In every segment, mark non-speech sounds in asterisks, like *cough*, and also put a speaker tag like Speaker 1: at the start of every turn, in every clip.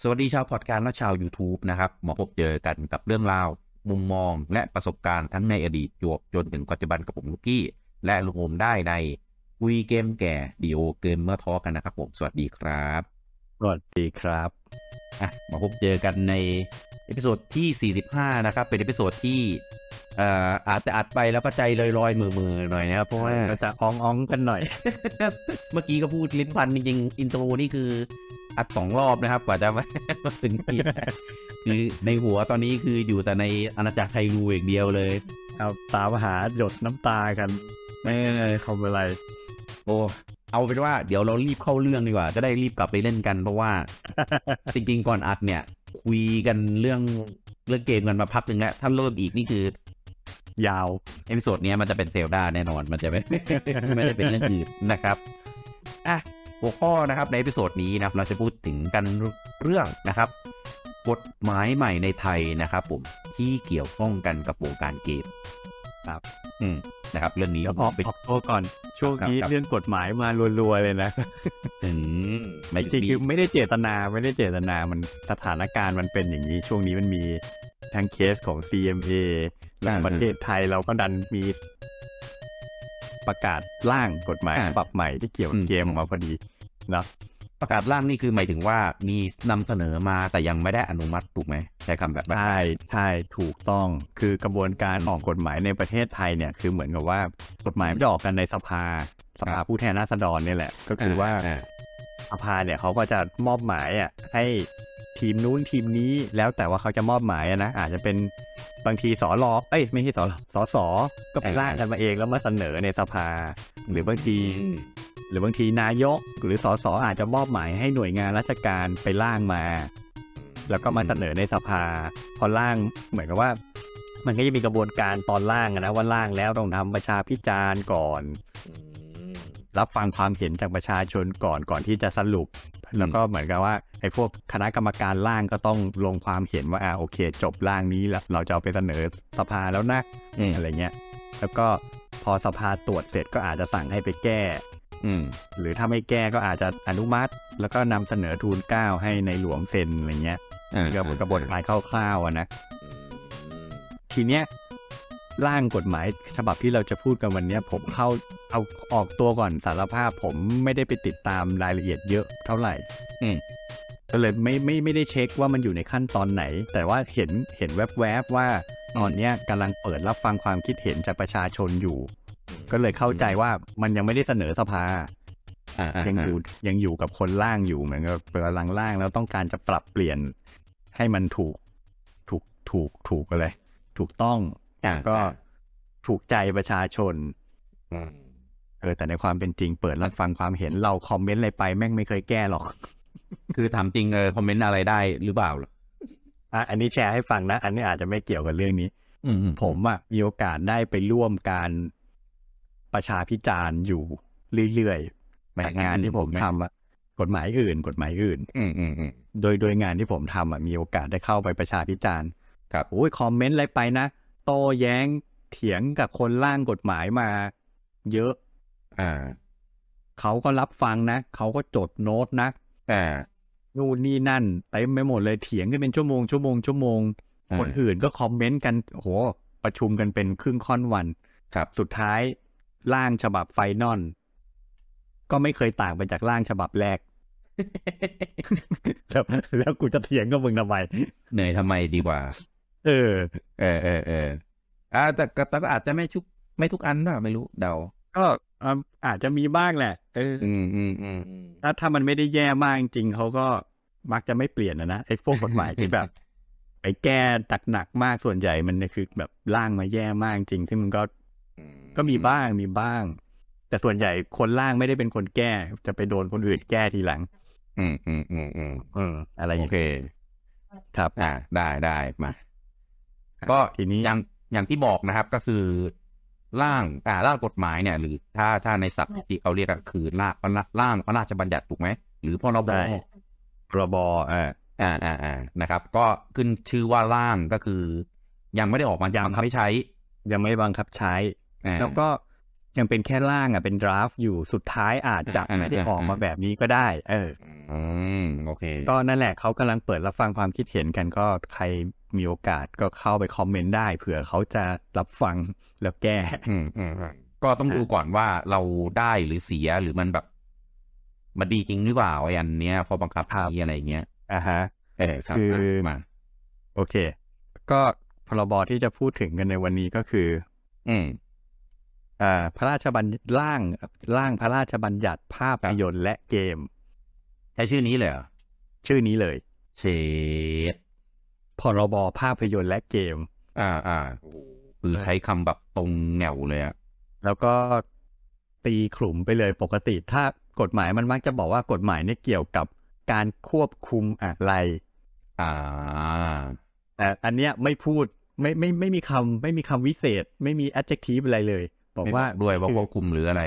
Speaker 1: สวัสดีชาวพอดการและชาว YouTube นะครับมาพบเจอกันกับเรื่องราว มุมมองและประสบการณ์ทั้งในอดีตจวบจนถึงปัจจุบันกับผมลูกกี้ และลุงโอมได้ในคุยเกมแก่ดีโอเกมเมื่อท้อกันนะครับผมสวัสดีครับ
Speaker 2: สวัสดีครับ
Speaker 1: อ่ะมาพบเจอกันในเอพิโซดที่ 45 นะครับ เป็นเอพิโซดที่เอ่ออาจจะอัดไปแล้วก็ใจลอยๆ มือๆ *laughs* หน่อยนะครับ เพราะว่า
Speaker 2: เราจะอ้องอ้องๆกันหน่อย
Speaker 1: เมื่อกี้ก็พูดลิ้นพันจริงๆอินโทรนี่คืออัดสองรอบนะครับ กว่าจะมา *laughs* มาถึงที่คือในหัวตอนนี้คืออยู่แต่ในอาณาจักรไทรูอย่างเดียวเลย
Speaker 2: เอาตามหาหยดน้ำตากัน ไม่คำอะไร
Speaker 1: โอ้เอาเป็นว่าเดี๋ยวเรารีบเข้าเรื่องดีกว่า จะได้รีบกลับไปเล่นกันเพราะ
Speaker 2: *laughs*
Speaker 1: ว่า จริงๆก่อนอัดเนี่ย คุยกันเรื่องเรื่องเกมกันมาพักหนึ่งแล้วถ้าเริ่มอีกนี่คือ
Speaker 2: ยาว
Speaker 1: เอพิโซดเนี้ยมันจะเป็นเซลดาแน่นอน มันจะไม่ *laughs* ไม่ได้เป็นเรื่องอื่นนะครับอ่ะหัวข้อนะครับในเอพิโซดนี้นะครับเราจะพูดถึงกันเรื่องนะครับ กฎหมายใหม่ในไทยนะครับผมที่เกี่ยวข้องกันกับวงการเกมครับ อืมนะครับ เรื่องนี้
Speaker 2: เดี๋ยว
Speaker 1: ผ
Speaker 2: ออ
Speaker 1: ม
Speaker 2: ก
Speaker 1: ไป
Speaker 2: ออกตัวก่อน ช่วงนี้
Speaker 1: ครับ
Speaker 2: เรื่องกฎหมายมารัวๆเลยนะ
Speaker 1: ถึงไม่
Speaker 2: จ
Speaker 1: จ
Speaker 2: ริงๆ
Speaker 1: ริ
Speaker 2: คื
Speaker 1: ง
Speaker 2: อไม่ได้เจตนาไม่ได้เจตนามันสถานการณ์มันเป็นอย่างนี้ ช่วงนี้มันมีทั้งเคสของ CMA และประเทศไทยเราก็ดันมีประกาศร่างกฎหมาย
Speaker 1: อ่า
Speaker 2: ฉบับใหม่ที่เกี่ยวกั
Speaker 1: อื
Speaker 2: บ
Speaker 1: ม
Speaker 2: เกมออกมาพอดีเนาะ
Speaker 1: ประกาศร่างนี่คือหมายถึงว่ามีนำเสนอมาแต่ยังไม่ได้อนุมัติถูกไหมใช้คำแบบนั้น
Speaker 2: ใช่ใช่ถูกต้องคือกระบวนการออกกฎหมายในประเทศไทยเนี่ย คือเหมือนกับว่ากฎหมายมันจะออกกันในสภาสภาผู้แทนราษฎรเนี่ยแหละ ก็คือว่า สภาเนี่ยเขาก็จะมอบหมายอ่ะให้ทีมนู้นทีมนี้แล้วแต่ว่าเขาจะมอบหมายอะนะอาจจะเป็นบางทีสอรอเอ้ยไม่ใช่สอรอสอสอก็ไปร่างกันมาเองแล้วมาเสนอในสภา หรือบางที
Speaker 1: อืม
Speaker 2: หรือบางทีนายก หรือสอสออาจจะมอบหมายให้หน่วยงานราชการไปร่างมา แล้วก็มาเสนอในสภา พอร่างเหมือนกับว่า มันก็จะมีกระบวนการตอนร่างอะนะว่าร่างแล้วต้องทำประชาพิจารณ์ก่อน รับฟังความเห็นจากประชาชนก่อนก่อนที่จะสรุป แล้วก็เหมือนกับว่าไอ้พวกคณะกรรมการร่างก็ต้องลงความเห็นว่าอ่าโอเค จบร่างนี้แล้วเราจะเอาไปเสนอสภาแล้วนะ
Speaker 1: อืม
Speaker 2: อะไรเงี้ยแล้วก็พอสภาตรวจเสร็จก็อาจจะสั่งให้ไปแก้
Speaker 1: อืม
Speaker 2: หรือถ้าไม่แก้ก็อาจจะอนุมัติ แล้วก็นำเสนอทูลเกล้าให้ในหลวงเซ็นอะไรเงี้ยเรื่องกระบวนการคร่าวๆอะนะ ทีเนี้ยร่างกฎหมายฉบับที่เราจะพูดกันวันเนี้ย ผมเข้าเอาออกตัวก่อนสารภาพ ผมไม่ได้ไปติดตามรายละเอียดเยอะเท่าไหร่
Speaker 1: อืม
Speaker 2: ก็เลยไม่ไม่ไม่ได้เช็คว่ามันอยู่ในขั้นตอนไหน แต่ว่าเห็นเห็นแวบๆว่าตอนเนี้ยกำลังเปิดรับฟังความคิดเห็นจากประชาชนอยู่ ก็เลยเข้าใจว่ามันยังไม่ได้เสนอสภา
Speaker 1: อ่าๆๆ
Speaker 2: ยังอยู่ยังอยู่กับคนล่างอยู่เหมือนกับกำลังล่างแล้วต้องการจะปรับเปลี่ยนให้มันถูกถูกถูกถูกอะไรถูกต้อง
Speaker 1: อ่า
Speaker 2: แล้วก็ถูกใจประชาชน
Speaker 1: อืม
Speaker 2: เออแต่ในความเป็นจริงเปิดรับฟังความเห็นเราคอมเมนต์อะไรไปแม่งไม่เคยแก้หรอก
Speaker 1: คือถามจริงเออคอมเมนต์อะไรได้หรือเปล่า
Speaker 2: อ่ะอันนี้แชร์ให้ฟังนะ อันนี้อาจจะไม่เกี่ยวกับเรื่องนี้
Speaker 1: อืม
Speaker 2: ผมอะมีโอกาสได้ไปร่วมการประชาพิจารณ์อยู่เรื่อยๆแบบงานที่ผมทำอะกฎหมายอื่น กฎหมายอื่น
Speaker 1: อืมอืมอืม
Speaker 2: โดยโดยงานที่ผมทำอ่ะมีโอกาสได้เข้าไปประชาพิจารณ์
Speaker 1: ครับ
Speaker 2: โอ้ยคอมเมนต์อะไรไปนะโต้แย้งเถียงกับคนร่างกฎหมายมา เยอะ
Speaker 1: อ่า
Speaker 2: เขาก็รับฟังนะเขาก็จดโน้ตนะ
Speaker 1: อ่า
Speaker 2: นู่นนี่นั่นเต็มไปหมดเลยเถียงกันเป็นชั่วโมงชั่วโมงชั่วโมง
Speaker 1: อ่า
Speaker 2: คนอื่นก็คอมเมนต์กันโอ้โหประชุมกันเป็นครึ่งค่อนวัน
Speaker 1: ครับ
Speaker 2: สุดท้ายร่างฉบับไฟนอลก็ไม่เคยต่างไปจากร่างฉบับ
Speaker 1: *laughs*
Speaker 2: แรก แล้วแล้วกูจะเถียงกับมึงทำไม
Speaker 1: เหนื่อยทำไมดีกว่า
Speaker 2: เออ
Speaker 1: เออเออเอออ่าแต่แต่แต่ก็อาจจะไม่ทุกไม่ทุกอันว่าไม่รู้เดา
Speaker 2: ก็อ่ะอาจจะมีบ้างแหละเออ
Speaker 1: อืมอืมอืม
Speaker 2: ถ้าถ้ามันไม่ได้แย่มากจริงๆเขาก็มักจะไม่เปลี่ยนนะนะไอ้พวกกฎหมาย ที่
Speaker 1: *laughs*
Speaker 2: แบบไปแก้หนักๆมากส่วนใหญ่มันเนี่ยคือแบบร่างมาแย่มากจริง ซึ่งมันก็ก็มีบ้างมีบ้าง แต่ส่วนใหญ่คนร่างไม่ได้เป็นคนแก้ จะไปโดนคนอื่นแก้ทีหลัง
Speaker 1: อืมอืมอืมอืม
Speaker 2: เออ อะไรอ
Speaker 1: โอย่าง เค
Speaker 2: เงี้ยครับ
Speaker 1: อ่า ได้ได้มา ก็
Speaker 2: ทีนี้
Speaker 1: อย่างอย่างที่บอกนะครับก็คือ ร่างอ่าร่างกฎหมายเนี่ย หรือถ้าถ้าในศัพท์ที่เขาเรียกก็คือร่างพระราร่างพระราชบัญญัติถูกไหมหรือพรบ
Speaker 2: ใช่ พรบเออ
Speaker 1: อ่าอ่าอ่านะครับ ก็ขึ้นชื่อว่าร่างก็คือ ยังไม่ได้ออกมา
Speaker 2: ยัง
Speaker 1: บังคับใช้
Speaker 2: ยังไม่บังคับใช้
Speaker 1: อ่า
Speaker 2: แล้วก็ ยังเป็นแค่ร่างอ่ะเป็นดราฟอยู่สุดท้ายอาจจะ
Speaker 1: อ่า
Speaker 2: ไม่ได้
Speaker 1: อ่า
Speaker 2: ออกมาแบบนี้ก็ได้ เออ
Speaker 1: อืมโอเค
Speaker 2: ก็นั่นแหละเขากำลังเปิดรับฟังความคิดเห็นกันก็ใครมีโอกาสก็เข้าไปคอมเมนต์ได้เผื่อเขาจะรับฟังแล้วแก้
Speaker 1: อืมอืมอืมก็ต้องดูก่อนว่าเราได้หรือเสียหรือมันแบบ มันดีจริงหรือเปล่าไอ้อันเนี้ยพอบังคับ
Speaker 2: ครับ
Speaker 1: นี้อะไรเงี้ย
Speaker 2: *laughs* อ่ะฮะ
Speaker 1: เออรับ
Speaker 2: คืออ่
Speaker 1: ะมา
Speaker 2: โอเค ก็พรบที่จะพูดถึงกันในวันนี้ก็คือ
Speaker 1: อืม
Speaker 2: อ่าพระราชบัญญัติร่างร่างพระราชบัญญัติภาพยนตร์และเกม
Speaker 1: ใช้ชื่อนี้เลยเหรอ
Speaker 2: ชื่อนี้เลย
Speaker 1: เชด
Speaker 2: พรบภาพยนตร์และเกม
Speaker 1: อ่าอ่าคือใช้คำแบบตรงแนวเลยอะ
Speaker 2: แล้วก็ตีขลุ่มไปเลยปกติ ถ้ากฎหมายมันมักจะบอกว่ากฎหมายเนี่ยเกี่ยวกับการควบคุมอะไร
Speaker 1: อ่า
Speaker 2: แต่อันเนี้ยไม่พูดไม่ไม่ไม่มีคำไม่มีคำวิเศษ ไม่มี adjective อะไรเลย บอกว่า
Speaker 1: ไม่ด้วยว่าควบคุมหรืออะไร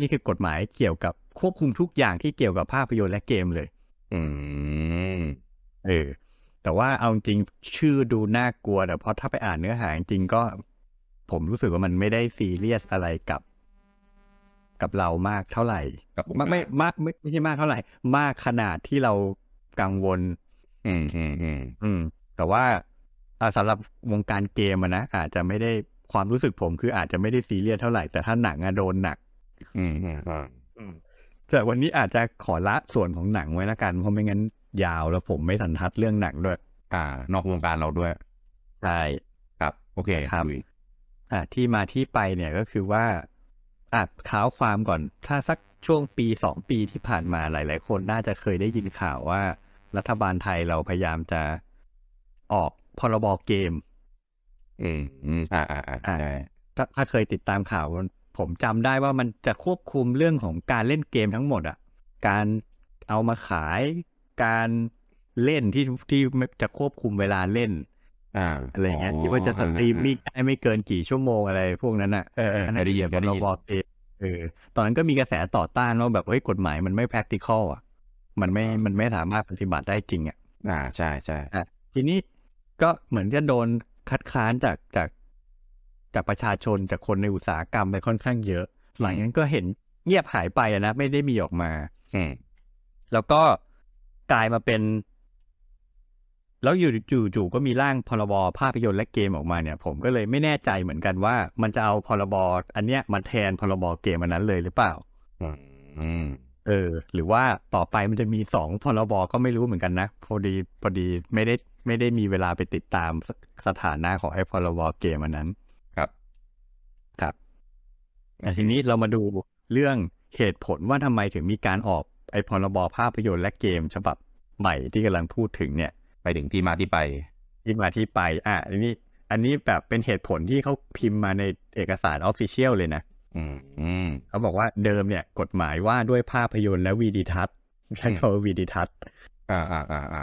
Speaker 2: นี่คือกฎหมายเกี่ยวกับควบคุมทุกอย่างที่เกี่ยวกับภาพยนตร์และเกมเลย
Speaker 1: อืม
Speaker 2: เออ แต่ว่าเอาจริงชื่อดูน่ากลัวแต่เพราะถ้าไปอ่านเนื้อหาจริงๆก็ ผมรู้สึกว่ามันไม่ได้ซีเรียสอะไรกับ กับเรามากเท่าไหร่
Speaker 1: กับ
Speaker 2: มากไม่มากไม่ไม่ใช่มากเท่าไหร่ มากขนาดที่เรากังวล
Speaker 1: อืมอืมอืม
Speaker 2: อืม แต่ว่าอ่าสำหรับวงการเกมอะนะอาจจะไม่ได้ความรู้สึกผมคืออาจจะไม่ได้ซีเรียสเท่าไหร่แต่ถ้าหนังอะโดนหนัก
Speaker 1: อืมอืมอืม
Speaker 2: แต่วันนี้อาจจะขอละส่วนของหนังไว้ละกันเพราะไม่งั้นยาวแล้วผมไม่สันทัดเรื่องหนังด้วย
Speaker 1: อ่า นอกวงการเราด้วย
Speaker 2: ใช่
Speaker 1: ครับ โอเค
Speaker 2: ครับ
Speaker 1: คุย
Speaker 2: อ่ะที่มาที่ไปเนี่ยก็คือว่าอ่ะเท้าความก่อน ถ้าสักช่วงปีสองปีที่ผ่านมาหลาย ๆ คนน่าจะเคยได้ยินข่าวว่า รัฐบาลไทยเราพยายามจะออกพรบเกม
Speaker 1: อืมอืมอ่าอ่าอ่า
Speaker 2: อ่า
Speaker 1: ใช่
Speaker 2: ถ้าถ้าเคยติดตามข่าวมันผมจำได้ว่ามันจะควบคุมเรื่องของการเล่นเกมทั้งหมดอะการเอามาขาย การเล่นที่ที่จะควบคุมเวลาเล่น
Speaker 1: อ่า
Speaker 2: อะไรอย่างเงี้ยที่ว่าจะสตรีมมิ่งได้ไม่เกินกี่ชั่วโมงอะไรพวกนั้นอะ
Speaker 1: เออเออเคยได้ยินเคยได้
Speaker 2: เรา
Speaker 1: ยิน
Speaker 2: บอกเองเออ ตอนนั้นก็มีกระแสต่อต้านว่าแบบเฮ้ยกฎหมายมันไม่ practical อ่ะ มันไม่ มันไม่สามารถปฏิบัติได้จริงอ่ะ
Speaker 1: อ่าใช่ใช่
Speaker 2: ทีนี้ก็เหมือนจะโดนคัดค้านจากจากจากประชาชนจากคนในอุตสาหกรรมไปค่อนข้างเยอะ หลังจากนั้นก็เห็นเงียบหายไปอะนะ ไม่ได้มีออกมา
Speaker 1: อืม
Speaker 2: แล้วก็กลายมาเป็น แล้วอยู่จู่ๆก็มีร่างพรบภาพยนตร์และเกมออกมาเนี่ย ผมก็เลยไม่แน่ใจเหมือนกันว่า มันจะเอาพรบอันเนี้ยมาแทนพรบเกมอันนั้นเลยหรือเปล่า
Speaker 1: อืม
Speaker 2: เออ หรือว่าต่อไปมันจะมีสองพรบก็ไม่รู้เหมือนกันนะพอดีพอดีไม่ได้ไม่ได้มีเวลาไปติดตามสสถานะของไอ้พรบเกมอันนั้น
Speaker 1: ครับ
Speaker 2: ครับอ่ะทีนี้เรามาดูเรื่องเหตุผลว่าทำไมถึงมีการออกไอ้พรบภาพยนตร์และเกม ฉบับใหม่ที่กำลังพูดถึงเนี่ย
Speaker 1: ไปถึงที่มาที่ไป
Speaker 2: ที่มาที่ไป อ่ะอันนี้ อันนี้แบบเป็นเหตุผลที่เขาพิมพ์มาในเอกสารออฟฟิเชียลเลยนะ
Speaker 1: อืม อืม
Speaker 2: เขาบอกว่าเดิมเนี่ยกฎหมายว่าด้วยภาพยนตร์และวิดีทัศน์ใช้คำว่าวิดีทัศน์
Speaker 1: อ่าอ่าอ่าอ่า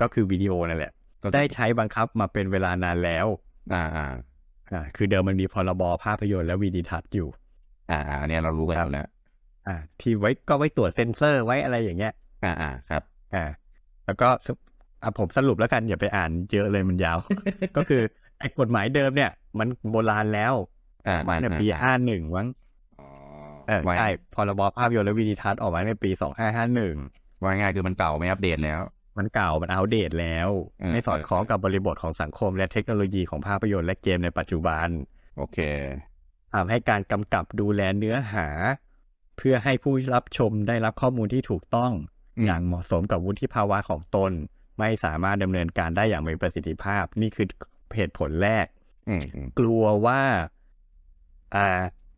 Speaker 2: ก็คือวิดีโอนั่นแหละ
Speaker 1: ก็คือ
Speaker 2: ได้ใช้บังคับมาเป็นเวลานานแล้ว
Speaker 1: อ่าอ่า
Speaker 2: อ่าคือเดิมมันมีพรบภาพยนตร์และวิดีทัศน์อยู่
Speaker 1: อ่าอ่าอันเนี่ยเรารู้กันอยู่แล้ว
Speaker 2: อ่าที่ไว้ก็ไว้ตรวจเซ็นเซอร์ไว้อะไรอย่างเงี้ย
Speaker 1: อ่าอ่าครับ
Speaker 2: อ่าแล้วก็สอ่ะผมสรุปแล้วกันอย่าไปอ่านเยอะเลยมันยาว *laughs* ก็คือไอ้กฎหมายเดิมเนี่ย มันโบราณแล้ว
Speaker 1: อ่ามา
Speaker 2: ในปีห้าหนึ่งมั้ง
Speaker 1: อ๋อ
Speaker 2: เออ
Speaker 1: ว่า
Speaker 2: ใช่พรบภาพยนตร์และวิดีทัศน์ออกมาในปีสองห้าห้าหนึ่ง
Speaker 1: ว่าง่ายคือมันเก่าไม่อัปเดตแล้ว
Speaker 2: มันเก่า มันอัปเดตแล้ว
Speaker 1: เออ
Speaker 2: ไม่สอดคล้องกับบริบทของสังคมและเทคโนโลยีของภาพยนตร์และเกมในปัจจุบัน
Speaker 1: โอเค
Speaker 2: ทำให้การกำกับดูแลเนื้อหา เพื่อให้ผู้รับชมได้รับข้อมูลที่ถูกต้อง
Speaker 1: อืม
Speaker 2: อย่างเหมาะสมกับวุฒิภาวะของตน ไม่สามารถดำเนินการได้อย่างมีประสิทธิภาพ นี่คือเหตุผลแรก
Speaker 1: อืมอืม
Speaker 2: กลัวว่าอ่า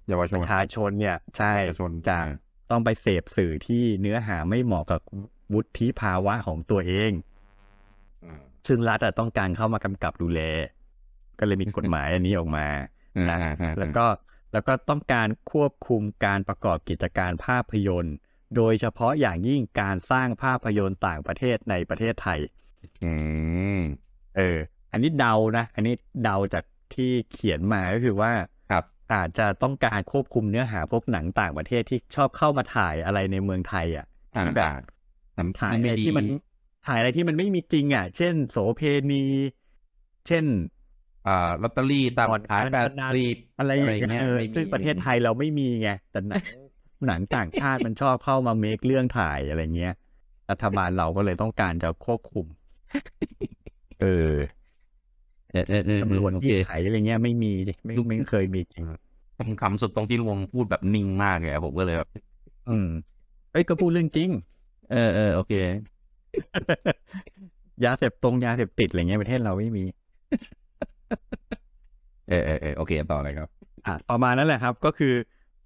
Speaker 1: เยาวช
Speaker 2: ป
Speaker 1: น
Speaker 2: ระชาชนเนี่ย ใช่
Speaker 1: เยาวชน
Speaker 2: จาก ต้องไปเสพสื่อที่เนื้อหาไม่เหมาะกับวุฒิภาวะของตัวเอง
Speaker 1: อืม
Speaker 2: ซึ่งรัฐอะต้องการเข้ามากำกับดูแล ก็เลยมีกฎหมายอันนี้ออกมา
Speaker 1: อืมอ่าอ่าอ่า
Speaker 2: แล้วก็แล้วก็ต้องการควบคุมการประกอบกิจการภาพยนตร์ โดยเฉพาะอย่างยิ่งการสร้างภาพยนตร์ต่างประเทศในประเทศไทย
Speaker 1: อืม
Speaker 2: เออ อันนี้เดานะ อันนี้เดาจากที่เขียนมาก็คือว่า
Speaker 1: ครับ
Speaker 2: อาจจะต้องการควบคุมเนื้อหาพวกหนังต่างประเทศที่ชอบเข้ามาถ่ายอะไรในเมืองไทยอ่ะ
Speaker 1: อ่า
Speaker 2: แบบ
Speaker 1: น้ำ
Speaker 2: ถ่าย
Speaker 1: มัน
Speaker 2: อะ
Speaker 1: ไม่
Speaker 2: ไร
Speaker 1: ดี
Speaker 2: ที่มันถ่ายอะไรที่มันไม่มีจริงอ่ะ เช่น โสเพณี เช่น
Speaker 1: อ่าลอตเตอรี่ตาม
Speaker 2: อ่อน
Speaker 1: ขาย
Speaker 2: การ
Speaker 1: แปด
Speaker 2: พนัน
Speaker 1: สิบ
Speaker 2: อะไรอย่างเงี้ย
Speaker 1: อะไรอย่างเงี้ย
Speaker 2: เออ
Speaker 1: ไม่มี
Speaker 2: ซึ่งประเทศไทยเราไม่มีไงแต่หนัง หนังต่างชาติมันชอบเข้ามาเมคเรื่องถ่ายอะไรเงี้ยรัฐบาลเราก็เลยต้องการจะควบคุม เออ
Speaker 1: เออเออเออ
Speaker 2: จำนวน
Speaker 1: โอ
Speaker 2: ที่
Speaker 1: เค
Speaker 2: ถ่ายอะไรเงี้ยไม่มีดิไม่ไม่เคยมีจริง
Speaker 1: ผมขำสุดตรงที่ลุงพูดแบบนิ่งมากเลยอะผมก็เลยแบบ
Speaker 2: อืมเอ้ยก็พูดเรื่องจริง
Speaker 1: เออเออโอเค
Speaker 2: ยาเสพตรงยาเสพติดอะไรเงี้ยประเทศเราไม่มี
Speaker 1: เออเออเออโอเคต่อเลยครับ
Speaker 2: อ่ะประมาณนั้นแหละครับก็คือ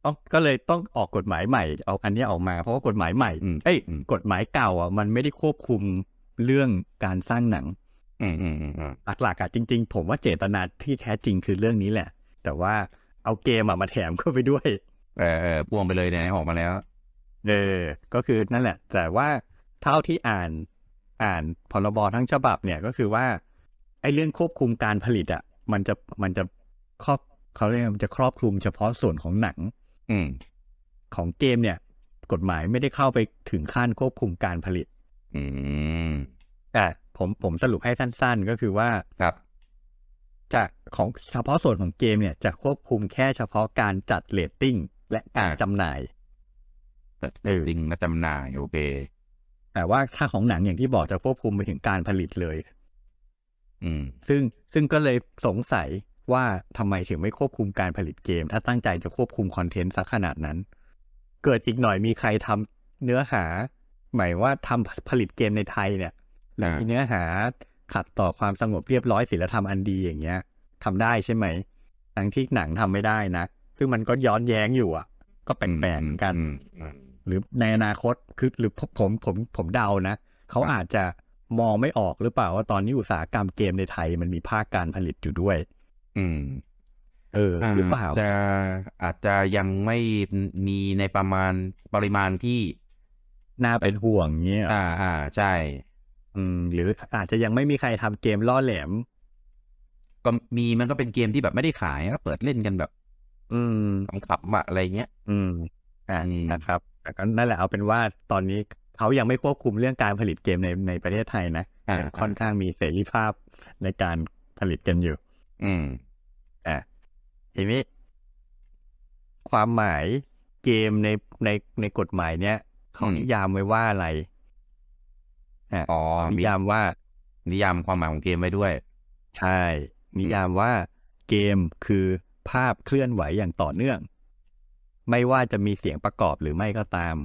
Speaker 2: ต้องก็เลยต้องออกกฎหมายใหม่เอาอันเนี้ยออกมาเพราะว่ากฎหมายใหม่
Speaker 1: อืม
Speaker 2: เอ้ย
Speaker 1: อืม
Speaker 2: กฎหมายเก่าอ่ะมันไม่ได้ควบคุมเรื่องการสร้างหนัง
Speaker 1: อืมอืมอืมอืม
Speaker 2: หลักๆอ่ะจริง ๆ ผมว่าเจตนาที่แท้จริงคือเรื่องนี้แหละ แต่ว่าเอาเกมอ่ะมาแถมเข้าไปด้วย
Speaker 1: เออเออพ่วงไปเลยเนี่ยออกมาแล้ว
Speaker 2: เออ ก็คือนั่นแหละ แต่ว่าเท่าที่อ่านอ่านพรบทั้งฉบับเนี่ยก็คือว่าไอ้เรื่องควบคุมการผลิตอ่ะ มันจะมันจะครอบเขาเรียกว่ามันจะครอบคลุมเฉพาะส่วนของหนัง
Speaker 1: อืม
Speaker 2: ของเกมเนี่ย กฎหมายไม่ได้เข้าไปถึงขั้นควบคุมการผลิต
Speaker 1: อืม
Speaker 2: แต่ผมผมสรุปให้สั้นๆ ก็คือว่า
Speaker 1: ครับ
Speaker 2: จะของเฉพาะส่วนของเกมเนี่ยจะควบคุมแค่เฉพาะการจัดเรตติ้งและการจำหน่าย
Speaker 1: เออจริงนะจำหน่ายโอเค
Speaker 2: แต่ว่าถ้าของหนังอย่างที่บอกจะควบคุมไปถึงการผลิตเลย
Speaker 1: อืม
Speaker 2: ซึ่งซึ่งก็เลยสงสัยว่าทำไมถึงไม่ควบคุมการผลิตเกม ถ้าตั้งใจจะควบคุมคอนเทนต์สักขนาดนั้น เกิดอีกหน่อยมีใครทำเนื้อหา หมายว่าทำผลิตเกมในไทยเนี่ยแล้ว
Speaker 1: อ่ามี
Speaker 2: เนื้อหาขัดต่อความสงบเรียบร้อยศีลธรรมอันดีอย่างเงี้ยทำได้ใช่ไหมทั้งที่หนังทำไม่ได้นะ ซึ่งมันก็ย้อนแย้งอยู่อ่ะ ก็แปลกๆเหมือนกัน
Speaker 1: อืมอืม
Speaker 2: หรือในอนาคตคือหรือผมผมผมผมเดานะเขาอาจจะมองไม่ออกหรือเปล่าว่าตอนนี้อุตสาหกรรมเกมในไทยมันมีภาคการผลิตอยู่ด้วย
Speaker 1: อืม
Speaker 2: เออหรือเปล่า
Speaker 1: จะอาจจะยังไม่มีในประมาณปริมาณที่
Speaker 2: น่าเป็นห่วงเงี้ย
Speaker 1: อ่าอ่าใช่
Speaker 2: อืมหรืออาจจะยังไม่มีใครทำเกมล่อแหลม
Speaker 1: ก็มีมันก็เป็นเกมที่แบบไม่ได้ขายก็เปิดเล่นกันแบบ
Speaker 2: อืม
Speaker 1: ขำๆอะอะไรเงี้ย
Speaker 2: อืมอ่า
Speaker 1: อืม
Speaker 2: นะครับแต่ก็นั่นแหละเอาเป็นว่าตอนนี้เขายังไม่ควบคุมเรื่องการผลิตเกมในในประเทศไทยนะ
Speaker 1: อ่า
Speaker 2: ยังค่อนข้างมีเสรีภาพในการผลิตกันอยู่
Speaker 1: อืม
Speaker 2: อ่ะทีนี้ความหมายเกมในในในกฎหมายเนี้ยเขา
Speaker 1: อืม
Speaker 2: นิยามไว้ว่าอะไรอ่ะ
Speaker 1: อ๋อ
Speaker 2: นิ
Speaker 1: มี
Speaker 2: ยามว่า
Speaker 1: นิยามความหมายของเกมไว้ด้วย
Speaker 2: ใช่ นิยามว่าเกมคือภาพเคลื่อนไหวอย่างต่อเนื่อง ไม่ว่าจะมีเสียงประกอบหรือไม่ก็ตาม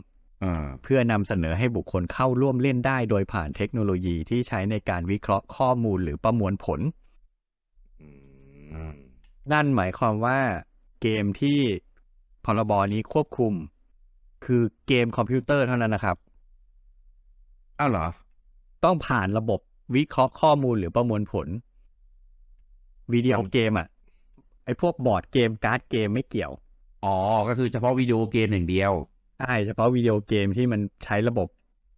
Speaker 1: อ่า
Speaker 2: เพื่อนำเสนอให้บุคคลเข้าร่วมเล่นได้โดยผ่านเทคโนโลยีที่ใช้ในการวิเคราะห์ข้อมูลหรือประมวลผล
Speaker 1: อืม
Speaker 2: นั่นหมายความว่าเกมที่พรบนี้ควบคุม คือเกมคอมพิวเตอร์เท่านั้นนะครับ
Speaker 1: อ้าวเหรอ
Speaker 2: ต้องผ่านระบบวิเคราะห์ข้อมูลหรือประมวลผล วิดีโอเกมอ่ะ ไอ้พวกบอร์ดเกมการ์ดเกมไม่เกี่ยว
Speaker 1: อ๋อ ก็คือเฉพาะวิดีโอเกมอย่างเดียว
Speaker 2: ใช่เฉพาะวิดีโอเกมที่มันใช้ระบบ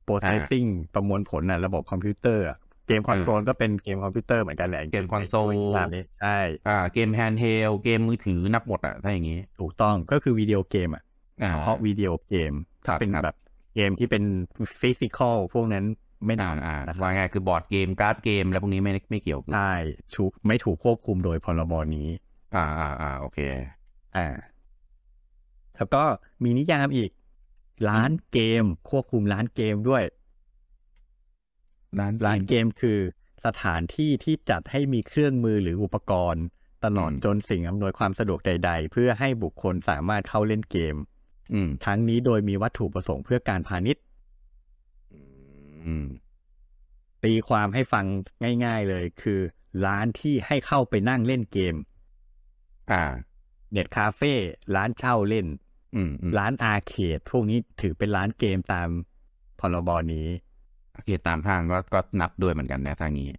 Speaker 2: โปรเซสซิ่งประมวลผลน่ะระบบคอมพิวเตอร์อะเกมคอนโทรลก็เป็นเกมคอมพิวเตอร์เหมือนกันแหละ
Speaker 1: เกมคอนโซล
Speaker 2: ตามนี้ใช่
Speaker 1: อ่า เกมแฮนด์เฮลเกมมือถือนับหมดอ่ะ ถ้าอย่างนี้
Speaker 2: ถูกต้องก็คือวิดีโอเกมอ่ะ
Speaker 1: อ่า
Speaker 2: เฉพาะวิดีโอเกม
Speaker 1: ครั
Speaker 2: ถ้า
Speaker 1: บ
Speaker 2: เป็น
Speaker 1: ครับ
Speaker 2: แบบเกมที่เป็นฟิสิกอลพวกนั้นไม่
Speaker 1: อ่า
Speaker 2: นา
Speaker 1: อ่า
Speaker 2: นะครับ
Speaker 1: ว่าไงายคือบอร์ดเกมการ์ดเกมอะไรพวกนี้ไม่ไม่เกี่ยว
Speaker 2: ใช่ชุกไม่ถูกควบคุมโดยพรบนี้
Speaker 1: อ่าอ่าอ่าโอเค
Speaker 2: อ่า แล้วก็มีนิยามอีก ร้านเกมควบคุมร้านเกมด้วย
Speaker 1: ร้าน
Speaker 2: ร้านเกมคือสถานที่ที่จัดให้มีเครื่องมือหรืออุปกรณ์ ตลอดจนสิ่งอำนวยความสะดวกใด ๆ เพื่อให้บุคคลสามารถเข้าเล่นเกม
Speaker 1: อืม
Speaker 2: ทั้งนี้โดยมีวัตถุประสงค์เพื่อการพาณิชย์
Speaker 1: อืม
Speaker 2: ตีความให้ฟังง่าย ๆเลยคือ ร้านที่ให้เข้าไปนั่งเล่นเกม
Speaker 1: อ่า
Speaker 2: เน็ตคาเฟ่ร้านเช่าเล่น
Speaker 1: อืมอืม
Speaker 2: ร้านอาร์เคดพวกนี้ถือเป็นร้านเกมตามพรบนี้
Speaker 1: โอเคตามห้างก็ก็นับด้วยเหมือนกันนะทางนี้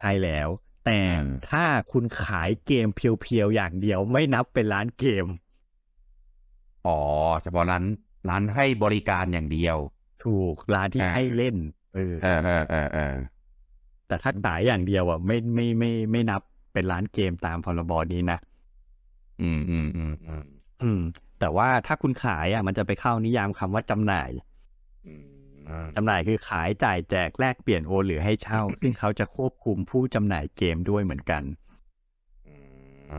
Speaker 2: ใช่แล้ว แต่
Speaker 1: อ่า
Speaker 2: ถ้าคุณขายเกมเพียวๆ อย่างเดียวไม่นับเป็นร้านเกม
Speaker 1: อ๋อเฉพาะร้านร้านให้บริการอย่างเดียว
Speaker 2: ถูกร้านที่
Speaker 1: อ่า
Speaker 2: ให้เล่นเออ
Speaker 1: เออเออเออเออ
Speaker 2: แต่ถ้าขายอย่างเดียวอ่ะไม่ไม่ไม่ไม่นับเป็นร้านเกมตามพรบนี้นะ
Speaker 1: อืมอืมอืมอืม
Speaker 2: อืม แต่ว่าถ้าคุณขายอ่ะมันจะไปเข้านิยามคำว่าจำหน่าย
Speaker 1: อืมอ่า
Speaker 2: จำหน่ายคือขายจ่ายแจกแลกเปลี่ยนโอนหรือให้เช่า ซึ่งเขาจะควบคุมผู้จำหน่ายเกมด้วยเหมือนกัน
Speaker 1: อื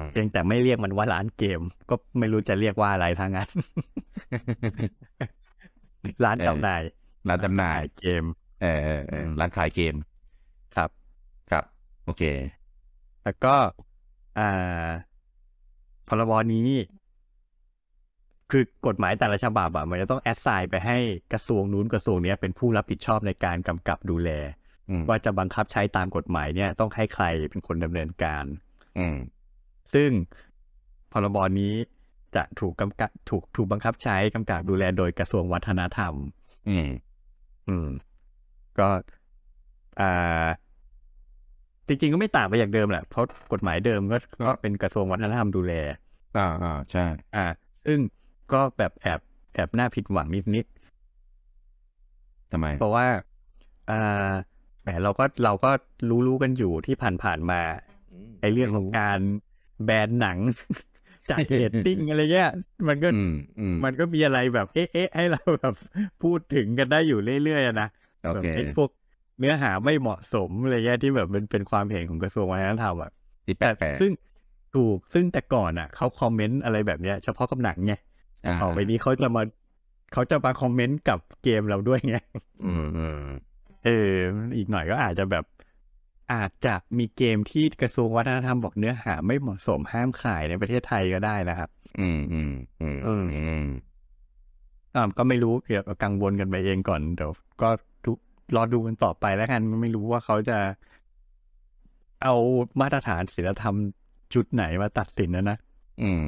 Speaker 1: ม
Speaker 2: เพียงแต่ไม่เรียกมันว่าร้านเกม ก็ไม่รู้จะเรียกว่าอะไรทางนั้น *laughs* ร้านจำหน่าย
Speaker 1: ร้านจำหน่าย
Speaker 2: เกม
Speaker 1: เออเออเออร้านขายเกม
Speaker 2: ครับ
Speaker 1: ครับ โอเค
Speaker 2: แล้วก็อ่าพรบนี้ คือกฎหมายแต่ละฉบับอ่ะมันจะต้องแอดไซน์ไปให้กระทรวงนู้นกระทรวงเนี้ยเป็นผู้รับผิดชอบในการกำกับดูแล
Speaker 1: อืม
Speaker 2: ว่าจะบังคับใช้ตามกฎหมายเนี่ย ต้องให้ใครเป็นคนดำเนินการ
Speaker 1: อืม
Speaker 2: ซึ่งพรบนี้จะถูกกำกับถูกถูกบังคับใช้กำกับดูแลโดยกระทรวงวัฒนธรรม
Speaker 1: อืม
Speaker 2: อืม ก็อ่าจริงๆก็ไม่ต่างไปจากเดิมแหละเพราะกฎหมายเดิมก็ก็เป็นกระทรวงวัฒนธรรมดูแล
Speaker 1: อ่าอ่าใช่
Speaker 2: อ่า ซึ่งก็แบบแอบแอบน่าผิดหวังนิด
Speaker 1: ทำไม
Speaker 2: ๆ เพราะว่าอ่าแหมเราก็เราก็รู้รู้ๆกันอยู่ที่ผ่านๆมาไอเรื่องของการแบนหนัง *laughs* จากเรตติ้งอะไรเงี้ยมันก็
Speaker 1: อืมอืม
Speaker 2: มันก็มีอะไรแบบเอ๊ะเอ๊ะให้เราแบบ พูดถึงกันได้อยู่เรื่อยๆอะนะ
Speaker 1: โอ
Speaker 2: แบบ
Speaker 1: เค
Speaker 2: ไอ้พวกเนื้อหาไม่เหมาะสมอะไรเงี้ยที่แบบเป็นเป็นความเห็นของกระทรวงวัฒนธรรมอ่ะ
Speaker 1: ที่แป
Speaker 2: แต่
Speaker 1: ดแปด
Speaker 2: ซึ่งถูกซึ่งแต่ก่อนอ่ะเขาคอมเมนต์อะไรแบบเนี้ย เฉพาะกับหนังไง
Speaker 1: า
Speaker 2: ต่อไปนี้เขาจะมาเขาจะมาคอมเมนต์กับเกมเราด้วยไง
Speaker 1: อืมอืม
Speaker 2: เอออีกหน่อยก็อาจจะแบบ อาจจะมีเกมที่กระทรวงวัฒนธรรมบอกเนื้อหาไม่เหมาะสมห้ามขายในประเทศไทยก็ได้นะครับ
Speaker 1: อืมอืมอืมอืม
Speaker 2: อ่าก็ไม่รู้เผื่อกังวลกันไปเองก่อนเดี๋ยวก็ดูรอดูกันต่อไปแล้วกันไม่รู้ว่าเขาจะเอามาตรฐานศีลธรรมจุดไหนมาตัดสินนะนะ
Speaker 1: อืม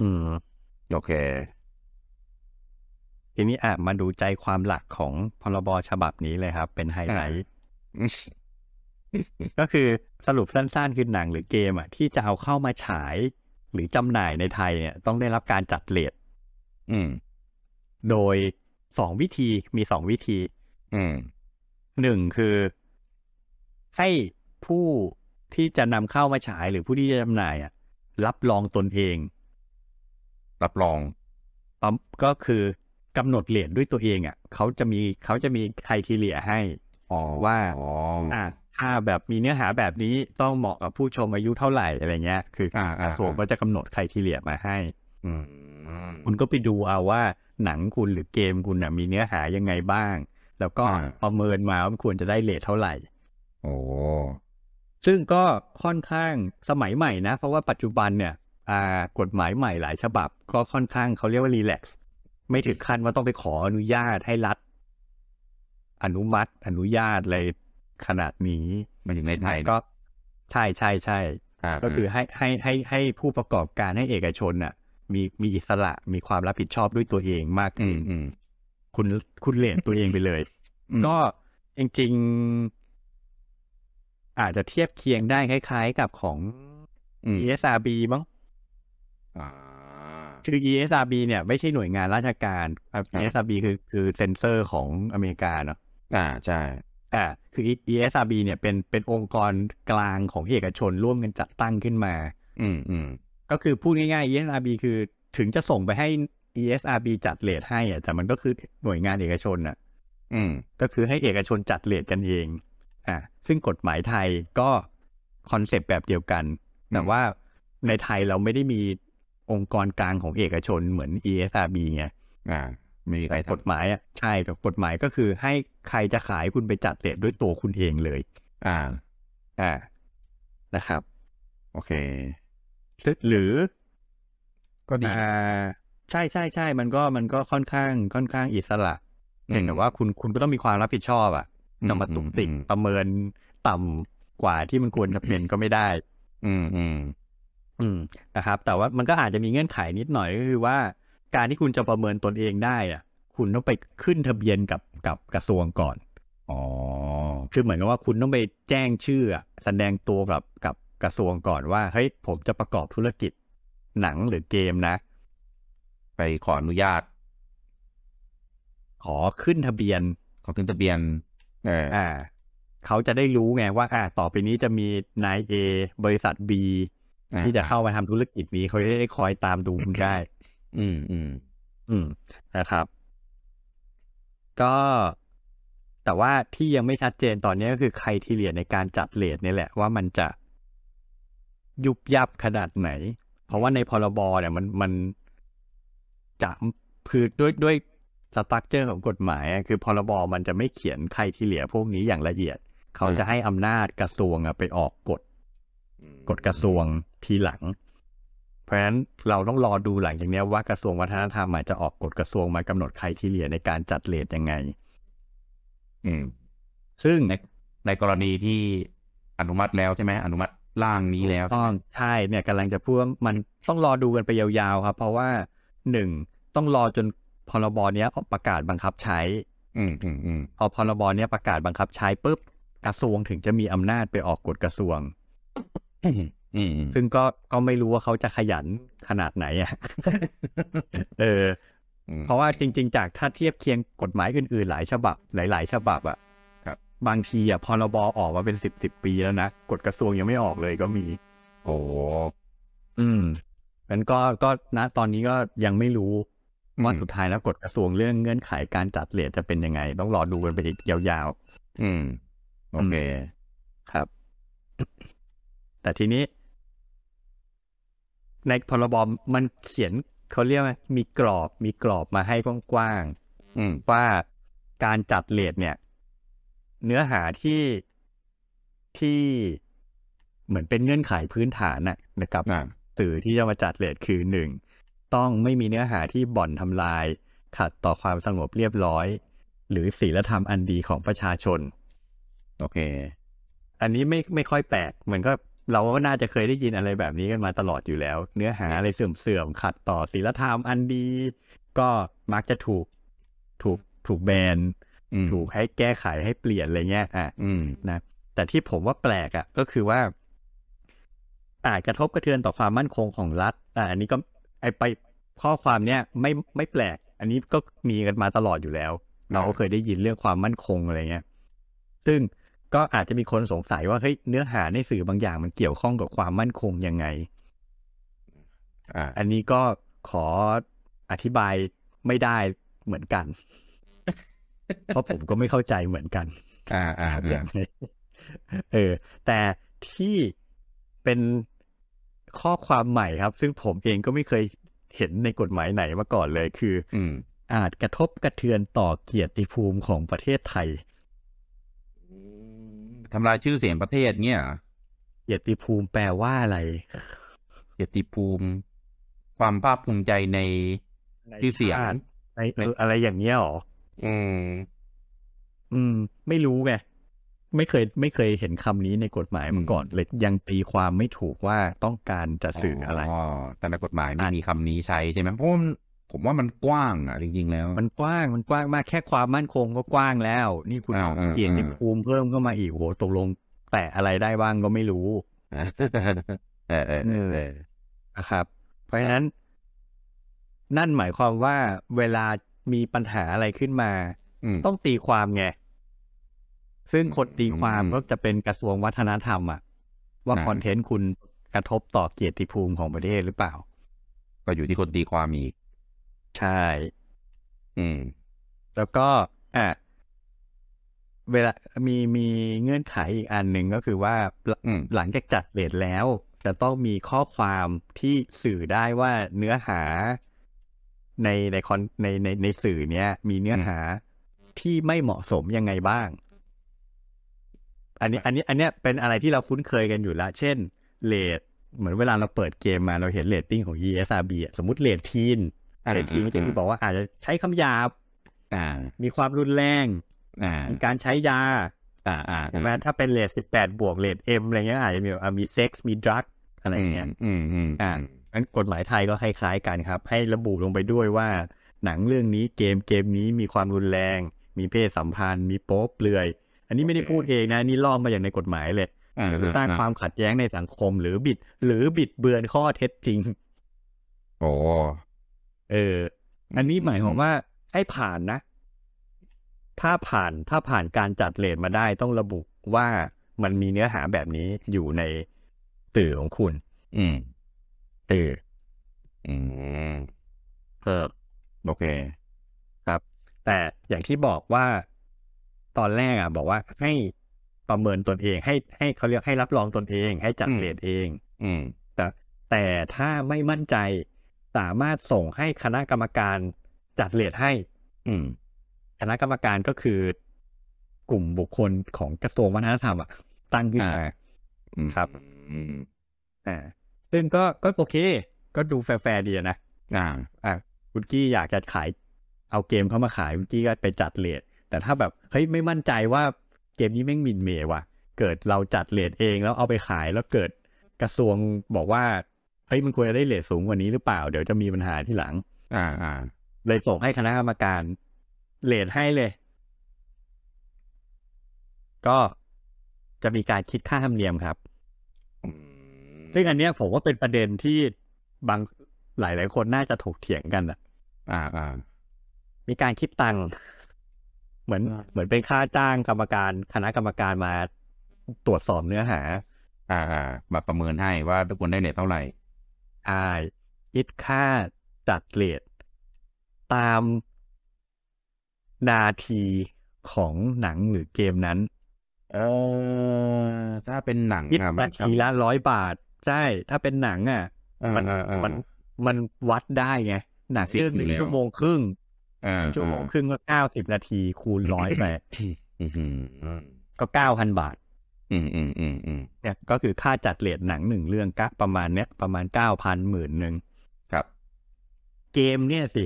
Speaker 2: อืม
Speaker 1: โอเค
Speaker 2: ทีนี้อ่ะมาดูใจความหลักของพรบฉบับนี้เลยครับ เป็นไฮไลท์ก็คือสรุปสั้นๆคือหนังหรือเกมอ่ะที่จะเอาเข้ามาฉาย หรือจำหน่ายในไทยเนี่ย ต้องได้รับการจัดเลท
Speaker 1: อืม
Speaker 2: โดยสองวิธีมีสองวิธี
Speaker 1: อืม
Speaker 2: หนึ่งคือให้ผู้ที่จะนำเข้ามาฉายหรือผู้ที่จะจำหน่ายอะรับรองตนเอง
Speaker 1: รับรอง
Speaker 2: ปั๊มก็คือกำหนดเหรียญด้วยตัวเองอะ่ะเขาจะมีเขาจะมีไททีเลียให้
Speaker 1: อ๋อ
Speaker 2: ว่า
Speaker 1: อ๋อ
Speaker 2: อ่ะถ้าแบบมีเนื้อหาแบบนี้ต้องเหมาะกับผู้ชมอายุเท่าไหร่อะไรเงี้ย คือ
Speaker 1: อ่าอ่า
Speaker 2: ส่วนก็จะกำหนดไททีเลียมาให้
Speaker 1: อืม
Speaker 2: คุณก็ไปดูเอาว่าหนังคุณหรือเกมคุณน่ะมีเนื้อหายังไงบ้าง แล้วก็ประเมินมาว่ามันควรจะได้เลทเท่าไหร่
Speaker 1: โอ้
Speaker 2: ซึ่งก็ค่อนข้างสมัยใหม่นะ เพราะว่าปัจจุบันเนี่ยอ่ากฎหมายใหม่หลายฉบับ ก็ค่อนข้างเขาเรียกว่ารีแลกซ์ไม่ถึงขั้นว่าต้องไปขออนุญาตให้รัฐ อนุมัติ อนุญาตอะไรขนาดนี้
Speaker 1: มาถึงในไทยนะ
Speaker 2: ก็ใช่ใช่ใช่
Speaker 1: า
Speaker 2: ก็คือให้ให้ให้ให้ผู้ประกอบการให้เอกชนน่ะ มีมีอิสระมีความรับผิดชอบด้วยตัวเองมาก
Speaker 1: อื
Speaker 2: ขึ้
Speaker 1: ม
Speaker 2: น
Speaker 1: อืม
Speaker 2: คุณคุณเลนตัวเองไปเลย
Speaker 1: อืม
Speaker 2: ก็จริงๆ อาจจะเทียบเคียงได้คล้ายๆกับของ
Speaker 1: อืม
Speaker 2: ESRB มั้ง
Speaker 1: อ่า
Speaker 2: คือ ESRB เนี่ยไม่ใช่หน่วยงานราชการอ่ะ
Speaker 1: อ่า
Speaker 2: ESRB คือคือเซ็นเซอร์ของอเมริกาเนาะ
Speaker 1: อ่าใช่
Speaker 2: อ่าคือ ESRB เนี่ยเป็นเป็นองค์กรกลางของเอกชนร่วมกันจัดตั้งขึ้นมา
Speaker 1: อืมอืม
Speaker 2: ก็คือพูดง่ายๆ ESRB คือถึงจะส่งไปให้ ESRB จัดเลทให้อะแต่มันก็คือหน่วยงานเอกชนอะ
Speaker 1: อืม
Speaker 2: ก็คือให้เอกชนจัดเลทกันเอง อ่า ซึ่งกฎหมายไทยก็คอนเซปต์แบบเดียวกัน แต่ว่าในไทยเราไม่ได้มีองค์กรกลางของเอกชนเหมือน ESRB ไง
Speaker 1: อ่าไมมีใคร
Speaker 2: แต่
Speaker 1: ท
Speaker 2: กฎหมายอ่ะใช่แต่กฎหมายก็คือให้ใครจะขายคุณไปจัดเลทด้วยตัวคุณเองเลย
Speaker 1: ำอ่า
Speaker 2: อ่า นะครับ
Speaker 1: โอเค
Speaker 2: หรือ
Speaker 1: ก็ดี
Speaker 2: อ่าใช่ใช่ใช่ มันก็มันก็ค่อนข้างค่อนข้างอิสระ
Speaker 1: อืม
Speaker 2: เห็นแต่ว่าคุณคุณก็ต้องมีความรับผิดชอบอ่ะ จะมาตุกติก
Speaker 1: อืม
Speaker 2: ประเมินต่ำกว่าที่มันควรจะ
Speaker 1: *coughs*
Speaker 2: เป็นก็ไม่ได้
Speaker 1: อืมอืม
Speaker 2: อืมนะครับ แต่ว่ามันก็อาจจะมีเงื่อนไขนิดหน่อยก็คือว่า การที่คุณจะประเมินตนเองได้อะคุณต้องไปขึ้นทะเบียนกับกับกระทรวงก่อน
Speaker 1: อ๋อ
Speaker 2: คือเหมือนกับว่าคุณต้องไปแจ้งชื่ออะแสดงตัวกับกับกระทรวงก่อนว่าเฮ้ยผมจะประกอบธุรกิจหนังหรือเกมนะ
Speaker 1: ไปขออนุญาต
Speaker 2: ขอขึ้นทะเบียน
Speaker 1: ขอขึ้นทะเบียน เออ
Speaker 2: อ่า เขาจะได้รู้ไงว่า อ่า ต่อไปนี้จะมีนายเอบริษัท B
Speaker 1: อ่
Speaker 2: ที่จะเข้ามาทำธุรกิจนี้เขาจะได้คอยตามดูคุณได้
Speaker 1: อืมอืม
Speaker 2: อืมนะครับ ก็แต่ว่าที่ยังไม่ชัดเจนตอนนี้ก็คือใครที่เหลียในการจัดเลทนี่แหละว่ามันจะ ยุบยับขนาดไหน เพราะว่าในพรบเนี่ยมันมันจะคือด้วยด้วยสตรัคเจอร์ของกฎหมายอะคือพรบมันจะไม่เขียนใครที่เหลือพวกนี้อย่างละเอียด เขาจะให้อำนาจกระทรวงอะไปออกกฎ กฎกระทรวงทีหลัง เพราะฉะนั้นเราต้องรอดูหลังจากเนี้ยว่ากระทรวงวัฒนธรรมอาจจะออกกฎกระทรวงมากำหนดใครที่เหลือในการจัดเลทยังไง
Speaker 1: อืม
Speaker 2: ซึ่ง
Speaker 1: ใน ในกรณีที่อนุมัติแล้วใช่ไหมอนุมัติร่างนี้แล้ว
Speaker 2: ต้องใช่เนี่ยกำลังจะพูดว่ามันต้องรอดูกันไปยาวๆครับ เพราะว่าหนึ่งต้องรอจนพรบเนี้ยออกประกาศบังคับใช้
Speaker 1: อืมอืมอืม
Speaker 2: พอพรบเนี้ยประกาศบังคับใช้ปุ๊บกระทรวงถึงจะมีอำนาจไปออกกฎกระทรวง
Speaker 1: อืมอืม
Speaker 2: ซึ่งก็ก็ไม่รู้ว่าเขาจะขยันขนาดไหนอ่ะ *laughs* เออ
Speaker 1: อืม
Speaker 2: เพราะว่าจริง ๆ จากถ้าเทียบเคียงกฎหมายอื่นๆ หลายฉบับ หลาย ๆ ฉบับอะ
Speaker 1: ครับ
Speaker 2: บางทีอะพรบออกมาเป็นสิบสิบปีแล้วนะกฎกระทรวงยังไม่ออกเลยก็มี
Speaker 1: โอ้โห
Speaker 2: อืมมันก็ก็นะตอนนี้ก็ยังไม่รู้ว่า
Speaker 1: อืม
Speaker 2: สุดท้ายแล้วกฎกระทรวงเรื่องเงื่อนไขการจัดเลทจะเป็นยังไง ต้องรอดูกันไปอีกยาว
Speaker 1: อืม
Speaker 2: ๆ
Speaker 1: โอเค
Speaker 2: มครับ แต่ทีนี้ ในพรบมันเขียนเขาเรียกว่ามีกรอบมีกรอบมาให้กว้างๆ
Speaker 1: อืม
Speaker 2: ว่าการจัดเลทเนี่ย เนื้อหาที่ที่เหมือนเป็นเงื่อนไขพื้นฐานนะนะครับ
Speaker 1: อ่า
Speaker 2: สื่อที่จะมาจัดเลทคือหนึ่งต้องไม่มีเนื้อหาที่บ่อนทำลาย ขัดต่อความสงบเรียบร้อย หรือศีลธรรมอันดีของประชาชน
Speaker 1: โอเค
Speaker 2: อันนี้ไม่ไม่ค่อยแปลกเหมือนก็เราก็น่าจะเคยได้ยินอะไรแบบนี้กันมาตลอดอยู่แล้ว เนื้อหาอะไรเสื่อมเสื่อมๆขัดต่อศีลธรรมอันดี ก็มักจะถูกถูกถูกแบน
Speaker 1: อืม
Speaker 2: ถูกให้แก้ไขให้เปลี่ยนอะไรเงี้ยอ่ะ
Speaker 1: อืม
Speaker 2: นะแต่ที่ผมว่าแปลกอ่ะ ก็คือว่า อาจกระทบกระเทือนต่อความมั่นคงของรัฐอ่ะอันนี้ก็ไอไปข้อความเนี้ยไม่ไม่แปลก อันนี้ก็มีกันมาตลอดอยู่แล้ว เราก็เคยได้ยินเรื่องความมั่นคงอะไรเงี้ยซึ่งก็อาจจะมีคนสงสัยว่าเฮ้ยเนื้อหาในสื่อบางอย่างมันเกี่ยวข้องกับความมั่นคงยังไง
Speaker 1: อ่า
Speaker 2: อันนี้ก็ขออธิบายไม่ได้เหมือน *laughs* กัน เพราะผมก็ไม่เข้าใจเหมือนกัน
Speaker 1: อ่า อ่า
Speaker 2: แบบนี้ *laughs* เออ แต่ที่เป็นข้อความใหม่ครับ ซึ่งผมเองก็ไม่เคยเห็นในกฎหมายไหนมาก่อนเลย คือ
Speaker 1: อืม
Speaker 2: อาจกระทบกระเทือนต่อเกียรติภูมิของประเทศไทย
Speaker 1: ทำลายชื่อเสียงประเทศเนี่ยเหรอ
Speaker 2: เกียรติภูมิแปลว่าอะไร
Speaker 1: เกียรติภูมิ ความภาคภูมิใจในชื่อเสียง
Speaker 2: ในเอออะไรอย่างเงี้ยหรอ
Speaker 1: อืม
Speaker 2: อืม ไม่รู้ไงไม่เคยไม่เคยเห็นคำนี้ในกฎหมายมาก่อนเลยยังตีความไม่ถูกว่าต้องการจะสื่ออะไร
Speaker 1: อ๋อแต่ในกฎหมายไม่มีคำนี้ใช้ใช่ไหมเพราะว่ามันผมว่ามันกว้างอ่ะ จริง ๆ แล้ว
Speaker 2: มันกว้างมันกว้างมากแค่ความมั่นคงก็กว้างแล้ว นี่คุณ
Speaker 1: อ่า
Speaker 2: เอา
Speaker 1: อ่า
Speaker 2: เกียรติ
Speaker 1: อ่า
Speaker 2: ภูมิเพิ่มเข้ามาอีกโหตกลง แต่อะไรได้บ้างก็ไม่รู้
Speaker 1: เออเออเออเออ
Speaker 2: นะครับ เพราะฉะนั้น นั่นหมายความว่าเวลามีปัญหาอะไรขึ้นมา
Speaker 1: อืม
Speaker 2: ต้องตีความไง ซึ่งคนตีความ
Speaker 1: อืม
Speaker 2: ก็จะเป็นกระทรวงวัฒนธรรมอะว่า
Speaker 1: อ่า
Speaker 2: คอนเทนต์คุณกระทบต่อเกียรติภูมิของประเทศหรือเปล่า
Speaker 1: ก็อยู่ที่คนตีความอีก
Speaker 2: ใช่
Speaker 1: อืม
Speaker 2: แล้วก็อ่ะเวลามีมีเงื่อนไขอีกอันหนึ่งก็คือว่าหลัง
Speaker 1: อืม
Speaker 2: หลังจากจัดเรทแล้ว จะต้องมีข้อความที่สื่อได้ว่าเนื้อหาในในคอนในในในสื่อเนี้ย มีเนื้อหาที่ไม่เหมาะสมยังไงบ้าง อันนี้ อันนี้ อันเนี้ยเป็นอะไรที่เราคุ้นเคยกันอยู่ละเช่นเรทเหมือนเวลาเราเปิดเกมมาเราเห็นเรตติ้งของ ESRB อะสมมติเรททีน
Speaker 1: อ่า
Speaker 2: เรททีนก็จะ
Speaker 1: อ่า
Speaker 2: บอกว่าอาจจะใช้คำหยาบ
Speaker 1: อ่า
Speaker 2: มีความรุนแรง
Speaker 1: อ่า
Speaker 2: มีการใช้ยา
Speaker 1: อ่า อ่า
Speaker 2: ใช่ไหมถ้าเป็นเลทสิบแปดบวกเลทเอ็มอะไรเงี้ยอาจจะมีแบบอ่ะมีเซ็กซ์มีดรักอะไร
Speaker 1: อืม
Speaker 2: เงี้ย
Speaker 1: อืมอืม
Speaker 2: อ่างั้นกฎหมายไทยก็คล้ายๆกันครับ ให้ระบุลงไปด้วยว่า หนังเรื่องนี้เกมเกมนี้มีความรุนแรง มีเพศสัมพันธ์ มีโป๊เปลือย อันนี้ไม่ได้พูดเองนะนี่ลอกมาอย่างในกฎหมายเลย
Speaker 1: อ่า
Speaker 2: หรือสร้างความขัดแย้งในสังคม หรือบิด หรือบิดเบือนข้อเท็จจริง
Speaker 1: โอ้
Speaker 2: เออ อันนี้หมายความว่าให้ผ่านนะ ถ้าผ่านถ้าผ่านการจัดเลทมาได้ต้องระบุว่ามันมีเนื้อหาแบบนี้อยู่ในตื่อของคุณ
Speaker 1: อืม
Speaker 2: ตื่อ
Speaker 1: อืม
Speaker 2: เพิ่ม
Speaker 1: โอเค
Speaker 2: แต่อย่างที่บอกว่าตอนแรกอ่ะ บอกว่าให้ประเมินตนเอง ให้ให้เขาเรียกให้รับรองตนเอง ให้จัด
Speaker 1: อืม
Speaker 2: เลทเอง
Speaker 1: อืม
Speaker 2: แต่ถ้าไม่มั่นใจสามารถส่งให้คณะกรรมการจัดเลทให้
Speaker 1: อืม
Speaker 2: คณะกรรมการก็คือกลุ่มบุคคลของกระทรวงวัฒนธรรมอะตั้งขึ้นมา
Speaker 1: อ่า
Speaker 2: ครับ
Speaker 1: อืม
Speaker 2: อ่าซึ่งก็ก็โอเค ก็ดูแฟร์ๆดีอะนะ
Speaker 1: อ่า
Speaker 2: คุณกี้อยากจะขายเอาเกมเข้ามาขายคุณกี้ก็ไปจัดเลทแต่ถ้าแบบเฮ้ยไม่มั่นใจว่าเกมนี้แม่งหมินเหมว่ะ เกิดเราจัดเลทเองแล้วเอาไปขายแล้วเกิดกระทรวงบอกว่าเฮ้ยมันควรจะได้เลทสูงกว่านี้หรือเปล่า เดี๋ยวจะมีปัญหาที่หลัง
Speaker 1: อ่าอ่า
Speaker 2: เลยส่งให้คณะกรรมการเลทให้เลย ก็จะมีการคิดค่าธรรมเนียมครับ
Speaker 1: อืม
Speaker 2: ซึ่งอันเนี้ยผมว่าเป็นประเด็นที่บางหลาย ๆ คนน่าจะถกเถียงกันอะ
Speaker 1: อ่าอ่า
Speaker 2: มีการคิดตังค์ เหมือน
Speaker 1: อ่า
Speaker 2: เหมือนเป็นค่าจ้างกรรมการคณะกรรมการมาตรวจสอบเนื้อหา
Speaker 1: อ่าอ่ามาประเมินให้ว่าทุกคนได้เน็ตเท่าไหร่
Speaker 2: อายคิดค่าจัดเลทตามนาทีของหนังหรือเกมนั้น
Speaker 1: เออถ้าเป็นหนัง
Speaker 2: คิด
Speaker 1: อ่ะ
Speaker 2: นาทีละร้อยบาท ใช่ ถ้าเป็นหนังอ่ะ
Speaker 1: มันเออเออเออ
Speaker 2: มันมันวัดได้ไง หนัง
Speaker 1: สิบ
Speaker 2: เรื่องหนึ่ง
Speaker 1: อยู่แล้ว
Speaker 2: ชั่วโมงครึ่ง
Speaker 1: เออ
Speaker 2: ชั่วโมงครึ่งก็เก้าสิบนาทีคูณร้อยไป *laughs*
Speaker 1: อืมอืมอืม
Speaker 2: ก็เก้าพันบาท
Speaker 1: อืมอืมอืมอืม
Speaker 2: เนี่ยก็คือค่าจัดเลทหนังหนึ่งเรื่องก็ประมาณเนี้ยประมาณเก้าพันหมื่นหนึ่ง
Speaker 1: ครับ
Speaker 2: เกมเนี่ยสิ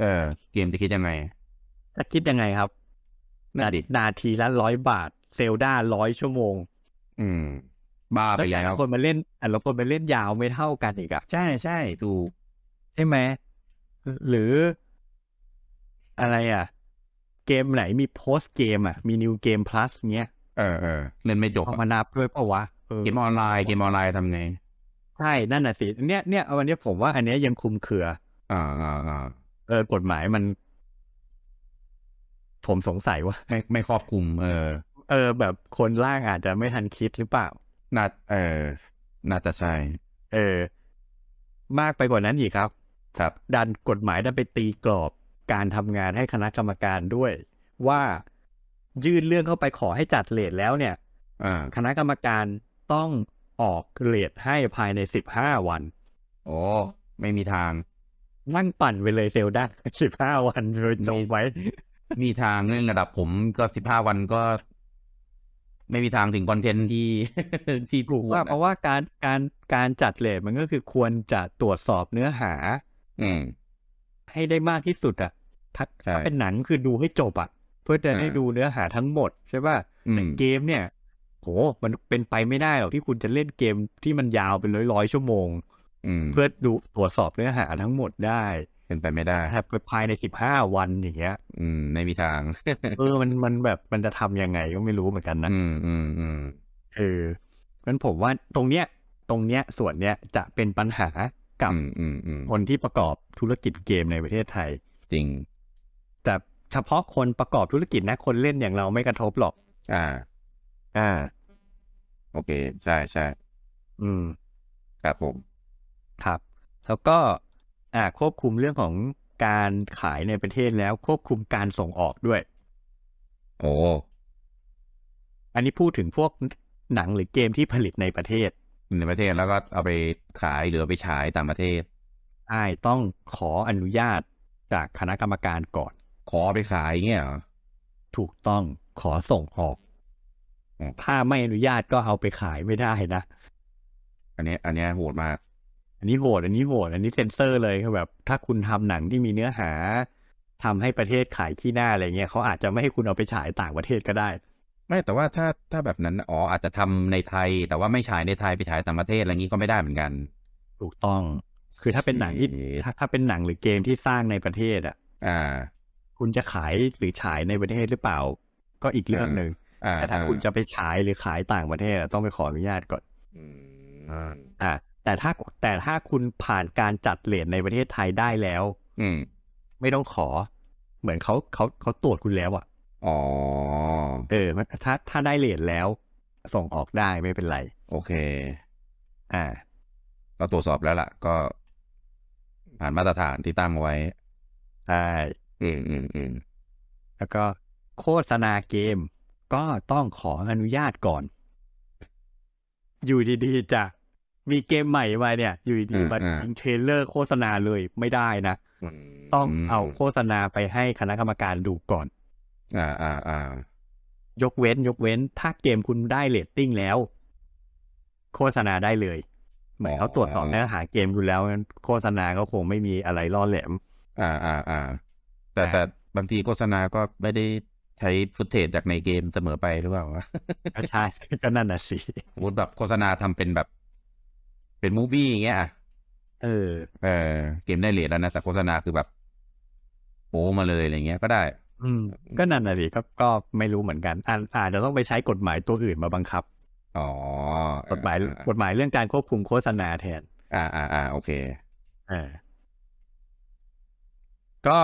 Speaker 1: เออ เกมจะคิดยังไง
Speaker 2: จะคิดยังไงครับ
Speaker 1: น่าดิ
Speaker 2: นาทีละร้อยบาท เซลดาร้อยชั่วโมง
Speaker 1: อืม บ้าไป
Speaker 2: แต่
Speaker 1: แล้
Speaker 2: ละ
Speaker 1: ว
Speaker 2: คนมาเล่นแต่ละคนมาเล่นยาวไม่เท่ากันอีกอะ
Speaker 1: ใช่ใช่ถูก
Speaker 2: ใช่ไหมหรือ อะไรอ่ะ เกมไหนมีโพสเกมอ่ะ มีนิวเกมพลัสเงี้ย
Speaker 1: เออเออเล่นไม่จบ
Speaker 2: เอา
Speaker 1: อะ
Speaker 2: มานับด้วยปะวะเออ
Speaker 1: เกมออนไลน์เกมออนไลน์ทำไง
Speaker 2: ใช่นั่นน่ะสิเนี่ยเนี่ยเอาวันเนี้ยผมว่าอันเนี้ยยังคลุมเครือ
Speaker 1: อ่าอ่าอ่า
Speaker 2: เออกฎหมายมัน ผมสงสัยว่า
Speaker 1: ไม่ไม่ครอบคลุม เออ
Speaker 2: เออแบบคนล่างอาจจะไม่ทันคิดหรือเปล่า
Speaker 1: น่าเออน่าจะใช่
Speaker 2: เออ มากไปกว่านั้นอีกครับ
Speaker 1: ครับ
Speaker 2: ดันกฎหมายดันไปตีกรอบการทำงานให้คณะกรรมการด้วย ว่ายื่นเรื่องเข้าไปขอให้จัดเลทแล้วเนี่ย
Speaker 1: อ่า
Speaker 2: คณะกรรมการต้องออกเลทให้ภายในสิบห้าวัน
Speaker 1: โอ้ไม่มีทาง
Speaker 2: นั่งปั่นไปเลยเซลด้าสิบห้าวันโดยตรงไว้
Speaker 1: มีทางเรื่องระดับผมก็สิบห้าวันก็ ไม่มีทางถึงคอนเทนต์ที่ *laughs* ที่
Speaker 2: ถูกว่าเพราะว่าการการการจัดเลทมันก็คือควรจะตรวจสอบเนื้อหา
Speaker 1: อืม
Speaker 2: ให้ได้มากที่สุดอ่ะถ้า
Speaker 1: ใช่
Speaker 2: ถ้าเป็นหนังคือดูให้จบอ่ะ เพื่อจะ
Speaker 1: อ่า
Speaker 2: ให้ดูเนื้อหาทั้งหมดใช่ป่ะ
Speaker 1: อืม
Speaker 2: เกมเนี่ย โหมันเป็นไปไม่ได้หรอกที่คุณจะเล่นเกมที่มันยาวเป็นร้อยร้อยๆชั่วโมง
Speaker 1: อืม
Speaker 2: เพื่อดูตรวจสอบเนื้อหาทั้งหมดได้
Speaker 1: เป็นไปไม่ได้
Speaker 2: แต่ภายในสิบห้าวันอย่างเงี้ย
Speaker 1: *laughs* อืม ไม่มีทาง
Speaker 2: เออมันมันแบบมันจะทำยังไงก็ไม่รู้เหมือนกันนะ
Speaker 1: อืมอืมอืม
Speaker 2: เอองั้นผมว่าตรงเนี้ย ตรงเนี้ยส่วนเนี้ยจะเป็นปัญหากับ
Speaker 1: อืมอืมอืม
Speaker 2: คนที่ประกอบธุรกิจเกมในประเทศไทย
Speaker 1: จริง
Speaker 2: แต่เฉพาะคนประกอบธุรกิจนะคนเล่นอย่างเราไม่กระทบหรอก
Speaker 1: อ่า
Speaker 2: อ่า
Speaker 1: โอเค ใช่ใช่
Speaker 2: อืม
Speaker 1: ครับผม
Speaker 2: ครับ แล้วก็อ่าควบคุมเรื่องของการขายในประเทศแล้วควบคุมการส่งออกด้วย
Speaker 1: โอ้
Speaker 2: อันนี้พูดถึงพวกหนังหรือเกมที่ผลิตในประเทศ
Speaker 1: ในประเทศแล้วก็เอาไปขายหรือเอาไปฉายต่างประเทศ
Speaker 2: ใช่ต้องขออนุญาตจากคณะกรรมการก่อน
Speaker 1: ขอเอาไปขายเงี้ยเหรอ
Speaker 2: ถูกต้องขอส่งออก
Speaker 1: อืม
Speaker 2: ถ้าไม่อนุญาตก็เอาไปขายไม่ได้นะ
Speaker 1: อันเนี้ยอันเนี้ยโหดมาก
Speaker 2: อันนี้โหด อันนี้โหด อันนี้เซ็นเซอร์เลยคือแบบ ถ้าคุณทำหนังที่มีเนื้อหาทำให้ประเทศขายขี้หน้าอะไรเงี้ยเขาอาจจะไม่ให้คุณเอาไปฉายต่างประเทศก็ได้
Speaker 1: ไม่แต่ว่าถ้าถ้าแบบนั้นอ๋ออาจจะทำในไทย แต่ว่าไม่ฉายในไทยไปฉายต่างประเทศอะไรงี้ก็ไม่ได้เหมือนกัน
Speaker 2: ถูกต้อง คือถ้าเป็นหนังที่ถ้าถ้าเป็นหนังหรือเกมที่สร้างในประเทศอ่ะ
Speaker 1: อ่า
Speaker 2: คุณจะขายหรือฉายในประเทศหรือเปล่า ก็อีกเรื่องหนึ่ง
Speaker 1: อ่า
Speaker 2: แต่ถ้าคุณจะไปฉายหรือขายต่างประเทศอะต้องไปขออนุญาตก่อน
Speaker 1: อืม
Speaker 2: อ่า แต่ถ้าแต่ถ้าคุณผ่านการจัดเลทในประเทศไทยได้แล้ว
Speaker 1: อืม
Speaker 2: ไม่ต้องขอ เหมือนเขาเขาเขาตรวจคุณแล้วอ่ะ
Speaker 1: อ๋อ
Speaker 2: เออมันถ้าถ้าได้เหรียญแล้ว ส่งออกได้ไม่เป็นไร
Speaker 1: โอเค
Speaker 2: อ่า
Speaker 1: ก็ตรวจสอบแล้วล่ะ ก็ ผ่านมาตรฐานที่ตั้งไว้
Speaker 2: ใช่
Speaker 1: อืมอืมอืม
Speaker 2: แล้วก็โฆษณาเกม ก็ต้องขออนุญาตก่อน อยู่ดีๆจะ มีเกมใหม่มาเนี่ย อยู่ดี
Speaker 1: อ่า
Speaker 2: ๆมา
Speaker 1: อ่า
Speaker 2: เทรลเลอร์โฆษณาเลยไม่ได้นะ ต้องเอาโฆษณาไปให้คณะกรรมการดูก่อน
Speaker 1: อ่าอ่าอ่าย
Speaker 2: กเว้น ยกเว้น ถ้าเกมคุณได้เรตติ้งแล้ว โฆษณาได้เลย เหมือนเขาตรวจสอบเนื้อหาเกมคุณแล้วงั้นโฆษณาก็คงไม่มีอะไรล่อแหลม *laughs*
Speaker 1: อ่าอ่าอ่าแต่แต่บางทีโฆษณาก็ไม่ได้ใช้ฟุตเทจจากในเกมเสมอไปหรือเปล่าวะ *laughs*
Speaker 2: ก็ใช่ ก็นั่นน่ะสิ
Speaker 1: สมมติแบบโฆษณาทำเป็นแบบ เป็นมูฟวี่อย่างเงี้ยอ่ะ
Speaker 2: เออ
Speaker 1: เออเกมได้เหรียญแล้วนะ แต่โฆษณาคือแบบโอ้มาเลยอะไรเงี้ยก็ได้
Speaker 2: อืม ก็นั่นน่ะสิก็ก็ไม่รู้เหมือนกันอ่าอาจจะต้องไปใช้กฎหมายตัวอื่นมาบังคับ
Speaker 1: อ๋อก
Speaker 2: ฎหมายกฎหมายเรื่องการควบคุมโฆษณาแทน
Speaker 1: อ่าอ่าอ่าโอเค
Speaker 2: เออ ก็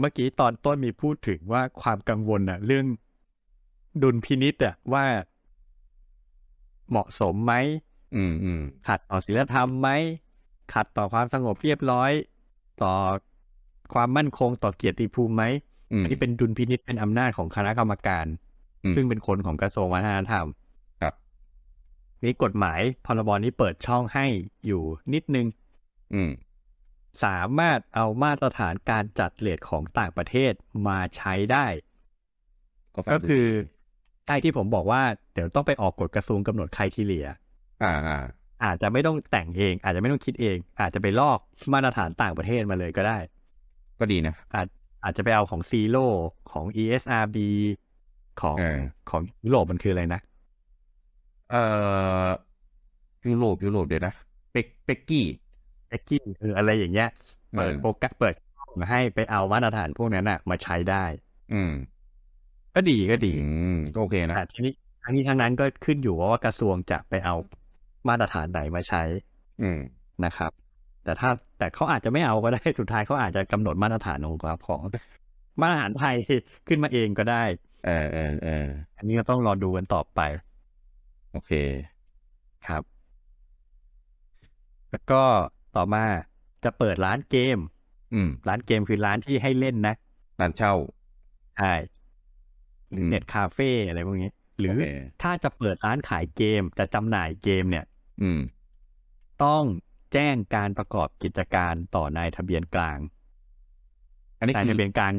Speaker 2: เมื่อกี้ตอนต้นมีพูดถึงว่าความกังวลอะเรื่องดุลพินิษอะว่าเหมาะสมไหม
Speaker 1: อืมอืม
Speaker 2: ขัดต่อศีลธรรมไหม ขัดต่อความสงบเรียบร้อย ต่อความมั่นคงต่อเกียรติภูมิไหม
Speaker 1: อืม
Speaker 2: อันนี้เป็นดุลพินิษเป็นอำนาจของคณะกรรมการ
Speaker 1: อืม
Speaker 2: ซึ่งเป็นคนของกระทรวงวัฒนธรรม
Speaker 1: ครับ
Speaker 2: นี่กฎหมายพรบนี้เปิดช่องให้อยู่นิดนึง
Speaker 1: อืม
Speaker 2: สามารถเอามาตรฐานการจัดเลทของต่างประเทศมาใช้ได้
Speaker 1: ฟัง
Speaker 2: ก็
Speaker 1: ดู
Speaker 2: คือใช่ที่ผมบอกว่า เดี๋ยวต้องไปออกกฎกระทรวงกำหนดใครทีเลีย
Speaker 1: อ่าอ่า
Speaker 2: อาจจะไม่ต้องแต่งเอง อาจจะไม่ต้องคิดเอง อาจจะไปลอกมาตรฐานต่างประเทศมาเลยก็ได้
Speaker 1: ก็ดีนะ
Speaker 2: อาจอาจจะไปเอาของซีโร่ของ ESRB ของ
Speaker 1: เออ
Speaker 2: ของยุโรปมันคืออะไรนะ
Speaker 1: เอ่อยุโรปยุโรปเดี๋ยวนะเป็กเป็กกี้
Speaker 2: เอ็กกี้เอออะไรอย่างเงี้ยเปิด
Speaker 1: เออ
Speaker 2: โปรแกรมเปิดช่องให้ไปเอามาตรฐานพวกนั้นน่ะ มาใช้ได้
Speaker 1: อืม
Speaker 2: ก็ดีก็ดี
Speaker 1: อืมก็โอเคนะ
Speaker 2: อ่ะทีนี้ทั้งนี้ทั้งนั้นก็ขึ้นอยู่ว่ากระทรวงจะไปเอามาตรฐานไหนมาใช้
Speaker 1: อืม
Speaker 2: นะครับ แต่ถ้าแต่เขาอาจจะไม่เอาก็ได้ สุดท้ายเขาอาจจะกำหนดมาตรฐานของเขาของมาตรฐานไทยขึ้นมาเองก็ได้
Speaker 1: เออเออเออ
Speaker 2: อันนี้ก็ต้องรอดูกันต่อไป
Speaker 1: โอเค
Speaker 2: ครับ แล้วก็ต่อมาจะเปิดร้านเกม
Speaker 1: อืม
Speaker 2: ร้านเกมคือร้านที่ให้เล่นนะ
Speaker 1: ร้านเช่า
Speaker 2: ใช่หรือ
Speaker 1: ม
Speaker 2: เน็ตคาเฟ่อะไรพวกนี้ หรือ
Speaker 1: โอเค
Speaker 2: ถ้าจะเปิดร้านขายเกมจะจำหน่ายเกมเนี่ย
Speaker 1: อืม
Speaker 2: ต้องแจ้งการประกอบกิจการต่อนายทะเบียนกลาง
Speaker 1: อันนี้
Speaker 2: นาย
Speaker 1: คือ
Speaker 2: ทะเบียนกลาง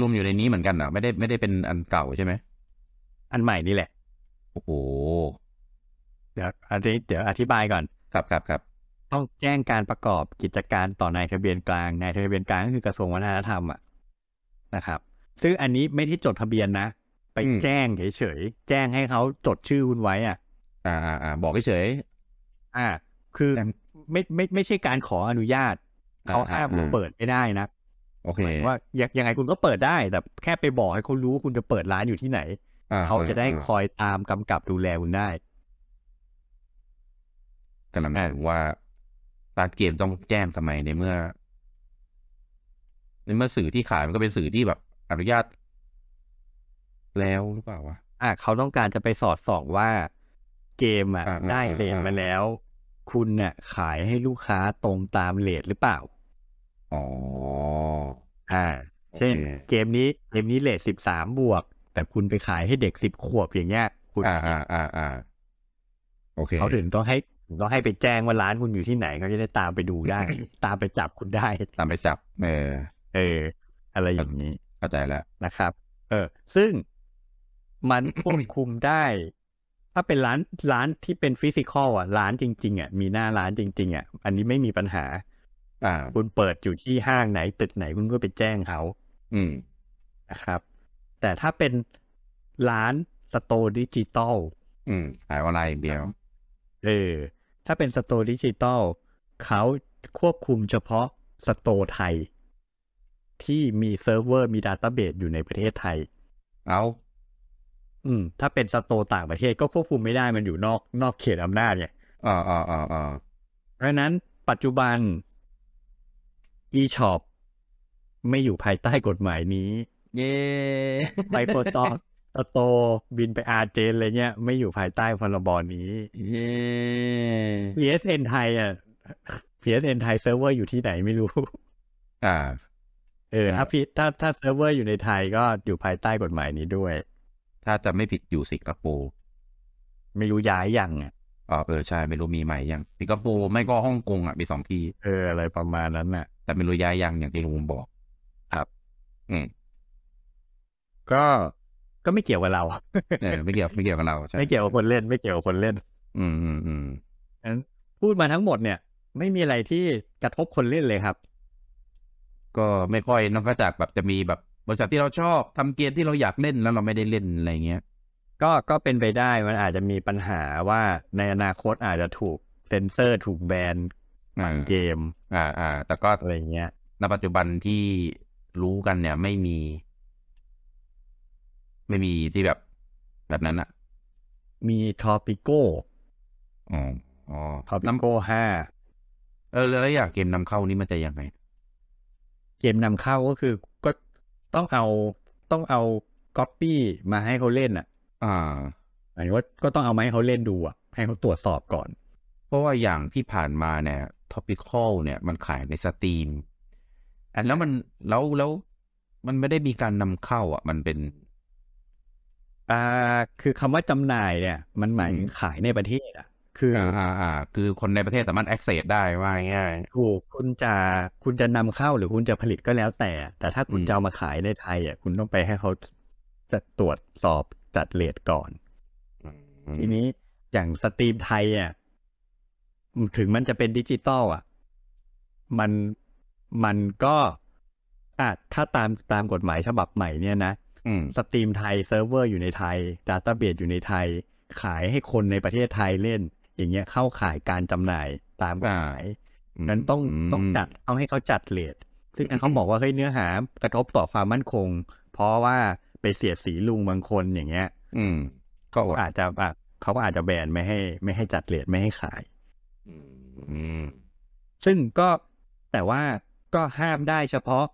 Speaker 1: รวมอยู่ในนี้เหมือนกันเหรอไม่ได้ไม่ได้เป็นอันเก่าใช่ไหม
Speaker 2: อันใหม่นี่แหละ
Speaker 1: โอ้โห
Speaker 2: เดี๋ยวอันนี้เดี๋ยวอธิบายก่อน
Speaker 1: ครับครับครับ
Speaker 2: ต้องแจ้งการประกอบกิจการต่อนายทะเบียนกลาง นายทะเบียนกลางก็คือกระทรวงวัฒนธรรมอะนะครับ ซึ่งอันนี้ไม่ที่จดทะเบียนนะ ไปแจ้งเฉยๆ แจ้งให้เขาจดชื่อคุณไว้อ่ะ
Speaker 1: อ่าอ่าอ่าบอกเฉย
Speaker 2: อ่า คือ
Speaker 1: แต่
Speaker 2: ไม่ไม่ไม่ใช่การขออนุญาต เขา
Speaker 1: อ่า
Speaker 2: ห้าม
Speaker 1: อ่า
Speaker 2: เปิดไม่ได้นะ
Speaker 1: ๆโอเค
Speaker 2: หมายถึงว่ายังยังไงคุณก็เปิดได้ แต่แค่ไปบอกให้เขารู้ว่าคุณจะเปิดร้านอยู่ที่ไหน
Speaker 1: อ่
Speaker 2: เขาจะได้ค
Speaker 1: อ
Speaker 2: อยตามกำกับดูแลคุณได้
Speaker 1: กำลังถึงว่าร้านเกมต้องแจ้งทำไมในเมื่อ ในเมื่อสื่อที่ขายมันก็เป็นสื่อที่แบบ อนุญาต แล้วหรือเปล่าวะ
Speaker 2: อ่ะเขาต้องการจะไปสอดส่องว่าเกมอ่ะ
Speaker 1: อ่าอ่า
Speaker 2: ได้
Speaker 1: อ่า
Speaker 2: เรท
Speaker 1: อ่าม
Speaker 2: มาแล้ว คุณน่ะขายให้ลูกค้าตรงตามเรทหรือเปล่า
Speaker 1: อ๋อ
Speaker 2: อ่า เช่น
Speaker 1: โอเค
Speaker 2: เกมนี้เกมนี้เรทสิบสามบวก แต่คุณไปขายให้เด็กสิบขวบอย่างเงี้ยคุณ
Speaker 1: อ่าอ่าอ่าอ่าโอเค
Speaker 2: เขาถึงต้องให้ถึงต้องให้ไปแจ้งว่าร้านคุณอยู่ที่ไหนเขาจะได้ตามไปดู
Speaker 1: *laughs*
Speaker 2: ได้ ตามไปจับคุณได้
Speaker 1: ตามไปจับเออ
Speaker 2: เออ อะไรอย่างนี้
Speaker 1: เข้าใจแล้ว
Speaker 2: นะครับ เออ ซึ่งมัน ควบคุมได้ ถ้าเป็นร้านร้านที่เป็นฟิสิกอลอ่ะ ร้านจริง ๆอ่ะ มีหน้าร้านจริง ๆ อ่ะ อันนี้ไม่มีปัญหา
Speaker 1: อ่า
Speaker 2: คุณเปิดอยู่ที่ห้างไหน ตึกไหนคุณก็ไปแจ้งเขา
Speaker 1: อืม
Speaker 2: นะครับ แต่ถ้าเป็นร้านสโตร์ดิจิตอล
Speaker 1: อืมขายออนไลน์อย่างเดียว
Speaker 2: เออ ถ้าเป็นสโตร์ดิจิตอลเขาควบคุมเฉพาะสโตร์ไทย ที่มีเซิร์ฟเวอร์มีดาต้าเบสอยู่ในประเทศไทย
Speaker 1: เอา
Speaker 2: อืมถ้าเป็นสโตร์ต่างประเทศก็ควบคุมไม่ได้มันอยู่นอกนอกเขตอำนาจไง
Speaker 1: อ่าอ่าอ่าอ่า
Speaker 2: เพราะฉะนั้นปัจจุบัน e-shop ไม่อยู่ภายใต้กฎหมายนี้
Speaker 1: เย้
Speaker 2: Microsoft Store บินไป RJ อะไรเงี้ย ไม่อยู่ภายใต้พรบนี้
Speaker 1: เย้
Speaker 2: PSN ไทยอ่ะ PSN ไทยเซิร์ฟเวอร์อยู่ที่ไหนไม่รู้
Speaker 1: อ่า
Speaker 2: เออ ถ้าพี่ถ้าถ้าเซิร์ฟเวอร์อยู่ในไทยก็อยู่ภายใต้กฎหมายนี้ด้วย
Speaker 1: ถ้าจะไม่ผิดอยู่สิงคโปร์
Speaker 2: ไม่รู้ย้ายยังอ่ะ
Speaker 1: อ่าเออใช่ไม่รู้มีใหม่ยังสิงคโปร์ไม่ก็ฮ่องกงอ่ะมีสองที่
Speaker 2: เอออะไรประมาณนั้นน่ะ
Speaker 1: แต่ไม่รู้ย้ายยังอย่างที่ลุงบอก ครับ อืม
Speaker 2: ก็ก็ไม่เกี่ยวกับเรา *laughs*
Speaker 1: เออไม่เกี่ยวไม่เกี่ยวกับเราใช่
Speaker 2: ไม่เกี่ยวกับคนเล่น ไม่เกี่ยวกับคนเล่น
Speaker 1: อืมอืมอืม
Speaker 2: พูดมาทั้งหมดเนี่ย ไม่มีอะไรที่กระทบคนเล่นเลยครับ
Speaker 1: ก็ไม่ค่อยนอกจากแบบจะมีแบบบริษัทที่เราชอบทำเกมที่เราอยากเล่นแล้วเราไม่ได้เล่นอะไรเงี้ย
Speaker 2: ก็ก็เป็นไปได้มันอาจจะมีปัญหาว่าในอนาคตอาจจะถูกเซ็นเซอร์ถูกแบน
Speaker 1: อ่า
Speaker 2: เกม
Speaker 1: อ่าอ่า แต่ก็
Speaker 2: อะไรอย่างเงี้ย
Speaker 1: ณปัจจุบันที่รู้กันเนี่ย ไม่มี ไม่มีที่แบบแบบนั้นอะ
Speaker 2: มีทอปิโก
Speaker 1: อ๋ออ๋อ
Speaker 2: ทอปิ
Speaker 1: นำ
Speaker 2: โกห้า
Speaker 1: เออแล้วอย่างเกมนำเข้านี่มันจะยังไง
Speaker 2: เกมนำเข้าก็คือก็ต้องเอาต้องเอาก๊อปปี้มาให้เขาเล่นอ่ะ
Speaker 1: อ่า
Speaker 2: หมายถึงว่าก็ต้องเอามาให้เขาเล่นดูอ่ะให้เขาตรวจสอบก่อน
Speaker 1: เพราะว่าอย่างที่ผ่านมาเนี่ย topical เนี่ย มันขายในสตรีมแล้วมันแล้วแล้วมันไม่ได้มีการนำเข้า อ่ะ มันเป็น
Speaker 2: อ่าคือคำว่าจำหน่ายเนี่ย มันหมายถึงขายในประเทศอ่ะ คือ
Speaker 1: อ่า
Speaker 2: อ
Speaker 1: อ่าอ่าคือคนในประเทศสามารถ access ได้ว่าง่าย
Speaker 2: ถูกคุณจะคุณจะนำเข้าหรือคุณจะผลิตก็แล้วแต่ แต่ถ้าคุณ
Speaker 1: อืม
Speaker 2: จะเอามาขายในไทยอ่ะคุณต้องไปให้เขาจัดตรวจสอบจัดเลทก่อน ทีนี้อย่างสตรีมไทยอ่ะถึงมันจะเป็นดิจิตอลอ่ะ มันมันก็อาจถ้าตามตามกฎหมายฉบับใหม่เนี่ยนะ
Speaker 1: อืม
Speaker 2: สตรีมไทยเซิร์ฟเวอร์อยู่ในไทยดาต้าเบสอยู่ในไทย ขายให้คนในประเทศไทยเล่น อย่างเงี้ยเข้าขายการจำหน่ายตามกฎหมายนั้นต้องต้องจัดเอาให้เขาจัดเลทซึ่งเขาบอกว่าเฮ้ยเนื้อหากระทบต่อความมั่นคง เพราะว่าไปเสียดสีลุงบางคนอย่างเงี้ย
Speaker 1: อืม ก็อด
Speaker 2: อาจจะแบบเขาก็อาจจะแบนไม่ให้ ไม่ให้จัดเลทไม่ให้ขาย
Speaker 1: อืม
Speaker 2: ซึ่งก็แต่ว่าก็ห้ามได้เฉพาะ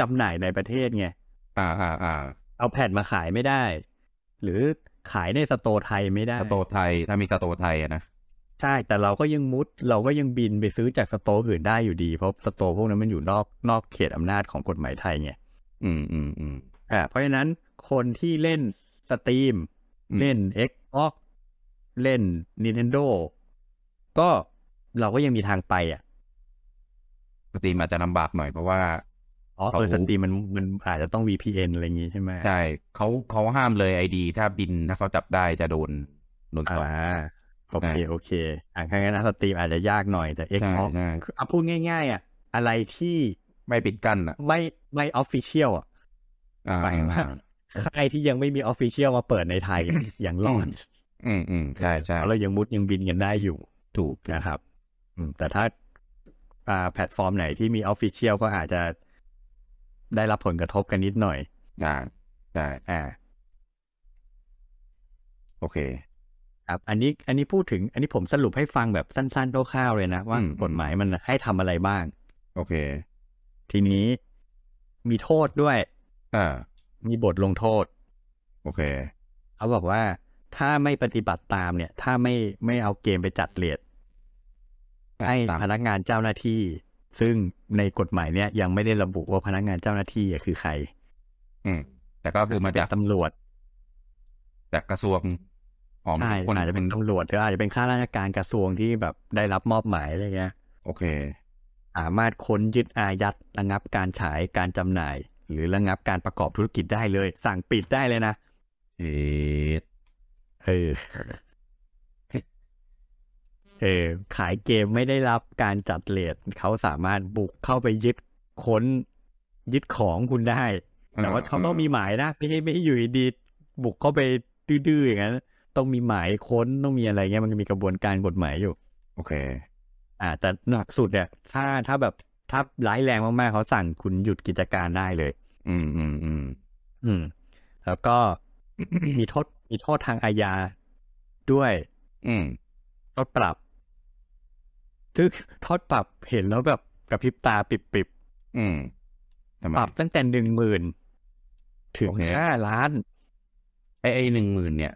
Speaker 2: จำหน่ายในประเทศไง
Speaker 1: อ่าอ่าอ่า
Speaker 2: เอาแผ่นมาขายไม่ได้ หรือขายในสโตร์ไทยไม่ได้
Speaker 1: สโตไทย ถ้ามีสโตไทยอะนะ
Speaker 2: ใช่ แต่เราก็ยังมุด เราก็ยังบินไปซื้อจากสโตร์อื่นได้อยู่ดี เพราะสโตร์พวกนั้นมันอยู่นอกนอกเขตอำนาจของกฎหมายไทยไง
Speaker 1: อืมอืมอืม
Speaker 2: อ่าเพราะฉะนั้นคนที่เล่นสตรีม
Speaker 1: อืม
Speaker 2: เล่น Xbox เล่น Nintendo ก็เราก็ยังมีทางไปอ่ะ
Speaker 1: สตรีมอาจจะลำบากหน่อยเพราะว่า
Speaker 2: อ๋อ
Speaker 1: ครับ
Speaker 2: เออ
Speaker 1: ผม
Speaker 2: สตรีมมันมันอาจจะต้อง VPN อะไรอย่างงี้ใช่ไหม
Speaker 1: ใช่เขาเขาห้ามเลยไอดี ถ้าบินถ้าเขาจับได้จะโดนโดนสอบ
Speaker 2: อ่าโอเค โอเคอ่างั้นนะสตรีมอาจจะยากหน่อยแต่
Speaker 1: ใช่
Speaker 2: Xbox
Speaker 1: ใช่
Speaker 2: คือเอาพูดง่าย ๆ อ่ะ อะไรที่
Speaker 1: ไม่ปิดกั้นอ่ะ
Speaker 2: ไม่ไม่ออฟฟิเชียลอ่ะ
Speaker 1: อ่า
Speaker 2: หมายถึงว่า ค่ายที่ยังไม่มีออฟฟิเชียลมาเปิดในไทย อย่างรอด
Speaker 1: อืมอืมใช่ใช่
Speaker 2: เรายังมุดยังบินกันได้อยู่
Speaker 1: ถูก
Speaker 2: นะครับอืมแต่ถ้าอ่าแพลตฟอร์มไหนที่มีออฟฟิเชียลก็อาจจะได้รับผลกระทบกันนิดหน่อย
Speaker 1: อ่าใช่
Speaker 2: อ่า
Speaker 1: โอเค
Speaker 2: ครับ อันนี้ อันนี้พูดถึง อันนี้ผมสรุปให้ฟังแบบสั้นๆคร่าวๆเลยนะ ว่า
Speaker 1: อืม
Speaker 2: กฎหมายมันให้ทำอะไรบ้าง
Speaker 1: โอเค
Speaker 2: ทีนี้มีโทษด้วย
Speaker 1: อ่า
Speaker 2: มีบทลงโทษ
Speaker 1: โอเค
Speaker 2: เขาบอกว่าถ้าไม่ปฏิบัติตามเนี่ย ถ้าไม่ไม่เอาเกมไปจัดเลท
Speaker 1: อ่ะ
Speaker 2: ให้
Speaker 1: ตาม
Speaker 2: พนักงานเจ้าหน้าที่ ซึ่งในกฎหมายเนี่ยยังไม่ได้ระบุว่าพนักงานเจ้าหน้าที่อ่ะคือใคร
Speaker 1: อืมแต่ก็คือมาจาก
Speaker 2: ตำรวจ
Speaker 1: จากกระทรวงอ๋อ
Speaker 2: ใช่
Speaker 1: คน
Speaker 2: อาจจะเป็นตำรวจหรืออาจจะเป็นข้าราชการกระทรวงที่แบบได้รับมอบหมายอะไรเงี้ย
Speaker 1: โอเค
Speaker 2: สามารถค้นยึดอายัดระงับการฉายการจำหน่าย หรือระงับการประกอบธุรกิจได้เลย สั่งปิดได้เลยนะ
Speaker 1: เอด
Speaker 2: เออเออขายเกมไม่ได้รับการจัดเลทเขาสามารถบุกเข้าไปยึดค้นยึดของคุณได้ แต่ว่าเขาต้องมีหมายนะไม่ใช่ไม่ใช่อยู่ดีๆบุกเข้าไปดื้อๆอย่างนั้นต้องมีหมายค้นต้องมีอะไรเงี้ยมันมีกระบวนการกฎหมายอยู่
Speaker 1: โอเค
Speaker 2: อ่า แต่หนักสุดเนี่ย ถ้าถ้าแบบถ้าร้ายแรงมากๆเขาสั่งคุณหยุดกิจการได้เลย
Speaker 1: อืมอืมอืม
Speaker 2: อืม แล้วก็ *coughs* มีโทษมีโทษทางอาญาด้วย
Speaker 1: อืม
Speaker 2: โทษปรับซึ่ง *laughs* โทษปรับเห็นแล้วแบบกระพริบตาปิบ
Speaker 1: อืมทำไม
Speaker 2: ๆปรับตั้งแต่หนึ่งหมื่นถึง
Speaker 1: โอเค
Speaker 2: ห้าล้าน
Speaker 1: ไอไอหนึ่งหมื่นเนี่ย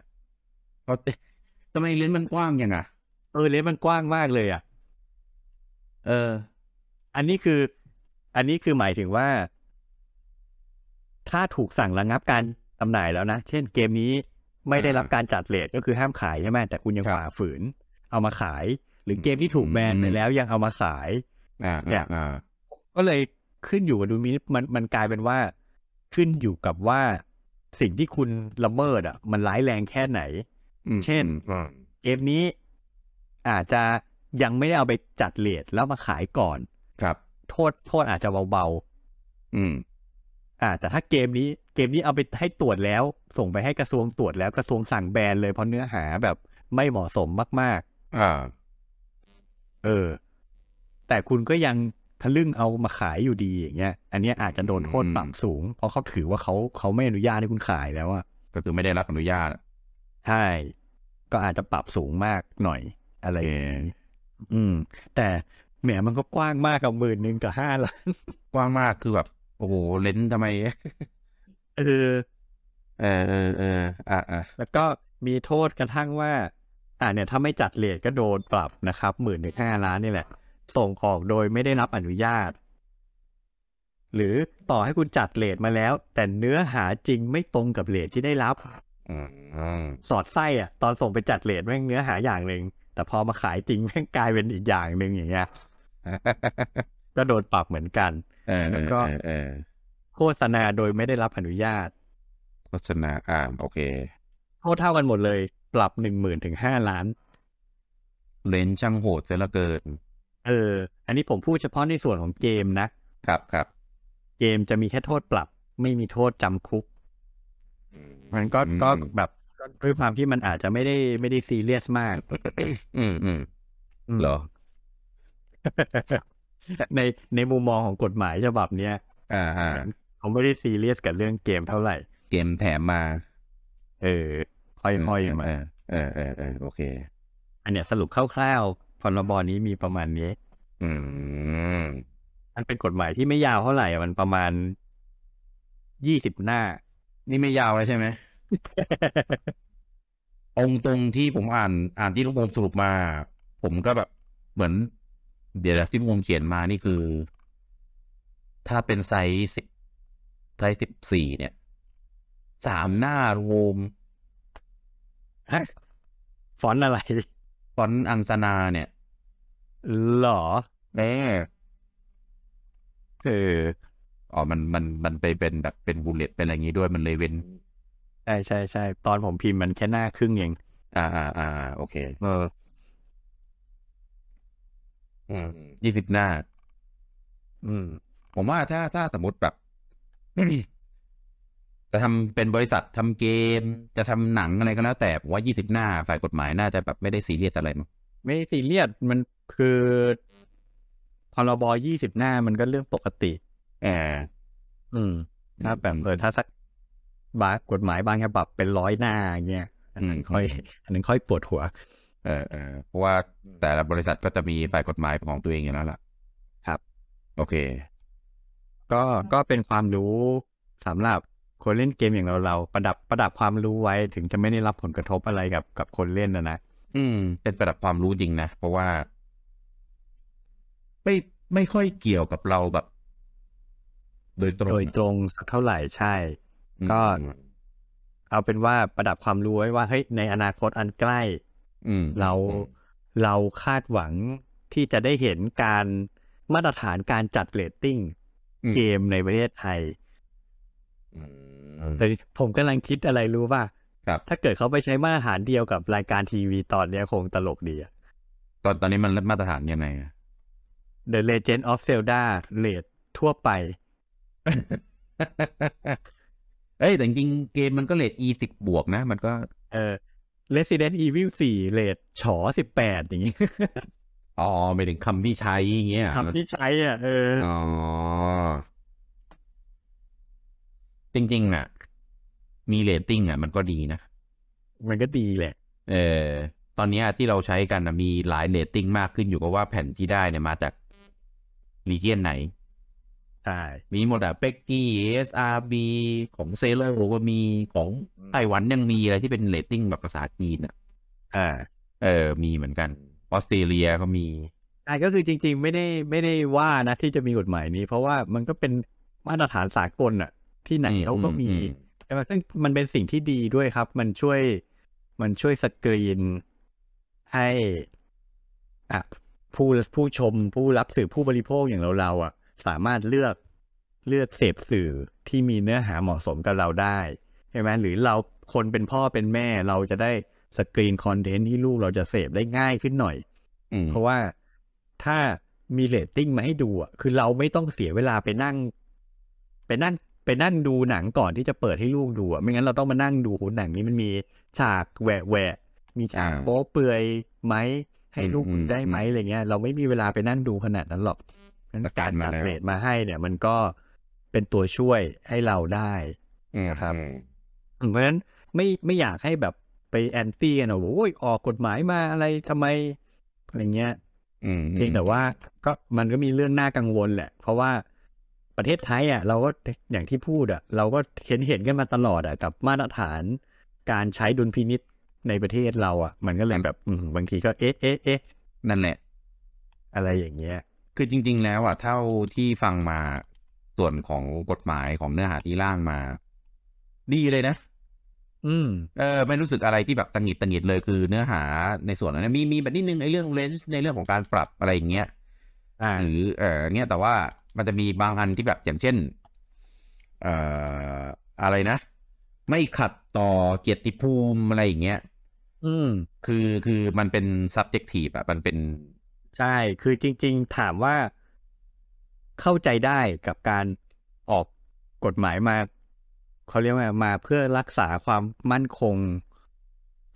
Speaker 1: เขา
Speaker 2: *laughs*
Speaker 1: ทำไมเลนส์มันกว้างยังอ่ะ
Speaker 2: เออเลนส์มันกว้างมากเลยอ่ะ
Speaker 1: เออ
Speaker 2: อันนี้คือ อันนี้คือหมายถึงว่า ถ้าถูกสั่งระงับการจำหน่ายแล้วนะ เช่นเกมนี้ไม่ได้รับการจัดเลทก็คือห้ามขายใช่ไหมแต่คุณยัง
Speaker 1: ครับ
Speaker 2: ฝ่าฝืน เอามาขาย หรือเกมที่ถูกแบนไปแล้วยังเอามาขาย
Speaker 1: อ่าอ่าอ่า
Speaker 2: ก็เลยขึ้นอยู่กับดูมินิมันมันกลายเป็นว่า ขึ้นอยู่กับว่าสิ่งที่คุณละเมิดอ่ะ มันร้ายแรงแค่ไหน
Speaker 1: อืม
Speaker 2: เช่น
Speaker 1: อืม
Speaker 2: เกมนี้อาจจะยังไม่ได้เอาไปจัดเลทแล้วมาขายก่อน
Speaker 1: ครับ
Speaker 2: โทษโทษอาจจะเบา
Speaker 1: อืม
Speaker 2: ๆอ่า แต่ถ้าเกมนี้เกมนี้เอาไปให้ตรวจแล้ว ส่งไปให้กระทรวงตรวจแล้วกระทรวงสั่งแบนเลยเพราะเนื้อหาแบบไม่เหมาะสมมาก
Speaker 1: อ่า
Speaker 2: ๆ เออ แต่คุณก็ยังทะลึ่งเอามาขายอยู่ดีอย่างเงี้ย อันเนี้ยอาจจะโดนโทษปรับสูง เพราะเขาถือว่าเขาเขาไม่อนุญาตให้คุณขายแล้วอะ
Speaker 1: ก็คือไม่ได้รับอนุญาต
Speaker 2: ใช่ ก็อาจจะปรับสูงมากหน่อยอะไรอย่างนี้อืม แต่แหมมันก็กว้างมากกับหมื่นหนึ่งกับห้าล้าน *laughs*
Speaker 1: กว้างมากคือแบบ โอ้โหเลนส์ทำไม
Speaker 2: เออ
Speaker 1: เออเออเอออ่าอ่า
Speaker 2: แล้วก็มีโทษกระทั่งว่า อ่าเนี่ย ถ้าไม่จัดเลทก็โดนปรับนะครับหมื่นหนึ่งห้าล้านนี่แหละ ส่งออกโดยไม่ได้รับอนุญาต หรือต่อให้คุณจัดเลทมาแล้ว แต่เนื้อหาจริงไม่ตรงกับเลทที่ได้รับ
Speaker 1: อืม *laughs*
Speaker 2: สอดไส้อะตอนส่งไปจัดเลทแม่งเนื้อหาอย่างหนึ่งแต่พอมาขายจริงแม่งกลายเป็นอีกอย่างหนึ่งอย่างเงี้ย ก็โดนปรับเหมือนกัน
Speaker 1: เออ
Speaker 2: แล้วก็
Speaker 1: เออเออ
Speaker 2: โฆษณาโดยไม่ได้รับอนุญาต
Speaker 1: โฆษณาอ่าโอเค
Speaker 2: โทษเท่ากันหมดเลย ปรับหนึ่งหมื่นถึงห้าล้าน
Speaker 1: เลนส์ช่างโหดเสียเหลือเกิน
Speaker 2: เออ อันนี้ผมพูดเฉพาะในส่วนของเกมนะ
Speaker 1: ครับครับ
Speaker 2: เกมจะมีแค่โทษปรับ ไม่มีโทษจำคุก มันก็
Speaker 1: อืม
Speaker 2: ก็แบบด้วยความที่มันอาจจะไม่ได้ไม่ได้ซีเรียสมาก *laughs*
Speaker 1: อืมอืม
Speaker 2: อืม
Speaker 1: เหรอ
Speaker 2: ในในมุมมองของกฎหมายฉบับเนี้ย
Speaker 1: อ่าอ่า
Speaker 2: เขาไม่ได้ซีเรียสกับเรื่องเกมเท่าไหร่
Speaker 1: เกมแถมมา
Speaker 2: เออห้อยๆมา
Speaker 1: เออเออเออเออโอเค
Speaker 2: อันเนี้ยสรุปคร่าวๆพรบนี้มีประมาณนี้
Speaker 1: อืม
Speaker 2: มันเป็นกฎหมายที่ไม่ยาวเท่าไหร่อะมันประมาณยี่สิบหน้า
Speaker 1: นี่ไม่ยาวเลยใช่ไหม องตรงที่ผมอ่านอ่านที่ลุงพงสรุปมา ผมก็แบบเหมือน เดี๋ยวนะที่ลุงพงเขียนมานี่คือ ถ้าเป็นไซส์สิบไซส์สิบสี่เนี่ยสามหน้ารวม
Speaker 2: ฟอนต์อะไร
Speaker 1: ฟอนต์อังสนาเนี่ย
Speaker 2: *laughs* หรอ
Speaker 1: เออ
Speaker 2: เออ
Speaker 1: อ๋อมันมันมันไปเป็นแบบเป็นบูลเลตเป็นอะไรอย่างนี้ด้วยมันเลยเว้น
Speaker 2: ใช่ใช่ใช่ตอนผมพิมพ์มันแค่หน้าครึ่งเอง
Speaker 1: อ่าอ่าอ่าโอเค
Speaker 2: เออ
Speaker 1: อืมยี่สิบหน้า
Speaker 2: อืม
Speaker 1: ผมว่าถ้าถ้าสมมติ
Speaker 2: *coughs*
Speaker 1: แบบ จะทำเป็นบริษัททำเกม จะทำหนังอะไรก็แล้วแต่ผมว่ายี่สิบหน้าฝ่ายกฎหมายน่าจะแบบไม่ได้ซีเรียสอะไรมั้ง
Speaker 2: ไม่ได้ซีเรียสมันคือพรบยี่สิบหน้ามันก็เรื่องปกติ
Speaker 1: เออ
Speaker 2: อืม ถ้าแบบเออถ้าสักบางกฎหมายบางฉบับเป็นร้อยหน้าอย่างเงี้ยอันนั้น
Speaker 1: อืม
Speaker 2: ค่อย อันนั้นค่อยปวดหัว
Speaker 1: เออเออเพราะว่าแต่ละบริษัทก็จะมีฝ่ายกฎหมายของตัวเองอยู่แล้วล่ะ
Speaker 2: ครับ
Speaker 1: โอเค
Speaker 2: ก็ก็เป็นความรู้สำหรับคนเล่นเกมอย่างเราเราๆประดับประดับความรู้ไว้ถึงจะไม่ได้รับผลกระทบอะไรกับกับคนเล่นนะนะ
Speaker 1: อืม เป็นระดับความรู้จริงนะ เพราะว่า ไม่ไม่ค่อยเกี่ยวกับเราแบบ โดยตรง
Speaker 2: โดยตรงสักเท่าไหร่ใช่ ก็ เอาเป็นว่าประดับความรู้ไว้ว่าเฮ้ยในอนาคตอันใกล้
Speaker 1: อืม
Speaker 2: เราเราคาดหวังที่จะได้เห็นการมาตรฐานการจัดเรตติ้งเกมในประเทศไทย
Speaker 1: อืม
Speaker 2: แต่ผมกำลังคิดอะไรรู้ป่ะ
Speaker 1: ครับ
Speaker 2: ถ้าเกิดเขาไปใช้มาตรฐานเดียวกับรายการทีวีตอนเนี้ยคงตลกดีอะ
Speaker 1: ตอนตอนนี้มันมาตรฐานยังไงอะ
Speaker 2: The Legend of Zelda เรตทั่วไป
Speaker 1: *laughs* เอ้ยแต่จริงๆเกมมันก็เลท e สิบบวกนะ มันก็
Speaker 2: เออ Resident Evil 4เรทฉอ18 อย่างงี้
Speaker 1: อ๋อไม่ถึงคำที่ใช้อย่างเงี้ย
Speaker 2: คำที่ใช้อ่ะเออ
Speaker 1: อ๋อ จริงๆอ่ะ มีเรตติ้งอ่ะ มันก็ดีนะ
Speaker 2: มันก็ดีแหละ
Speaker 1: เออ ตอนเนี้ยที่เราใช้กันนะมีหลายเรตติ้งมากขึ้นอยู่กับว่าแผ่นที่ได้เนี่ยมาจากรีเจียนไหน
Speaker 2: ใช่
Speaker 1: มีหมดอะเป็กกี้ SRB ของเซเลอร์ก็มีของไต้หวันยังมีอะไรที่เป็นเรตติ้งแบบภาษาจีนอ่ะ
Speaker 2: อ่า
Speaker 1: เออ มีเหมือนกัน ออสเตรเลียก็มี
Speaker 2: ใช่ก็คือจริงๆ ไม่ได้ไม่ได้ว่านะที่จะมีกฎหมายนี้ เพราะว่ามันก็เป็นมาตรฐานสากลอะที่ไหนเขาก็มีใช่ไหมซึ่งมันเป็นสิ่งที่ดีด้วยครับ มันช่วยมันช่วยสกรีนให้ อ่ะผู้ผู้ชมผู้รับสื่อผู้บริโภคอย่างเราเราๆอ่ะ สามารถเลือกเลือกเสพสื่อที่มีเนื้อหาเหมาะสมกับเราได้ใช่ไหมหรือเราคนเป็นพ่อเป็นแม่เราจะได้สกรีนคอนเทนต์ที่ลูกเราจะเสพได้ง่ายขึ้นหน่อย
Speaker 1: อืม
Speaker 2: เพราะว่าถ้ามีเรตติ้งมาให้ดูอ่ะคือเราไม่ต้องเสียเวลาไปนั่ง ไปนั่งไปนั่งดูหนังก่อนที่จะเปิดให้ลูกดูอ่ะไม่งั้นเราต้องมานั่งดูโหหนังนี้มันมีฉากแหวะแหวะมีฉากโป๊เปลือยไหมให้ลูกดูได้ไหมอะไรเงี้ย เราไม่มีเวลาไปนั่งดูขนาดนั้นหรอกงั้นการจัดเรตมาให้เนี่ย มันก็เป็นตัวช่วยให้เราได้
Speaker 1: ครับ
Speaker 2: อืมเพราะฉะนั้นไม่ไม่อยากให้แบบไปแอนตี้กันว่าโอ้ยออกกฎหมายมาอะไรทำไมอะไรเงี้ย
Speaker 1: อืม
Speaker 2: เพียงแต่ว่าก็มันก็มีเรื่องน่ากังวลแหละ เพราะว่าประเทศไทยอ่ะ เราก็อย่างที่พูดอ่ะ เราก็เห็นเห็นกันมาตลอดอ่ะกับมาตรฐานการใช้ดุลพินิษในประเทศเราอ่ะ มันก็เลยแบบอืมบางทีก็เอ๊ะเอ๊ะเอ๊ะ
Speaker 1: นั่นแหละ
Speaker 2: อะไรอย่างเงี้ย
Speaker 1: คือจริง ๆ แล้วอ่ะเท่าที่ฟังมาส่วนของกฎหมายของเนื้อหาที่ร่างมา ดีเลยนะ
Speaker 2: อืม
Speaker 1: เออไม่รู้สึกอะไรที่แบบตังหงิดตังหงิดเลยคือเนื้อหาในส่วนนั้นนะมีมีแบบนิดนึงไอ้เรื่องเลนส์ในเรื่องของการปรับอะไรอย่างเงี้ย
Speaker 2: อ่า
Speaker 1: หรือเออเนี่ยแต่ว่ามันจะมีบางอันที่แบบอย่างเช่น เอ่ออะไรนะ ไม่ขัดต่อเกียรติภูมิอะไรอย่างเงี้ย
Speaker 2: อืม
Speaker 1: คือคือมันเป็น subjective อะมันเป็น
Speaker 2: ใช่ คือจริง ๆ ถามว่าเข้าใจได้กับการออกกฎหมายมาเขาเรียกว่า มาเพื่อรักษาความมั่นคง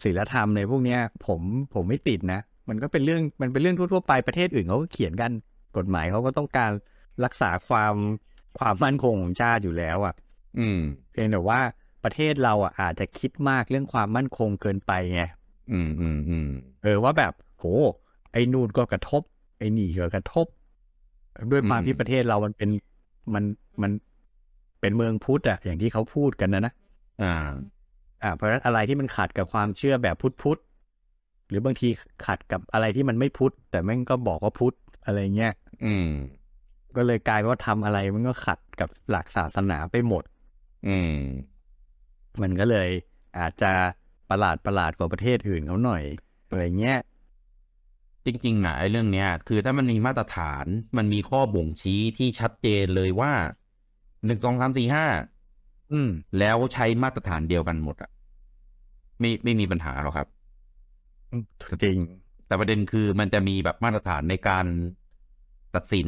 Speaker 2: ศีลธรรมในพวกเนี้ย ผมผมไม่ติดนะ มันก็เป็นเรื่องมันเป็นเรื่องทั่วๆไปประเทศอื่นเขาก็เขียนกัน กฎหมายเขาก็ต้องการรักษาความความมั่นคงของชาติอยู่แล้วอะ
Speaker 1: อืม
Speaker 2: เพียงแต่ว่าประเทศเราอ่ะอาจจะคิดมากเรื่องความมั่นคงเกินไปไง
Speaker 1: อืมอืมอืม
Speaker 2: เออว่าแบบโห ไอ้นู่นก็กระทบ ไอ้นี่ก็กระทบ ด้วยความที่ประเทศเรามันเป็นมันมันเป็นเมืองพุทธอะอย่างที่เขาพูดกันนะนะ
Speaker 1: อ่า
Speaker 2: อ่าเพราะฉะนั้นอะไรที่มันขัดกับความเชื่อแบบพุทธพุทธๆหรือบางทีขัดกับอะไรที่มันไม่พุทธแต่แม่งก็บอกว่าพุทธอะไรเงี้ย
Speaker 1: อืม
Speaker 2: ก็เลยกลายเป็นว่าทำอะไรมันก็ขัดกับหลักศาสนาไปหมด
Speaker 1: อืม
Speaker 2: มันก็เลยอาจจะประหลาดประหลาดกว่าประเทศอื่นเขาหน่อยอะไรเงี้ย
Speaker 1: จริงๆนะไอ้เรื่องเนี้ย คือถ้ามันมีมาตรฐานมันมีข้อบ่งชี้ที่ชัดเจนเลยว่าหนึ่งสองสามสี่ห้า
Speaker 2: อืม
Speaker 1: แล้วใช้มาตรฐานเดียวกันหมดอะไม่ไม่มีปัญหาหรอกครับ
Speaker 2: จริง
Speaker 1: แต่ประเด็นคือมันจะมีแบบมาตรฐานในการตัดสิน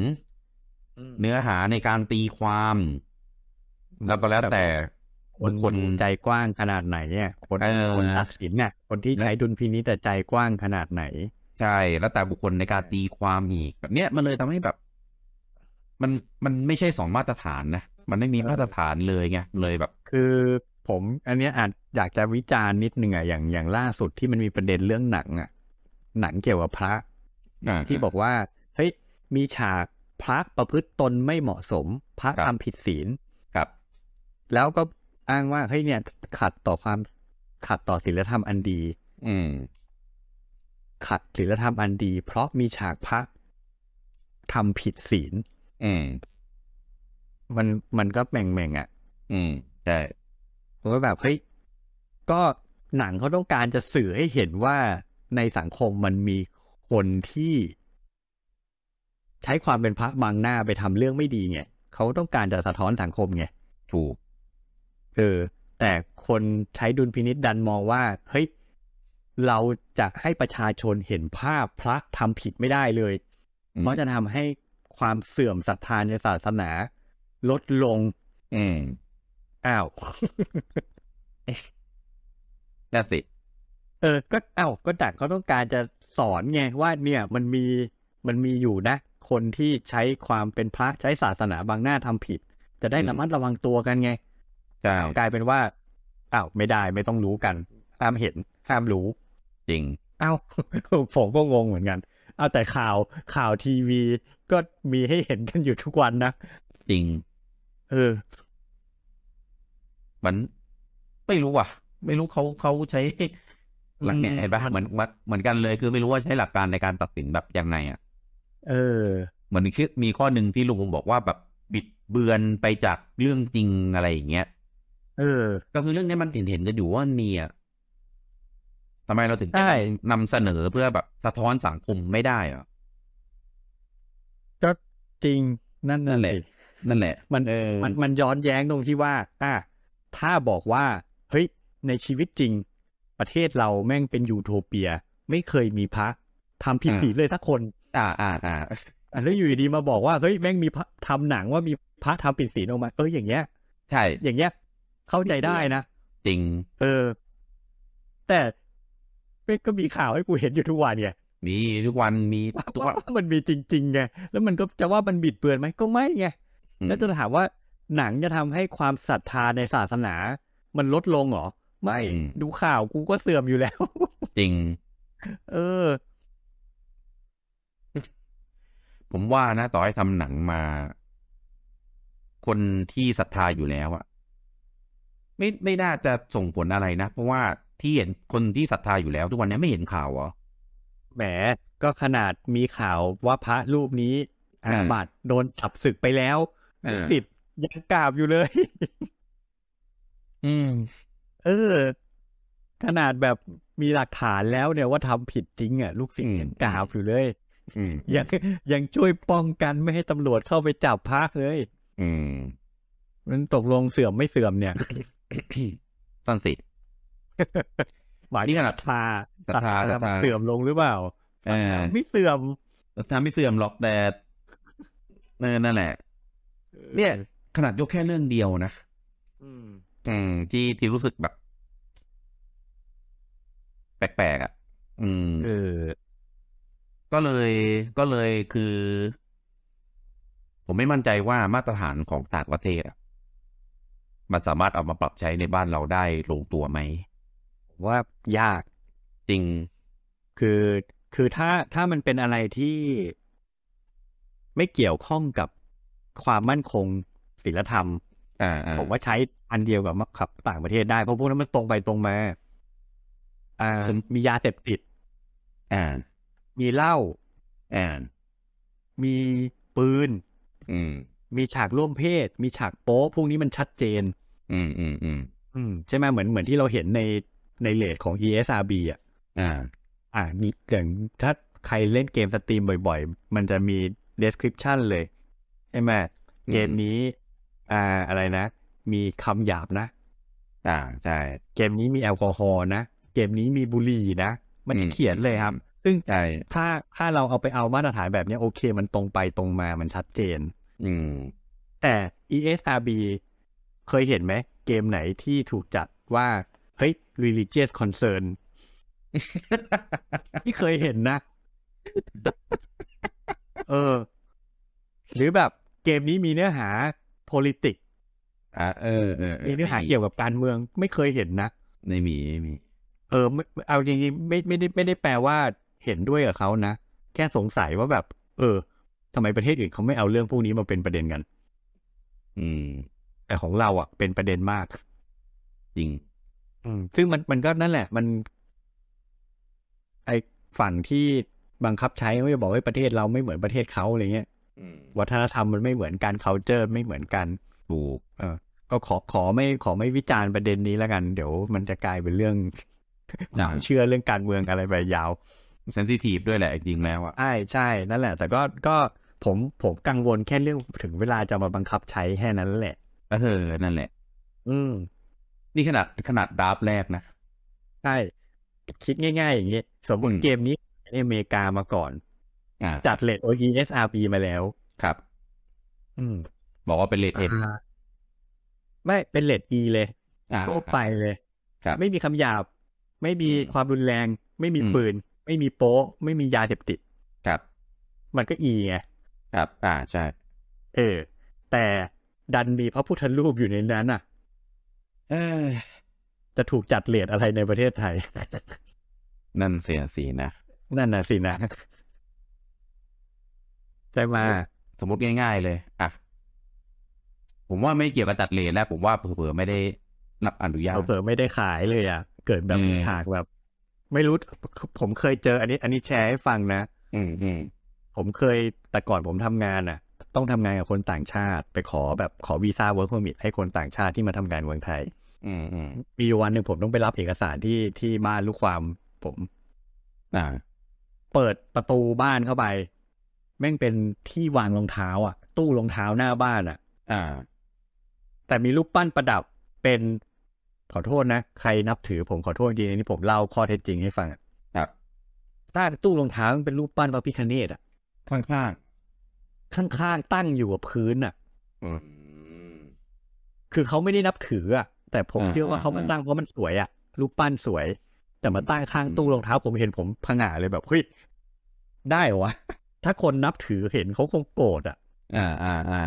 Speaker 1: เนื้อหาในการตีความ แล้วก็แล้วแต่
Speaker 2: คน
Speaker 1: บุคค
Speaker 2: ค
Speaker 1: ล
Speaker 2: นใจกว้างขนาดไหนเนี่ย คน
Speaker 1: เออ
Speaker 2: คนตัดสินเนี่ยคนที่
Speaker 1: และ
Speaker 2: ใช้ดุลพินิจแต่ใจกว้างขนาดไหน
Speaker 1: ใช่ แล้วแต่บุคคลในการตีความอีกแบบเนี้ยมันเลยทำให้แบบ มันมันไม่ใช่สองมาตรฐานนะ มันไม่มีมาตรฐานเลยไงเลยแบบ
Speaker 2: คือผมอันเนี้ยอาจอยากจะวิจารณ์นิดนึงอ่ะอย่างอย่างล่าสุดที่มันมีประเด็นเรื่องหนังอ่ะ หนังเกี่ยวกับพระ
Speaker 1: อ่า
Speaker 2: ที่บอกว่าเฮ้ยมีฉากพระประพฤติตนไม่เหมาะสม พระ
Speaker 1: ครับ
Speaker 2: ทำผิดศีล
Speaker 1: ครับ
Speaker 2: แล้วก็อ้างว่าเฮ้ยเนี่ยขัดต่อความขัดต่อศีลธรรมอันดี
Speaker 1: อืม
Speaker 2: ขัดศีลธรรมอันดี เพราะมีฉากพระทำผิดศีล
Speaker 1: อืม
Speaker 2: มันมันก็แหม่งแม่งๆอ่ะ
Speaker 1: อืมใช่
Speaker 2: ผมก็แบบเฮ้ย ก็หนังเขาต้องการจะสื่อให้เห็นว่าในสังคมมันมีคนที่ ใช้ความเป็นพระบังหน้าไปทำเรื่องไม่ดีไงเขาต้องการจะสะท้อนสังคมไง
Speaker 1: ถูก
Speaker 2: เออ แต่คนใช้ดุลพินิษดันมองว่า เฮ้ย เราจะให้ประชาชนเห็นภาพพระทำผิดไม่ได้เลย
Speaker 1: อืม
Speaker 2: เพราะจะทำให้ความเสื่อมศรัทธาในศาสนา ลดลง
Speaker 1: อืม
Speaker 2: อ้าว
Speaker 1: นั่นสิ
Speaker 2: เออ ก็เอ้าก็ดักเขาต้องการจะสอนไงว่าเนี่ยมันมีมันมีอยู่นะ คนที่ใช้ความเป็นพระใช้ศาสนาบางหน้าทำผิด จะได้
Speaker 1: อืม
Speaker 2: ระมัดระวังตัวกันไง
Speaker 1: ใช่
Speaker 2: กลายเป็นว่าอ้าวไม่ได้ไม่ต้องรู้กัน ห้ามเห็น ห้ามรู้
Speaker 1: จริง
Speaker 2: อ้าว *laughs* ผมก็งงเหมือนกัน เอาแต่ข่าวข่าวทีวีก็มีให้เห็นกันอยู่ทุกวันนะ
Speaker 1: จริง
Speaker 2: เออ
Speaker 1: มันไม่รู้ว่ะ ไม่รู้เขาเขาใช้ หลักเนี่ย
Speaker 2: อืม
Speaker 1: เห็นปะเหมือนเหมือนเหมือนกันเลยคือไม่รู้ว่าใช้หลักการในการตัดสินแบบยังไงอ่ะ
Speaker 2: เออ
Speaker 1: เหมือนคือมีข้อหนึ่งที่ลุงบอกว่าแบบบิดเบือนไปจากเรื่องจริงอะไรอย่างเงี้ย
Speaker 2: เออ
Speaker 1: ก็คือเรื่องเนี้ยมันเห็นเห็นกันอยู่ว่ามันมีอ่ะ ทำไมเราถึง
Speaker 2: ใช่
Speaker 1: นำเสนอเพื่อแบบสะท้อนสังคมไม่ได้เหรอ
Speaker 2: ก็จริงนั่น
Speaker 1: นั่นแห
Speaker 2: นั่นแห
Speaker 1: ละ
Speaker 2: ละ
Speaker 1: นั่นแหละ
Speaker 2: มัน
Speaker 1: เออ
Speaker 2: มันมันย้อนแย้งตรงที่ว่า อ่ะถ้าบอกว่า เฮ้ย ในชีวิตจริง ประเทศเราแม่งเป็นยูโทเปีย ไม่เคยมีพระทำผิดศีลเลยสักคน
Speaker 1: อ่าอ่าอ่า
Speaker 2: อ่ะแล้วอยู่ดีๆมาบอกว่า เฮ้ย แม่งมีพระทำหนังว่ามีพระทำผิดศีลออกมา เอออย่างเงี้ย
Speaker 1: ใช่
Speaker 2: อย่างเงี้ย เข้าใจได้นะ
Speaker 1: จริง
Speaker 2: เออ แต่แม่งก็มีข่าวให้กูเห็นอยู่ทุกวันไง
Speaker 1: มีทุกวันมีทุก
Speaker 2: ว่า
Speaker 1: วัน
Speaker 2: ว่ามันมีจริงๆไง แล้วมันก็จะว่ามันบิดเบือนไหมก็ไม่ไง แล้วจะถามว่าหนังจะทำให้ความศรัทธาในศาสนา มันลดลงเหรอ ไม่ ดูข่าวกูก็เสื่อมอยู่แล้ว *laughs*
Speaker 1: จริง
Speaker 2: เออ
Speaker 1: ผมว่านะต่อให้ทำหนังมา คนที่ศรัทธาอยู่แล้วอะไม่ไม่น่าจะส่งผลอะไรนะ เพราะว่าที่เห็นคนที่ศรัทธาอยู่แล้ว ทุกวันนี้ไม่เห็นข่าวเหรอ
Speaker 2: แหม ก็ขนาดมีข่าวว่าพระรูปนี้
Speaker 1: อ่า
Speaker 2: อาบัติโดนจับศึกไปแล้วลูกศิษย์ยังกราบอยู่เลย *laughs*
Speaker 1: อืม
Speaker 2: เออ ขนาดแบบมีหลักฐานแล้วเนี่ยว่าทำผิดจริงอ่ะ ลูกศิษย์
Speaker 1: อืม
Speaker 2: ยังกราบอยู่เลย
Speaker 1: อืม
Speaker 2: ยัง *laughs* ยังช่วยป้องกันไม่ให้ตำรวจเข้าไปจับพระเลย
Speaker 1: อืม
Speaker 2: มันตกลงเสื่อมไม่เสื่อมเนี่ย
Speaker 1: สั้นสิ
Speaker 2: หมาย
Speaker 1: *laughs* นี่
Speaker 2: ถึง
Speaker 1: ข
Speaker 2: ศ
Speaker 1: นา
Speaker 2: รั
Speaker 1: ด
Speaker 2: ทธา
Speaker 1: ศรัทธาศรัทธา
Speaker 2: เสื่อมลงหรือเปล่า
Speaker 1: เออ
Speaker 2: ไม่เสื่อม
Speaker 1: ทำไม่เสื่อมหรอกแต่เออนั่นแหละ เนี่ย ขนาดยกแค่เรื่องเดียวนะ
Speaker 2: อืม
Speaker 1: อืม ที่ที่รู้สึกแบบ แปลกๆอ่ะ อืม
Speaker 2: เออ
Speaker 1: ก็เลยก็เลยคือ ผมไม่มั่นใจว่ามาตรฐานของต่างประเทศอะมันสามารถเอามาปรับใช้ในบ้านเราได้ลงตัวไหม
Speaker 2: ว่ายาก
Speaker 1: จริง
Speaker 2: คือ คือถ้า ถ้ามันเป็นอะไรที่ไม่เกี่ยวข้องกับความมั่นคงศีลธรรม
Speaker 1: อ่าอ่า
Speaker 2: ผมว่าใช้อันเดียวกับขับต่างประเทศได้ เพราะพวกนั้นมันตรงไปตรงมา อ่า มียาเสพติด
Speaker 1: อ่า
Speaker 2: มีเหล้า
Speaker 1: อ่า
Speaker 2: มีปืน
Speaker 1: อืม
Speaker 2: มีฉากร่วมเพศ มีฉากโป๊ะ พวกนี้มันชัดเจน
Speaker 1: อืมอืมอืม
Speaker 2: อืมใช่ไหมเหมือนเหมือนที่เราเห็นในในเลทของ ESRB อ่ะ
Speaker 1: อ่า
Speaker 2: อ่ามีอย่างถ้าใครเล่นเกมสตรีมบ่อยๆ มันจะมี description เลย ใช่ไหม
Speaker 1: อืม
Speaker 2: เกมนี้ อ่าอะไรนะ มีคำหยาบนะ
Speaker 1: อ่าใช่
Speaker 2: เกมนี้มีแอลกอฮอล์นะ เกมนี้มีบุหรี่นะ มันจะเขียนเลยครับ ซึ่ง
Speaker 1: ใช่
Speaker 2: ถ้าถ้าเราเอาไปเอามาตรฐานแบบเนี้ยโอเค มันตรงไปตรงมามันชัดเจน
Speaker 1: อืม
Speaker 2: แต่ ESRB เคยเห็นไหม เกมไหนที่ถูกจัดว่า เฮ้ย religious concern *laughs* ไม่เคยเห็นนะ เออ หรือแบบเกมนี้มีเนื้อหา politics
Speaker 1: อ่าเออเออออ
Speaker 2: มีเนื้อหาเกี่ยวกับการเมือง ไม่เคยเห็นนะ
Speaker 1: ไม่มีไม่มี
Speaker 2: เออไม่เอาจริงๆไม่ไม่ได้ไม่ได้แปลว่าเห็นด้วยกับเขานะ แค่สงสัยว่าแบบ เออทำไมประเทศอื่นเขาไม่เอาเรื่องพวกนี้มาเป็นประเด็นกัน
Speaker 1: อืม
Speaker 2: แต่ของเราอ่ะ เป็นประเด็นมาก
Speaker 1: จริง
Speaker 2: อืมซึ่งมันมันก็นั่นแหละ มัน ไอฝั่งที่บังคับใช้ก็จะบอกว่าประเทศเราไม่เหมือนประเทศเขาอะไรเงี้ย
Speaker 1: อืม
Speaker 2: วัฒนธรรมมันไม่เหมือนกัน culture ไม่เหมือนกัน
Speaker 1: ถู
Speaker 2: *laughs*
Speaker 1: ก
Speaker 2: ก็ขอขอไม่ขอไม่วิจารณ์ประเด็นนี้แล้วกัน เดี๋ยวมันจะกลายเป็นเรื่อง
Speaker 1: *laughs*
Speaker 2: ความเชื่อเรื่องการเมืองอะไรไปยาว
Speaker 1: เซนซิทีฟด้วยแหละจริงแล้วอ่ะ
Speaker 2: ใช่ใช่ นั่นแหละ แต่ก็ก็ผมผมกังวลแค่เรื่องถึงเวลาจะมาบังคับใช้แค่นั้นแหละ
Speaker 1: เออนั่นแหละ
Speaker 2: อืม
Speaker 1: นี่ขนาดขนาดดราฟต์แรกนะ
Speaker 2: ใช่คิดง่ายๆ อย่างนี้สมมติ
Speaker 1: อืม
Speaker 2: เกมนี้ในอเมริกามาก่อน
Speaker 1: อ่า
Speaker 2: จัดเลท OESRB มาแล้ว
Speaker 1: ครับ
Speaker 2: อืม
Speaker 1: บอกว่าเป็นเลดเอ็น
Speaker 2: อ่าไม่เป็นเลท E เลย
Speaker 1: อ่า
Speaker 2: ทั่วไปเลย
Speaker 1: ครับ
Speaker 2: ไม่มีคำหยาบ ไม่มี
Speaker 1: อืม
Speaker 2: ความรุนแรง ไม่มี
Speaker 1: อืม
Speaker 2: ปืน ไม่มีโป๊ะ ไม่มียาเสพติด
Speaker 1: ครับ
Speaker 2: มันก็ E ไง
Speaker 1: ครับ อ่าใช่
Speaker 2: เออ แต่ดันมีพระพุทธรูปอยู่ในนั้นอ่ะ
Speaker 1: เออ
Speaker 2: จะถูกจัดเลทอะไรในประเทศไทย *laughs*
Speaker 1: นั่นเสียสีนะ
Speaker 2: นั่นน่ะสินะใช่ไหม
Speaker 1: สมมติง่ายๆเลย อ่ะ ผมว่าไม่เกี่ยวกับตัดเลนแล้ว ผมว่าเผื่อๆไม่ได้รับอนุญาต
Speaker 2: เผลอๆไม่ได้ขายเลยอ่ะ เกิดแบบ
Speaker 1: อืม
Speaker 2: ฉากแบบ ไม่รู้ ผมเคยเจอ อันนี้ อันนี้แชร์ให้ฟังนะ
Speaker 1: อืมอืม
Speaker 2: ผมเคยแต่ก่อนผมทำงานน่ะ ต้องทำงานกับคนต่างชาติ ไปขอแบบขอวีซ่าเวิร์กพอมิให้คนต่างชาติที่มาทำงานเมืองไทย
Speaker 1: อืมอืม
Speaker 2: มีอยู่วันหนึ่งผมต้องไปรับเอกสารที่ที่บ้านลูกความ ผม
Speaker 1: อ่า
Speaker 2: เปิดประตูบ้านเข้าไป แม่งเป็นที่วางรองเท้าอ่ะ ตู้รองเท้าหน้าบ้านอ่ะ
Speaker 1: อ่า
Speaker 2: แต่มีรูปปั้นประดับเป็นขอโทษนะ ใครนับถือผมขอโทษจริงๆอันนี้ผมเล่าข้อเท็จจริงให้ฟังอะ
Speaker 1: ครับ
Speaker 2: ใต้ตู้รองเท้ามันเป็นรูปปั้นพระพิคเนตอ่ะ
Speaker 1: ข้างข้าง
Speaker 2: ข้างๆตั้งอยู่กับพื้นอ่ะ
Speaker 1: อืม
Speaker 2: คือเขาไม่ได้นับถืออ่ะ แต่ผม
Speaker 1: อ่า
Speaker 2: เชื่อว่า
Speaker 1: อ่า
Speaker 2: เขามา
Speaker 1: อ่า
Speaker 2: ตั้งเพราะมันสวยอ่ะ รูปปั้นสวย แต่มาตั้งข้างตู้รองเท้าผมเห็นผมผงาเลยแบบเฮ้ยได้เหรอวะ ถ้าคนนับถือเห็นเขาคงโกรธอ่ะ
Speaker 1: ่าอ่าอ่า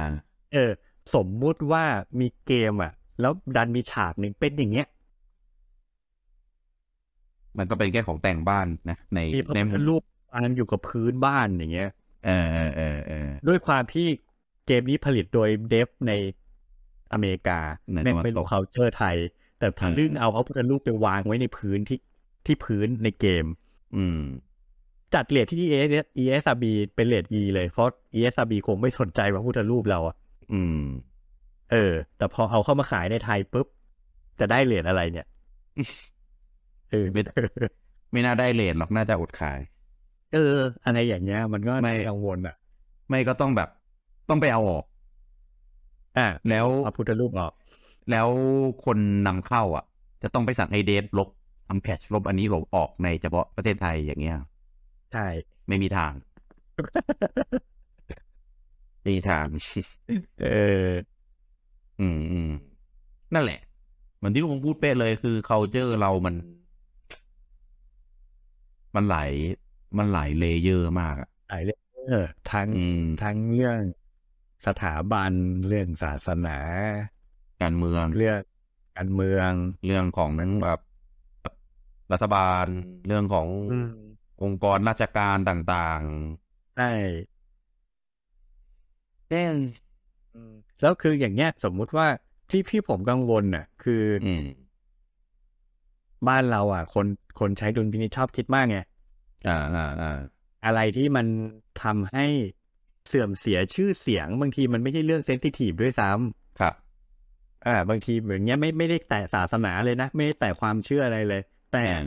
Speaker 2: เออ สมมุติว่ามีเกมอ่ะ แล้วดันมีฉากหนึ่งเป็นอย่างเงี้ย
Speaker 1: มันก็เป็นแค่ของแต่งบ้านนะใน
Speaker 2: มีพระ
Speaker 1: ใน
Speaker 2: พุทธรูปอันอยู่กับพื้นบ้านอย่างเงี้ย
Speaker 1: เออเออเออเออ
Speaker 2: ด้วยความที่เกมนี้ผลิตโดยเดฟในอเมริกา
Speaker 1: ใน
Speaker 2: แม่ง
Speaker 1: ตะวันตก
Speaker 2: ไม่รู้เขาเชอไทย แต่ทะลึ่งเอาพระพุทธรูปไปวางไว้ในพื้นที่ที่พื้นในเกม
Speaker 1: อืม
Speaker 2: จัดเลทที่ ES ESRB เป็นเลท E เลยเพราะ ESRB คงไม่สนใจพระพุทธรูปเราอะ
Speaker 1: อืม
Speaker 2: เออ แต่พอเอาเข้ามาขายในไทยปุ๊บ จะได้เลทอะไร
Speaker 1: *laughs*
Speaker 2: เนี่ยเออ
Speaker 1: ไม่ได้ ไม่น่าได้เลนหรอกน่าจะอดขาย
Speaker 2: *laughs* เออ อะไรอย่างเงี้ย มันก็
Speaker 1: ไม่
Speaker 2: กังวลอ่ะ
Speaker 1: ไม่ก็ต้องแบบต้องไปเอาออก
Speaker 2: อ่ะ
Speaker 1: แล้ว
Speaker 2: พระพุทธรูปออก
Speaker 1: แล้วคนนำเข้าอ่ะ จะต้องไปสั่งให้เดทลบทำแพทชลบอันนี้ลบออกในเฉพาะประเทศไทยอย่างเงี้ย
Speaker 2: ใช่ *laughs*
Speaker 1: ไม่มีทาง ไม่มีทาง
Speaker 2: เออ
Speaker 1: อืมอืมนั่นแหละ เหมือนที่ลุงพูดเป๊ะเลยคือ culture เรามัน มันหลายมันหลายเลเยอร์มากอะ
Speaker 2: หลายเรื่องเออทั้ง
Speaker 1: อืม
Speaker 2: ทั้งเรื่องสถาบันเรื่องศาสนา
Speaker 1: การเมือง
Speaker 2: เรื่องการเมือง
Speaker 1: เรื่องของแบบรัฐบาล เรื่องขององค์กรราชการต่าง
Speaker 2: ใช่
Speaker 1: ๆเน่น
Speaker 2: แล้วคืออย่างเงี้ยสมมุติว่าที่พี่ผมกังวลน่ะ คือ
Speaker 1: อืม
Speaker 2: บ้านเราอ่ะ คนคนใช้ดุลพินิจชอบคิดมากไง
Speaker 1: อ่าอ่าอ่า
Speaker 2: อะไรที่มันทำให้เสื่อมเสียชื่อเสียง บางทีมันไม่ใช่เรื่องเซนซิทีฟด้วยซ้ำ
Speaker 1: ครับ
Speaker 2: อ่าบางทีเหมือนเงี้ยไม่ไม่ได้แต่ศาสนาเลยนะ ไม่ได้แต่ความเชื่ออะไรเลย แต่
Speaker 1: อืม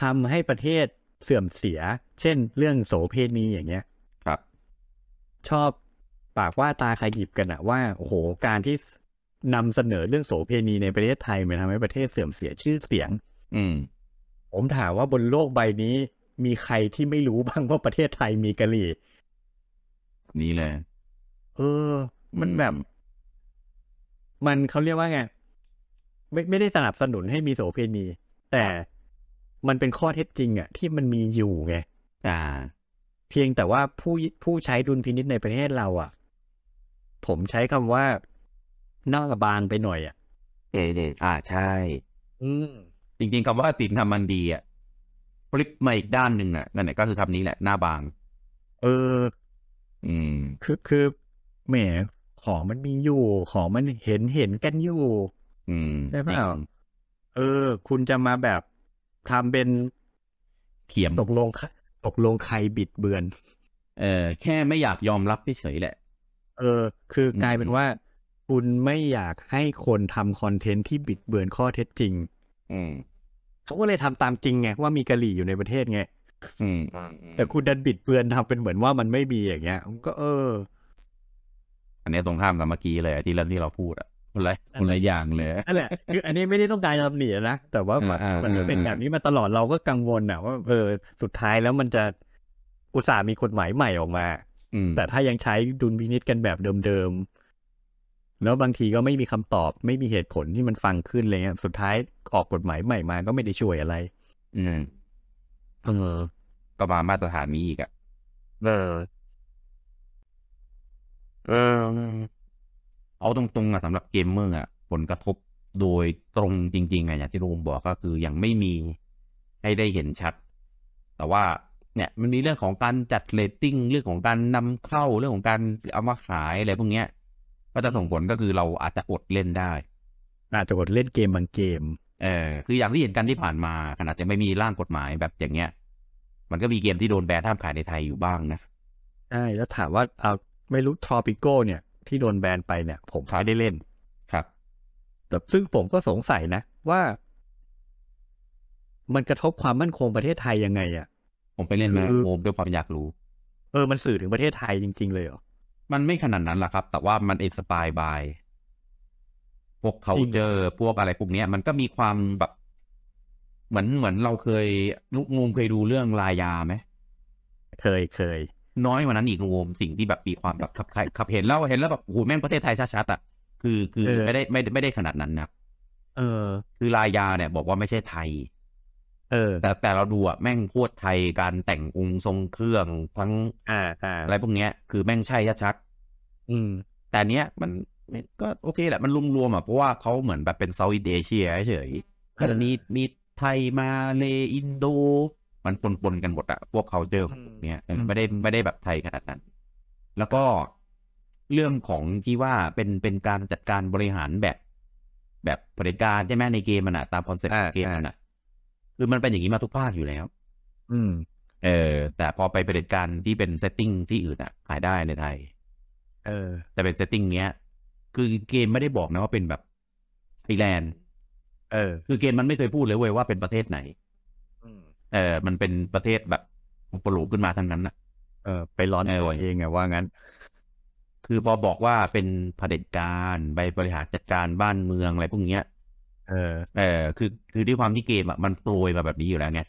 Speaker 2: ทำให้ประเทศเสื่อมเสีย เช่น เรื่องโสเพณีอย่างเงี้ย
Speaker 1: ครับ
Speaker 2: ชอบปากว่าตาใครหยิบกันอะว่าโอ้โหการที่นำเสนอเรื่องโสเพณีในประเทศไทยมันทำให้ประเทศเสื่อมเสียชื่อเสียง
Speaker 1: อืม
Speaker 2: ผมถามว่าบนโลกใบนี้มีใครที่ไม่รู้บ้างว่าประเทศไทยมีกะหรี่
Speaker 1: นี้เลย
Speaker 2: เออ มันแบบ มันเขาเรียกว่าไงไม่ไม่ได้สนับสนุนให้มีโสเพณี แต่มันเป็นข้อเท็จจริงอะที่มันมีอยู่ไง
Speaker 1: อ่า
Speaker 2: เพียงแต่ว่าผู้ผู้ใช้ดุลพินิษในประเทศเราอะผมใช้คำว่าหน้าบางไปหน่อยอะ
Speaker 1: เอเดอ่าใช่
Speaker 2: อืม
Speaker 1: จริงๆคำว่าศีลทำมันดีอ่ะพลิกมาอีกด้านหนึ่งอ่ะนั่นแหละก็คือคำนี้แหละ หน้าบาง
Speaker 2: เออ
Speaker 1: อืม
Speaker 2: คือคือแหมของมันมีอยู่ ของมันเห็นเห็นกันอยู่
Speaker 1: อืม
Speaker 2: ใช่เปล่า เออ คุณจะมาแบบทำเป็น
Speaker 1: เขียม
Speaker 2: ตกลงตกลงใครบิดเบือน
Speaker 1: เออแค่ไม่อยากยอมรับเฉยๆแหละ
Speaker 2: เออ คือ
Speaker 1: ม
Speaker 2: กลายเป็นว่า คุณไม่อยากให้คนทำคอนเทนต์ที่บิดเบือนข้อเท็จจริง
Speaker 1: อืม
Speaker 2: เขาก็เลยทำตามจริงไง ว่ามีกะหรี่อยู่ในประเทศไง
Speaker 1: อืม
Speaker 2: แต่คุณดันบิดเบือนทำเป็นเหมือนว่ามันไม่มีอย่างเงี้ยมันก็เออ
Speaker 1: อันเนี้ยตรงข้ามกับเมื่อกี้เลยอะที่เรื่องที่เราพูดอ่ะคนละคนละอย่างเลย
Speaker 2: นั่นแหละ คืออันนี้ไม่ได้ต้องการตำหนินะ แต่ว่ามัน
Speaker 1: อ่าอ่า
Speaker 2: มันเป็น
Speaker 1: อ่า
Speaker 2: แบบนี้มาตลอดเราก็กังวลนะว่าเออ สุดท้ายแล้วมันจะอุตส่าห์มีกฎหมายใหม่ออกมา
Speaker 1: อืม
Speaker 2: แต่ถ้ายังใช้ดุลพินิจกันแบบเดิมๆ แล้วบางทีก็ไม่มีคำตอบ ไม่มีเหตุผลที่มันฟังขึ้นอะไรเลยสุดท้ายออกกฎหมายใหม่มาก็ไม่ได้ช่วยอะไร
Speaker 1: อืม
Speaker 2: เออ
Speaker 1: ก็มามาตรฐานนี้อีกอ่ะ
Speaker 2: เออ
Speaker 1: เออเอาตรงๆอ่ะสำหรับเกมเมอร์อ่ะ ผลกระทบโดยตรงจริงๆอ่ะอย่างที่ลุงบอกก็คือยังไม่มีให้ได้เห็นชัด แต่ว่า เนี่ย มันมีเรื่องของการจัดเรตติ้งเรื่องของการนำเข้าเรื่องของการเอามาขายอะไรพวกเนี้ย ก็จะส่งผลก็คือเราอาจจะอดเล่นได้
Speaker 2: อาจจะกดเล่นเกมบางเกม
Speaker 1: เออคืออย่างที่เห็นกันที่ผ่านมาขนาดจะไม่มีร่างกฎหมายแบบอย่างเงี้ย มันก็มีเกมที่โดนแบนห้ามขายในไทยอยู่บ้างนะ
Speaker 2: ใช่ แล้วถามว่าเอาไม่รู้ทรอปิโก้เนี่ย ที่โดนแบนไปเนี่ย ผม
Speaker 1: ครับ
Speaker 2: ไม่ได้เล่น
Speaker 1: ครับ
Speaker 2: แต่ซึ่งผมก็สงสัยนะ ว่า มันกระทบความมั่นคงประเทศไทยยังไงอ่ะ
Speaker 1: ผมไปเล่นมา
Speaker 2: คือ
Speaker 1: โอมด้วยความอยากรู้
Speaker 2: เออมันสื่อถึงประเทศไทยจริง ๆ เลยเหรอ
Speaker 1: มันไม่ขนาดนั้นหรอกครับ แต่ว่ามันอินสปายบาย พวกเขา
Speaker 2: จริง
Speaker 1: เจอพวกอะไรพวกเนี้ย มันก็มีความแบบ เหมือนเหมือนเราเคยลุงงมเคยดูเรื่องลายยาไหม
Speaker 2: เคยเคย
Speaker 1: น้อยกว่านั้นอีกรวมสิ่งที่แบบมีความแบบขับขับเห็นแล้วเห็นแล้วแบบโอ้โหแม่งประเทศไทยชัดๆอ่ะคือคือ
Speaker 2: เออ
Speaker 1: ไม่ได้ไม่ได้ไม่ได้ขนาดนั้นนะครับ
Speaker 2: เออ
Speaker 1: คือลายาเนี่ยบอกว่าไม่ใช่ไทย
Speaker 2: เออ
Speaker 1: แต่แต่เราดูอ่ะแม่งโคตรไทยการแต่งองค์ทรงเครื่องทั้ง
Speaker 2: อ่าอ่า
Speaker 1: อะไรพวกเนี้ย คือแม่งใช่ชัด
Speaker 2: อืม
Speaker 1: ๆแต่อันเนี้ยมันมันก็โอเคแหละมันรวมๆอ่ะเพราะว่าเขาเหมือนแบบเป็นเซาท์อินเอเชียเฉยๆก็จะมีมีไทยมาเลอินโด มันปนๆกันหมดอ่ะพวกเขาเจอ เนี่ยเออ
Speaker 2: อืม
Speaker 1: ไม่ได้ไม่ได้แบบไทยขนาดนั้น แล้วก็เรื่องของที่ว่าเป็นเป็นการจัดการบริหารแบบ แบบเผด็จการใช่ไหมในเกมมันอะตามคอนเซ็ปต์ของเกมมันอะคือมันเป็นอย่างนี้มาทุกภาคอยู่แล้ว
Speaker 2: อืม
Speaker 1: เออ แต่พอไปเผด็จการที่เป็นเซตติ้งที่อื่นอะขายได้ในไทย
Speaker 2: เออ
Speaker 1: แต่เป็นเซตติ้งเนี้ย คือเกมไม่ได้บอกนะว่าเป็นแบบไอแลนด์
Speaker 2: เออ
Speaker 1: คือเกมมันไม่เคยพูดเลยเว้ยว่าเป็นประเทศไหน เออ มันเป็นประเทศแบบอุปโลกน์ขึ้นมาทั้งนั้นอะ
Speaker 2: เออ ไปร้อน
Speaker 1: เออ
Speaker 2: ตัวเองไงว่างั้น
Speaker 1: คือพอบอกว่าเป็นเผด็จการไปบริหารจัดการบ้านเมืองอะไรพวกเนี้ย
Speaker 2: เออ
Speaker 1: เออคือคือด้วยความที่เกมอ่ะมันโปรยมาแบบนี้อยู่แล้วไง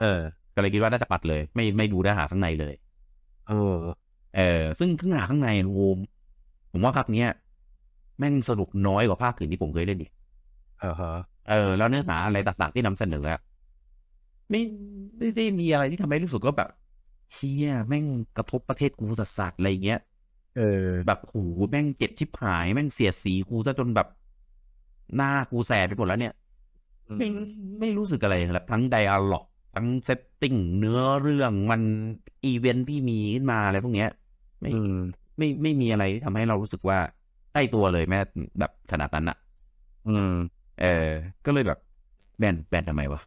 Speaker 2: เออ
Speaker 1: ก็เลยคิดว่าน่าจะปัดเลย ไม่ไม่ดูเนื้อหาข้างในเลย
Speaker 2: เออ
Speaker 1: เออซึ่งข้างหาข้างในโวมผมว่าภาคเนี้ย แม่งสนุกน้อยกว่าภาคอื่นที่ผมเคยเล่นอีก
Speaker 2: เออฮะ
Speaker 1: เออแล้วเนื้อหาอะไรต่างๆที่นำเสนออะไม่ไม่ได้มีอะไรที่ทำให้รู้สึกว่าแบบ เชี่ยแม่งกระทบประเทศกูสัสๆอะไรเงี้ย
Speaker 2: เออ
Speaker 1: แบบโหแม่งเจ็บชิบหาย แม่งเสียดสีกูซะจนแบบ หน้ากูแสบไปหมดแล้วเนี่ย ไม่ไม่รู้สึกอะไรครับทั้งไดอะล็อก ทั้งเซตติ้งเนื้อเรื่องมันอีเวนท์ที่มีขึ้นมาอะไรพวกเนี้ย ไม่
Speaker 2: อืม
Speaker 1: ไม่ไม่มีอะไรที่ทำให้เรารู้สึกว่าใกล้ตัวเลยแม้แบบขนาดนั้นอะ
Speaker 2: อืม *laughs*
Speaker 1: เออ ก็เลยแบบแบนแบนทำไมวะ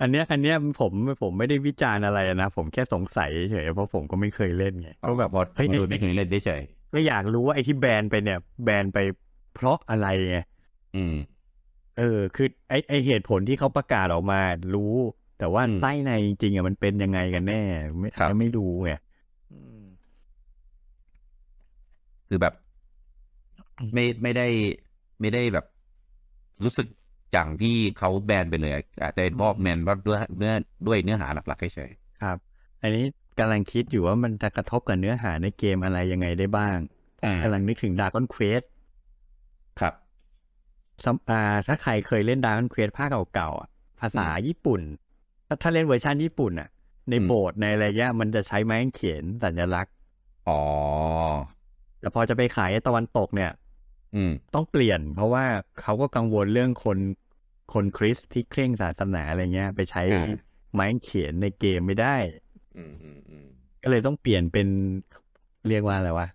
Speaker 2: อันเนี้ย อันเนี้ยผมผมไม่ได้วิจารณ์อะไรนะ ผมแค่สงสัยเฉยเพราะผมก็ไม่เคยเล่นไง
Speaker 1: เอาแบบพอ
Speaker 2: เฮ้ย
Speaker 1: โดยไม่เคยเล่นได้เฉย
Speaker 2: ก็อยากรู้ว่าไอ้ที่แบนไปเนี่ย แบนไปเพราะอะไรไง
Speaker 1: อืม
Speaker 2: เออ คือไอ้ไอ้เหตุผลที่เขาประกาศออกมารู้ แต่ว่า
Speaker 1: อืม
Speaker 2: ไส้ในจริงๆอ่ะมันเป็นยังไงกันแน่ ไม่
Speaker 1: ครับ
Speaker 2: ไม่รู้ไง
Speaker 1: คือแบบ ไม่ไม่ได้ไม่ได้แบบ รู้สึกอย่างที่เขาแบนไปเลยอะอาจจะเป็นเพราะแบนว่าด้วยเนื้อด้วยเนื้อหาหลักๆเฉย
Speaker 2: ครับ อันนี้กำลังคิดอยู่ว่ามันจะกระทบกับเนื้อหาในเกมอะไรยังไงได้บ้าง
Speaker 1: ๆอ่าก
Speaker 2: ำลังนึกถึง Dragon Quest
Speaker 1: ครับ
Speaker 2: ซัมอ่าถ้าใครเคยเล่น Dragon Quest ภาคเก่าๆอ่ะภาษาญี่ปุ่น ถ้าถ้าเล่นเวอร์ชันญี่ปุ่นอ่ะ ใน
Speaker 1: อืม
Speaker 2: โบสถ์ในอะไรเงี้ยมันจะใช้ไม้กางเขียนสัญลักษณ์
Speaker 1: อ๋อ
Speaker 2: แต่พอจะไปขายตะวันตกเนี่ย
Speaker 1: อืม
Speaker 2: ต้องเปลี่ยน เพราะว่าเขาก็กังวลเรื่องคนคนคริสต์ที่เคร่งศาสนาอะไรเงี้ย ไปใช้
Speaker 1: อ่า
Speaker 2: ไม้เขียนในเกมไม่ได้
Speaker 1: อืมอืมอืม
Speaker 2: ก็เลยต้องเปลี่ยนเป็นเรียกว่าอะไรวะ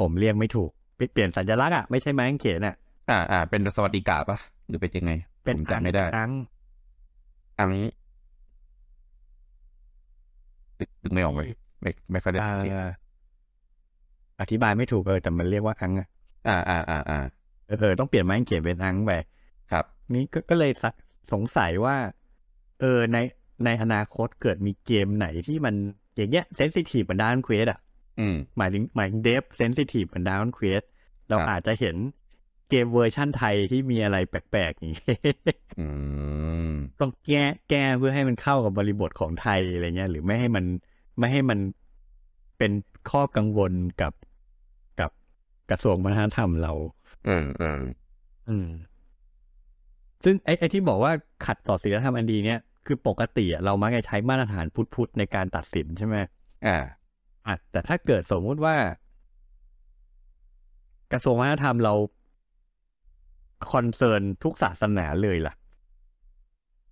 Speaker 2: ผมเรียกไม่ถูกเปลี่ยนเปลี่ยนสัญลักษณ์อ่ะไม่ใช่ไม้เขียนอ่ะ
Speaker 1: อ่าอ่า เป็นสวัสดิกาปะหรือเป็นยังไง
Speaker 2: เป็น
Speaker 1: ผมจำไม่ได้
Speaker 2: อัง
Speaker 1: อังตึกตึกไม่ออกเลยไม่ไม่ค่อยได้
Speaker 2: อ่า
Speaker 1: สังเกต
Speaker 2: อธิบายไม่ถูกเออแต่มันเรียกว่าอังอ่ะ
Speaker 1: อ่าอ่าอ่าอ่า
Speaker 2: เออเออต้องเปลี่ยนไม้เขียนเป็นอังไป
Speaker 1: ครับ
Speaker 2: นี่ก็ก็เลยสะสงสัยว่า เออในในอนาคตเกิดมีเกมไหนที่มันอย่างเงี้ยเซนซิทีฟเหมือนดานเควสอ่ะ
Speaker 1: อืม
Speaker 2: หมายถึงหมายถึงเดฟเซนซิทีฟเหมือนดานเควสเรา
Speaker 1: ครับ
Speaker 2: อาจจะเห็นเกมเวอร์ชั่นไทยที่มีอะไรแปลกๆอย่างเงี้ย *laughs*
Speaker 1: อืม
Speaker 2: ต้องแก้แก้เพื่อให้มันเข้ากับบริบทของไทยอะไรเงี้ย หรือไม่ให้มันไม่ให้มันเป็นข้อกังวลกับกับกระทรวงวัฒนธรรมเรา
Speaker 1: อืมอืม
Speaker 2: อืม ซึ่งไอ้ไอ้ที่บอกว่าขัดต่อศีลธรรมอันดีเนี่ย คือปกติอะเรามักจะใช้มาตรฐานพุทธๆในการตัดสินใช่ไหม
Speaker 1: อ่า
Speaker 2: อ่ะแต่ถ้าเกิดสมมุติว่า กระทรวงวัฒนธรรมเราคอนเซิร์นทุกศาสนาเลยล่ะ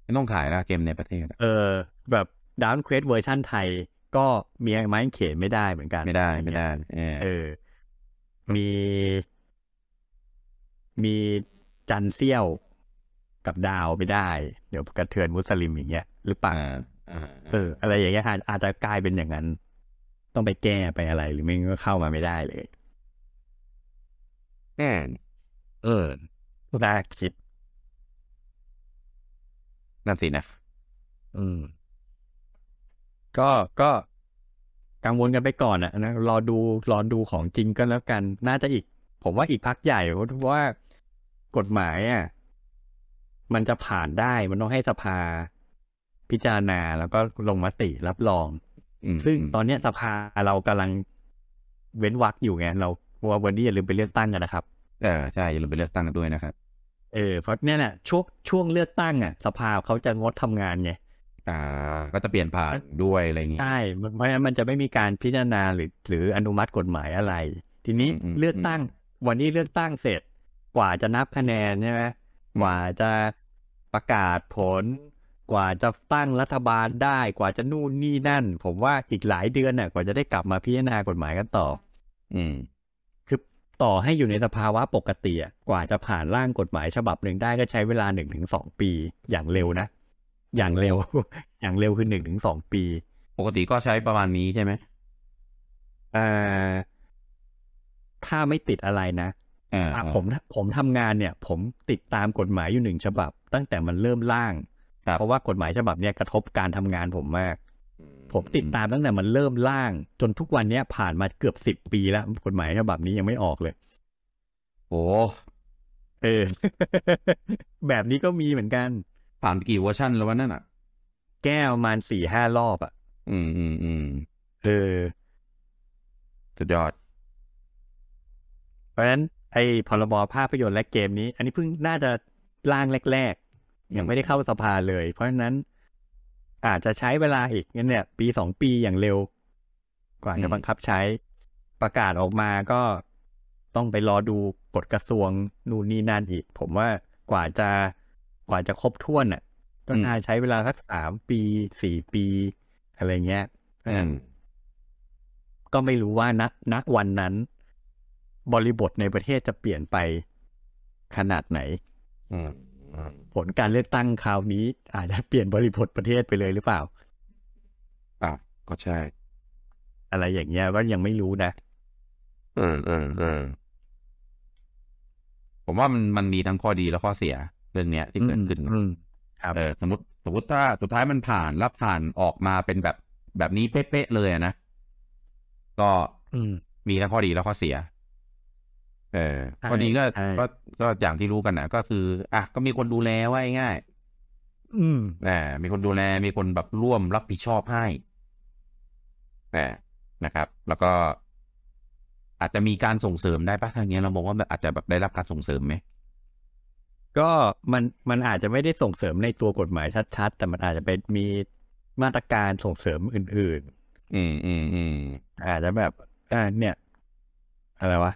Speaker 1: ไม่ต้องขายนะเกมในประเทศอะ
Speaker 2: เออ แบบดาวน์เควสเวอร์ชั่นไทย ก็มีไม้เขียนไม่ได้เหมือนกัน
Speaker 1: ไม่ได้ไม่ได้เออ
Speaker 2: เออ มี มีจันเซี่ยวกับดาวไม่ได้ เดี๋ยวกระเทือนมุสลิมอย่างเงี้ยหรือเปล่า
Speaker 1: อ่าอ่า
Speaker 2: เออ อะไรอย่างเงี้ยอาจอาจจะกลายเป็นอย่างนั้น ต้องไปแก้ไปอะไร หรือไม่งั้นก็เข้ามาไม่ได้เลย
Speaker 1: แน่
Speaker 2: เออ น่าคิด
Speaker 1: นั่นสินะ
Speaker 2: อืม ก็ก็กังวลกันไปก่อนอะนะรอดูรอดูของจริงก็แล้วกัน น่าจะอีก ผมว่าอีกพักใหญ่เพราะว่ากฎหมายอ่ะมันจะผ่านได้มันต้องให้สภาพิจารณาแล้วก็ลงมติรับรอง
Speaker 1: อืม
Speaker 2: ซึ่งตอนเนี้ยสภาเรากำลังเว้นวักอยู่ไงเราว่าวันนี้อย่าลืมไปเลือกตั้งกันนะครับ
Speaker 1: เออใช่อย่าลืมไปเลือกตั้งกันด้วยนะครับ
Speaker 2: เออเพราะเนี่ยน่ะช่วงช่วงเลือกตั้งอ่ะ สภาเขาจะงดทำงานไง
Speaker 1: อ่า ก็จะเปลี่ยนผ่านด้วยอะไรอย่างงี้
Speaker 2: ใช่มันเพราะฉะนั้นมันจะไม่มีการพิจารณาหรือ หรืออนุมัติกฎหมายอะไร ทีนี้
Speaker 1: อืมอืม
Speaker 2: เลือกตั้ง วันนี้เลือกตั้งเสร็จ กว่าจะนับคะแนนใช่ไหมกว่าจะประกาศผล กว่าจะตั้งรัฐบาลได้ กว่าจะนู่นนี่นั่น ผมว่าอีกหลายเดือนน่ะ กว่าจะได้กลับมาพิจารณากฎหมายกันต่อ
Speaker 1: อืม
Speaker 2: คือต่อให้อยู่ในสภาวะปกติอะกว่าจะผ่านร่างกฎหมายฉบับหนึ่งได้ก็ใช้เวลาหนึ่งถึงสองปี อย่างเร็วนะ อย่างเร็ว *laughs* อย่างเร็วคือหนึ่งถึงสองปี
Speaker 1: ปกติก็ใช้ประมาณนี้ใช่ไหม
Speaker 2: เอ่อถ้าไม่ติดอะไรนะ
Speaker 1: เอ่า
Speaker 2: อ่ะผมผมทำงานเนี่ย ผมติดตามกฎหมายอยู่หนึ่งฉบับ ตั้งแต่มันเริ่มร่าง เพราะว่ากฎหมายฉบับเนี่ยกระทบการทำงานผมมาก ผมติดตามตั้งแต่มันเริ่มร่าง จนทุกวันเนี้ยผ่านมาเกือบสิบปีแล้ว กฎหมายฉบับนี้ยังไม่ออกเลย
Speaker 1: โอ้
Speaker 2: เออ *laughs* แบบนี้ก็มีเหมือนกัน
Speaker 1: ผ่านไปกี่เวอร์ชันแล้ววะนั่นอ่ะ
Speaker 2: แก้ประมาณสี่ห้ารอบอ่ะ
Speaker 1: อืมอืมอืม
Speaker 2: เออ
Speaker 1: สุดยอด
Speaker 2: เพราะฉะนั้นไอ้พรบภาพยนตร์และเกมนี้ อันนี้เพิ่งน่าจะร่างแรกๆ ยังไม่ได้เข้าสภาเลย เพราะฉะนั้นอาจจะใช้เวลาอีกเนี่ยปีสองปีอย่างเร็ว กว่า
Speaker 1: อื
Speaker 2: จะ
Speaker 1: ม
Speaker 2: บังคับใช้ประกาศออกมาก็ต้องไปรอดูกฎกระทรวงนู่นนี่นั่นอีก ผมว่ากว่าจะกว่าจะครบถ้วนอ่ะ ก็น่าใช้เวลาสักสามปีสี่ปี อะไรเงี้ย
Speaker 1: อืม
Speaker 2: ก็ไม่รู้ว่านักนักวันนั้น บริบทในประเทศจะเปลี่ยนไปขนาดไหน
Speaker 1: อืม
Speaker 2: ผลการเลือกตั้งคราวนี้ อาจจะเปลี่ยนบริบทประเทศไปเลยหรือเปล่า
Speaker 1: อ่ะก็ใช่
Speaker 2: อะไรอย่างเงี้ยก็ยังไม่รู้นะ
Speaker 1: อืมอืมอืมผมว่ามันมันมีทั้งข้อดีและข้อเสียเรื่องเนี้ยที่เกิดขึ้น
Speaker 2: อืม ครับ
Speaker 1: เออสมมติสมมติถ้าสุดท้ายมันผ่านแล้วผ่านออกมาเป็นแบบแบบนี้เป๊ะๆเลยอะนะ ก็
Speaker 2: อืม
Speaker 1: มีทั้งข้อดีและข้อเสีย เออ
Speaker 2: ใช่
Speaker 1: ข้อดีก็
Speaker 2: ใช่
Speaker 1: ก็ก็อย่างที่รู้กันนะก็คือ อ่ะก็มีคนดูแลว่าง่าย
Speaker 2: อืม
Speaker 1: ๆอ่ามีคนดูแลมีคนแบบร่วมรับผิดชอบให้อ่านะครับ แล้วก็ อาจจะมีการส่งเสริมได้ปะทางเนี้ยเรามองว่าแบบอาจจะแบบได้รับการส่งเสริมไหม
Speaker 2: ก็มันมันอาจจะไม่ได้ส่งเสริมในตัวกฎหมายชัดๆ แต่มันอาจจะเป็นมีมาตรการส่งเสริมอื่น
Speaker 1: อืมอืมอืม
Speaker 2: ๆ อาจจะแบบอ่าเนี่ย อะไรวะ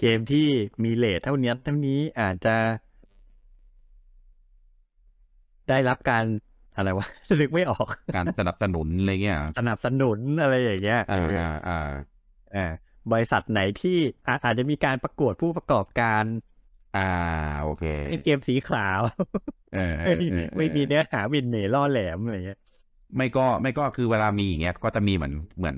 Speaker 2: เกมที่มีเลทเท่านี้เท่านี้อาจจะ ได้รับการอะไรวะ *laughs* นึกไม่ออก
Speaker 1: การสนับสนุนอะไรเงี้ย
Speaker 2: สนับสนุนอะไรอย่างเงี้ย *laughs*
Speaker 1: อ่าอ่าอ่า
Speaker 2: อ่าบริษัทไหนที่อาอาจจะมีการประกวดผู้ประกอบการ
Speaker 1: อ่าโอเค
Speaker 2: เป็นเกมสีขาว
Speaker 1: เออเออเออ
Speaker 2: *laughs* ไม่มีเนื้อหาวินเหม่ล่อแหลมอะไรเงี้ย
Speaker 1: ไม่ก็ไม่ก็คือเวลามีอย่างเงี้ยก็จะมีเหมือนเหมือน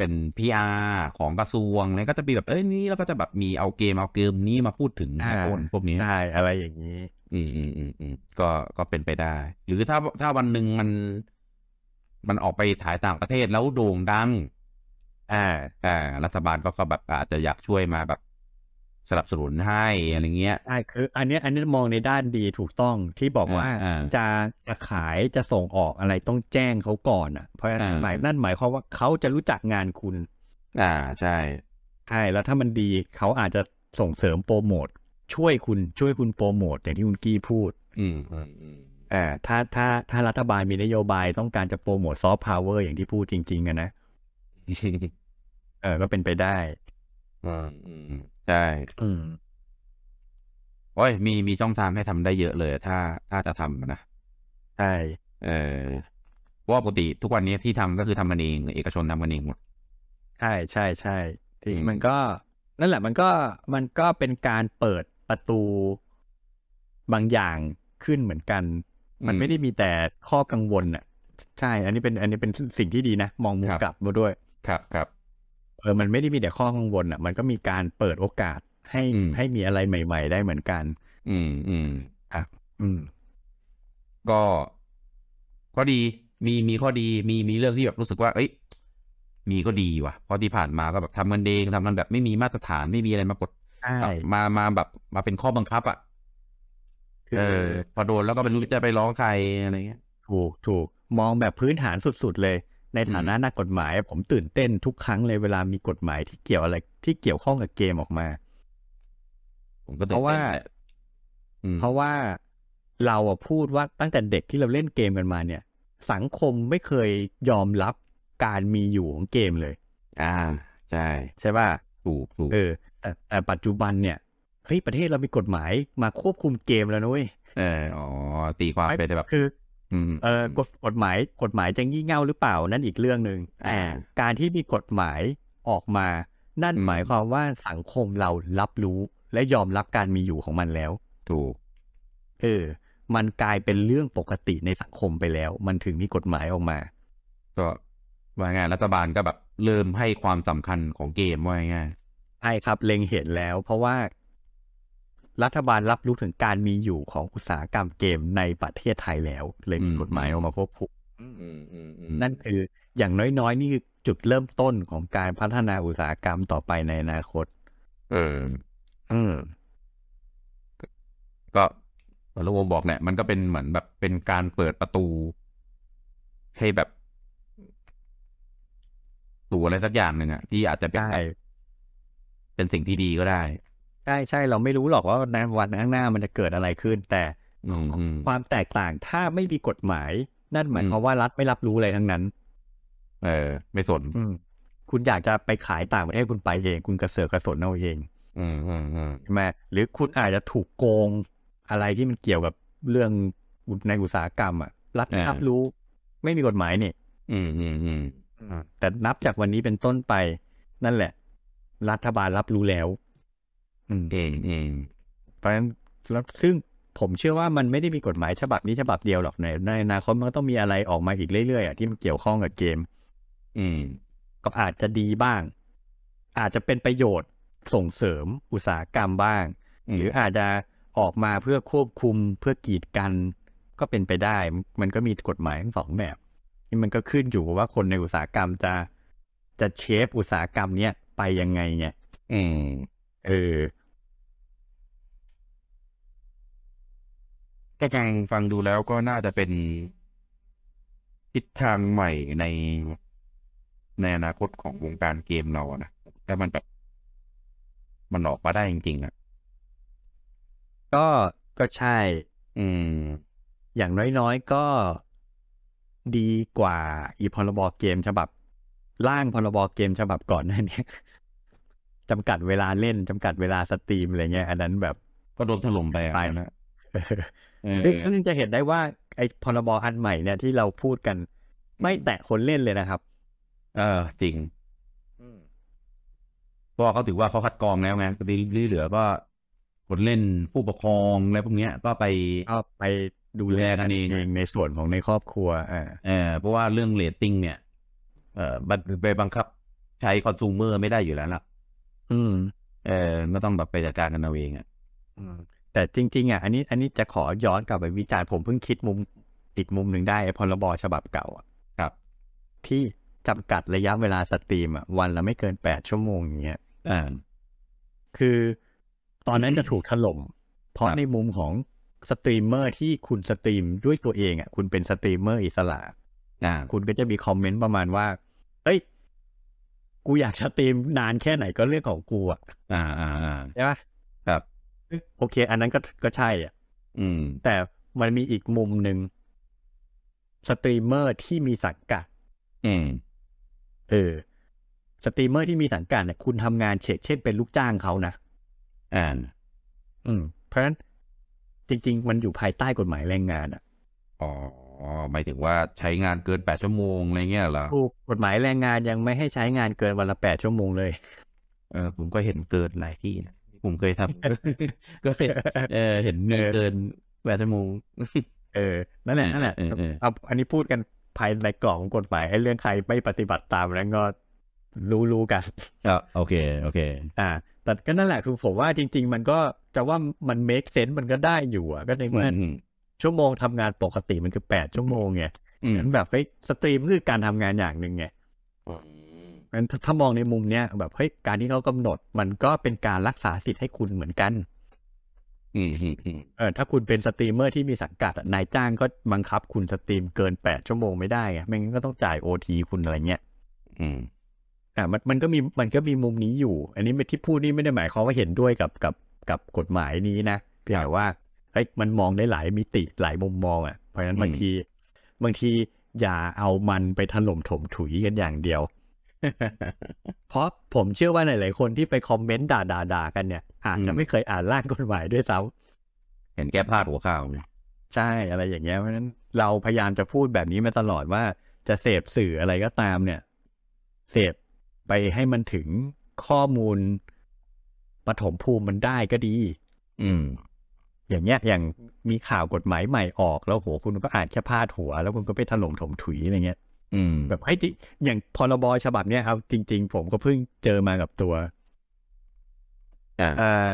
Speaker 1: เป็น PR ของกระทรวงเนี่ยก็จะมีแบบเอ้ยนี่แล้วก็จะแบบมีเอาเกมเอาเกมนี้มาพูดถึง
Speaker 2: อ่า
Speaker 1: นะคนพวกนี้
Speaker 2: ใช่อะไรอย่างนี้
Speaker 1: อืมอืมอืมอืมก็ก็เป็นไปได้ หรือถ้าถ้าวันหนึ่งมัน มันออกไปถ่ายต่างประเทศแล้วโด่งดัง
Speaker 2: อ่า
Speaker 1: อ่ารัฐบาลก็ก็แบบอาจจะอยากช่วยมาแบบสนับสนุนให้อะไรเงี้ย
Speaker 2: ใช่คืออันเนี้ยอันนี้มองในด้านดีถูกต้องที่บอกว่า
Speaker 1: อ่าอ่า
Speaker 2: จะจะขายจะส่งออกอะไรต้องแจ้งเขาก่อนอ่ะเพราะฉะนั้น
Speaker 1: อ่า
Speaker 2: หมายนั่นหมายความว่าเขาจะรู้จักงานคุณ
Speaker 1: อ่าใช่
Speaker 2: ใช่แล้วถ้ามันดีเขาอาจจะส่งเสริมโปรโมทช่วยคุณช่วยคุณโปรโมทอย่างที่คุณกี้พูด
Speaker 1: อืมอืมอืม
Speaker 2: อ่าถ้าถ้าถ้ารัฐบาลมีนโยบายต้องการจะโปรโมทซอฟต์พาวเวอร์อย่างที่พูดจริงๆอะนะเออก็เป็นไปได้
Speaker 1: อืมอืมใช่
Speaker 2: อืม
Speaker 1: โอ้ยมีมีช่องทางให้ทำได้เยอะเลย ถ้าถ้าจะทำนะ
Speaker 2: ใช่
Speaker 1: เออเพราะว่าปกติทุกวันนี้ที่ทำก็คือทำกันเองเอกชนทำกันเองหมด
Speaker 2: ใช่ใช่ใช่ที่
Speaker 1: อืม
Speaker 2: มันก็ นั่นแหละมันก็มันก็เป็นการเปิดประตูบางอย่างขึ้นเหมือนกัน มันไม่ได้มีแต่ข้อกังวลอ่ะ ใช่ อันนี้เป็น อันนี้เป็นสิ่งที่ดีนะ มองมุม
Speaker 1: ครับ
Speaker 2: กลับมาด้วย
Speaker 1: ครับครับ
Speaker 2: เออ มันไม่ได้มีแต่ข้อกังวลอ่ะ มันก็มีการเปิดโอกาส ให้
Speaker 1: อืม
Speaker 2: ให้มีอะไรใหม่ ๆ ได้เหมือนกัน
Speaker 1: อืมอืม
Speaker 2: อืม
Speaker 1: ก็ก็ดีมีมีข้อดีมีมีเรื่องที่แบบรู้สึกว่า เอ้ย มีก็ดีว่ะเพราะที่ผ่านมาก็แบบทำกันเองทำกันแบบไม่มีมาตรฐานไม่มีอะไรมากด
Speaker 2: ใช่
Speaker 1: มามาแบบมาเป็นข้อบังคับอ่ะ
Speaker 2: คือ
Speaker 1: เออ พอโดนแล้วก็ไม่รู้จะไปร้องใครอะไรเงี้ย
Speaker 2: ถูกถูกมองแบบพื้นฐานสุดๆเลย ในฐานะนักกฎหมาย ผมตื่นเต้นทุกครั้งเลยเวลามีกฎหมายที่เกี่ยวอะไรที่เกี่ยวข้องกับเกมออกมา
Speaker 1: ผมก็ตื่นต้น
Speaker 2: เพราะว่า
Speaker 1: อืม
Speaker 2: เพราะว่าเราอะพูดว่าตั้งแต่เด็กที่เราเล่นเกมกันมาเนี่ย สังคมไม่เคยยอมรับการมีอยู่ของเกมเลย
Speaker 1: อ่าใช่
Speaker 2: ใช่ป่ะ
Speaker 1: ถูกถูก
Speaker 2: เออ แต่แต่ปัจจุบันเนี่ยเฮ้ยประเทศเรามีกฎหมายมาควบคุมเกมแล้วนุ้ย
Speaker 1: เอออ๋อตีความไปแต่แบบ
Speaker 2: คือ
Speaker 1: อืม
Speaker 2: เออกฎกฎหมายกฎหมายจะงี่เง่าหรือเปล่านั่นอีกเรื่องหนึ่ง
Speaker 1: อ่า
Speaker 2: แต่การที่มีกฎหมายออกมา นั่น
Speaker 1: อืม
Speaker 2: หมายความว่าสังคมเรารับรู้และยอมรับการมีอยู่ของมันแล้ว
Speaker 1: ถูก
Speaker 2: เออ มันกลายเป็นเรื่องปกติในสังคมไปแล้ว มันถึงมีกฎหมายออกมา
Speaker 1: ก็ว่าไงรัฐบาลก็แบบเริ่มให้ความสำคัญของเกมว่าง่าย
Speaker 2: ใช่ครับเล็งเห็นแล้ว เพราะว่า รัฐบาลรับรู้ถึงการมีอยู่ของอุตสาหกรรมเกมในประเทศไทยแล้ว เลยมีกฎหมายออกมาควบคุม
Speaker 1: อืมอืมอืม
Speaker 2: นั่นคืออย่างน้อยๆ นี่คือจุดเริ่มต้นของการพัฒนาอุตสาหกรรมต่อไปในอนาคต
Speaker 1: เออ
Speaker 2: อืม
Speaker 1: ก็เหมือนลุงโอมบอกเนี่ยมันก็เป็นเหมือนแบบเป็นการเปิดประตู ให้แบบสู่อะไรสักอย่างหนึ่งอะที่อาจจะเป็น
Speaker 2: ใช่
Speaker 1: เป็นสิ่งที่ดีก็ได้
Speaker 2: ใช่ใช่เราไม่รู้หรอกว่าในวันข้างหน้ามันจะเกิดอะไรขึ้น แต่
Speaker 1: อืมอืม
Speaker 2: ความแตกต่างถ้าไม่มีกฎหมาย นั่นหมาย
Speaker 1: อืม
Speaker 2: ความว่ารัฐไม่รับรู้อะไรทั้งนั้น
Speaker 1: เออ ไม่สน
Speaker 2: อืม คุณอยากจะไปขายต่างประเทศคุณไปเอง คุณกระเสือกกระสนเอาเอง
Speaker 1: อืมอืมอืม
Speaker 2: ใช่ไหมหรือคุณอาจจะถูกโกงอะไรที่มันเกี่ยวกับเรื่องในอุตสาหกรรมอ่ะรัฐไม่รับรู้ ไม่มีกฎหมายนี่
Speaker 1: อืมอืมอืม
Speaker 2: แต่นับจากวันนี้เป็นต้นไป นั่นแหละ รัฐบาลรับรู้แล้วอืม
Speaker 1: เองเอง
Speaker 2: เพราะฉะนั้นแล้วซึ่งผมเชื่อว่ามันไม่ได้มีกฎหมายฉบับนี้ฉบับเดียวหรอกในในอนาคตมันก็ต้องมีอะไรออกมาอีกเรื่อยๆอ่ะที่มันเกี่ยวข้องกับเกม
Speaker 1: อืม
Speaker 2: ก็อาจจะดีบ้าง อาจจะเป็นประโยชน์ส่งเสริมอุตสาหกรรมบ้าง หรืออาจจะออกมาเพื่อควบคุมเพื่อกีดกัน ก็เป็นไปได้ มันก็มีกฎหมายทั้งสองแบบนี่มันก็ขึ้นอยู่กับว่าคนในอุตสาหกรรมจะจะเชฟอุตสาหกรรมเนี้ยไปยังไงไง
Speaker 1: อืม
Speaker 2: เออ
Speaker 1: ก็ฟังฟังดูแล้วก็น่าจะเป็นทิศทางใหม่ใน ในอนาคตของวงการเกมเราอะนะถ้ามันแบบมันออกมาได้จริงๆอะ
Speaker 2: ก็ก็ใช่
Speaker 1: อืม
Speaker 2: อย่างน้อยๆก็ดีกว่าอีพรบเกมฉบับ ร่างพรบเกมฉบับก่อนหนั่นเนี่ย *laughs* จำกัดเวลาเล่นจำกัดเวลาสตรีมอะไรเงี้ยอันนั้นแบบ
Speaker 1: ก็โดนถล่มไปอะ
Speaker 2: ไป
Speaker 1: นะเออ
Speaker 2: เอ้ยซึ่งจะเห็นได้ว่าไอ้พรบอันใหม่เนี่ยที่เราพูดกัน ไม่แตะคนเล่นเลยนะครับ
Speaker 1: เออจริงเพราะเขาถือว่าเขาคัดกรองแล้วไงที่เหลือก็คนเล่นผู้ปกครองอะไรพวกเนี้ย ก็ไป
Speaker 2: เอาไปดู
Speaker 1: ดูแลกันเอง
Speaker 2: ในส่วนของในครอบครัวอ่า
Speaker 1: เออเพราะว่าเรื่องเรตติ้งเนี่ย เออบัตไปบังคับใช้คอน sumer ไม่ได้อยู่แล้วล่ะ
Speaker 2: อืม
Speaker 1: เออก็ต้องแบบไปจัดการกันเอาเองอ่ะ
Speaker 2: แต่จริง ๆอ่ะอันนี้อันนี้จะขอย้อนกลับไปวิจารณ์ผมเพิ่งคิดมุมอีกมุมหนึ่งได้ไอ้พรบฉบับเก่าอ่ะ
Speaker 1: ครับ
Speaker 2: ที่จำกัดระยะเวลาสตรีมอ่ะวันละไม่เกินแปดชั่วโมงอย่างเงี้ย
Speaker 1: อ่า
Speaker 2: คือตอนนั้นจะถูกถล่ม เพราะ
Speaker 1: ครับ
Speaker 2: ในมุมของสตรีมเมอร์ที่คุณสตรีมด้วยตัวเองอ่ะคุณเป็นสตรีมเมอร์อิสระ
Speaker 1: อ่า
Speaker 2: คุณก็จะมีคอมเมนต์ประมาณว่า เอ้ย กูอยากสตรีมนานแค่ไหนก็เรื่องของกูอ่ะ
Speaker 1: อ่าอ่าอ่า
Speaker 2: ใช่ปะ
Speaker 1: ครับ
Speaker 2: โอเค อันนั้นก็ก็ใช่อ่ะ
Speaker 1: อืม
Speaker 2: แต่มันมีอีกมุมหนึ่งสตรีมเมอร์ที่มีสังกัด
Speaker 1: อืม
Speaker 2: เออ สตรีมเมอร์ที่มีสังกัดเนี่ยคุณทำงานเฉดเช่นเป็นลูกจ้างเขานะ
Speaker 1: อ่า
Speaker 2: อืม เพราะฉะนั้น จริง ๆ มันอยู่ภายใต้กฎหมายแรงงานอ่ะ
Speaker 1: อ๋อหมายถึงว่าใช้งานเกินแปดชั่วโมงอะไรเงี้ยเหรอ
Speaker 2: ถูกกฎหมายแรงงานยังไม่ให้ใช้งานเกินวันละแปดชั่วโมงเลย *laughs*
Speaker 1: เออผมก็เห็นเกินหลายที่นะผมเคยทำ ก็เห็น เออเห็นเงินเกินแปดชั่วโมง
Speaker 2: เออ นั่นแหละ
Speaker 1: เออ
Speaker 2: นั่นแหละ
Speaker 1: เออเออ
Speaker 2: เอาอันนี้พูดกันภายในกล่องของกฎหมายไอ้เรื่องใครไม่ปฏิบัติตามนั้นก็รู้รู้ๆกัน
Speaker 1: อ่ะโอเค โอเค
Speaker 2: อ่า แต่ก็นั่นแหละคือผมว่าจริง ๆ มันก็จะว่ามัน make sense มันก็ได้อยู่อะก็ใน
Speaker 1: เหมื
Speaker 2: เมื่อ
Speaker 1: อน
Speaker 2: ชั่วโมงทำงานปกติมันคือแปดชั่วโมงไง
Speaker 1: อืม
Speaker 2: งั้นแบบเฮ้ยสตรีมคือการทำงานอย่างหนึ่งไงงั้นถ้ามองในมุมเนี้ยแบบเฮ้ยการที่เขากำหนด มันก็เป็นการรักษาสิทธิ์ให้คุณเหมือนกัน
Speaker 1: อืมอืมอืม
Speaker 2: เออถ้าคุณเป็นสตรีมเมอร์ที่มีสังกัดอะนายจ้างก็บังคับคุณสตรีมเกิน 8 ชั่วโมงไม่ได้ไงไม่งั้นก็ต้องจ่ายโอทีคุณอะไรเงี้ย
Speaker 1: อืม
Speaker 2: อ่ะมันมันก็มีมันก็มีมุมนี้อยู่ อันนี้ไม่ที่พูดนี่ไม่ได้หมายความว่าเห็นด้วยกับกับกับกฎหมายนี้นะพี่หมายว่าเฮ้ยมันมองได้หลายมิติหลายมุมมองอ่ะเพราะฉะนั้นบางที บางทีอย่าเอามันไปถล่มถมถุยกันอย่างเดียว *laughs* เพราะผมเชื่อว่าหลายๆคนที่ไปคอมเมนต์ด่าด่าด่ากันเนี่ยอาจจะไม่เคยอ่านร่างกฎหมายด้วยซ้ำ
Speaker 1: เห็นแก้พลาดหัวข่าวไหม
Speaker 2: ใช่อะไรอย่างเงี้ยเพราะฉะนั้นเราพยายามจะพูดแบบนี้มาตลอดว่าจะเสพสื่ออะไรก็ตามเนี่ย เสพไปให้มันถึงข้อมูลปฐมภูมิมันได้ก็ดี
Speaker 1: อืม
Speaker 2: อย่างเงี้ยอย่างมีข่าวกฎหมายใหม่ออกแล้วโหคุณก็อ่านแค่พาดหัว แล้วคุณก็ไปถล่มถมถุยอะไรเงี้ย
Speaker 1: อืม
Speaker 2: แบบให้ยจิอย่างพรบฉบับเนี้ยครับจริง ๆ ผมก็เพิ่งเจอมากับตัว
Speaker 1: อ่า
Speaker 2: เอ่อ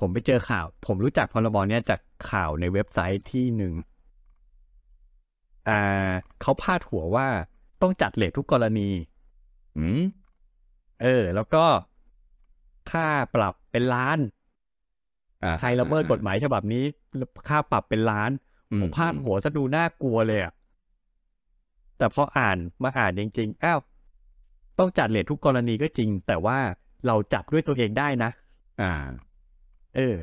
Speaker 2: ผมไปเจอข่าว ผมรู้จักพรบเนี้ยจากข่าวในเว็บไซต์ที่หนึ่งอ่าเขาพาดหัวว่าต้องจัดเลททุกกรณี
Speaker 1: อืม
Speaker 2: เออ แล้วก็ ค่าปรับเป็นล้าน
Speaker 1: อ่า
Speaker 2: ใครละเมิดกฎหมายฉบับนี้ ค่าปรับเป็นล้าน
Speaker 1: อื
Speaker 2: ผมพาดหัวซะดูน่ากลัวเลยอะแต่พออ่านมาอ่านจริงๆ อ้าว ต้องจัดเลททุกกรณีก็จริง แต่ว่าเราจับด้วยตัวเองได้นะ
Speaker 1: อ่า
Speaker 2: เออ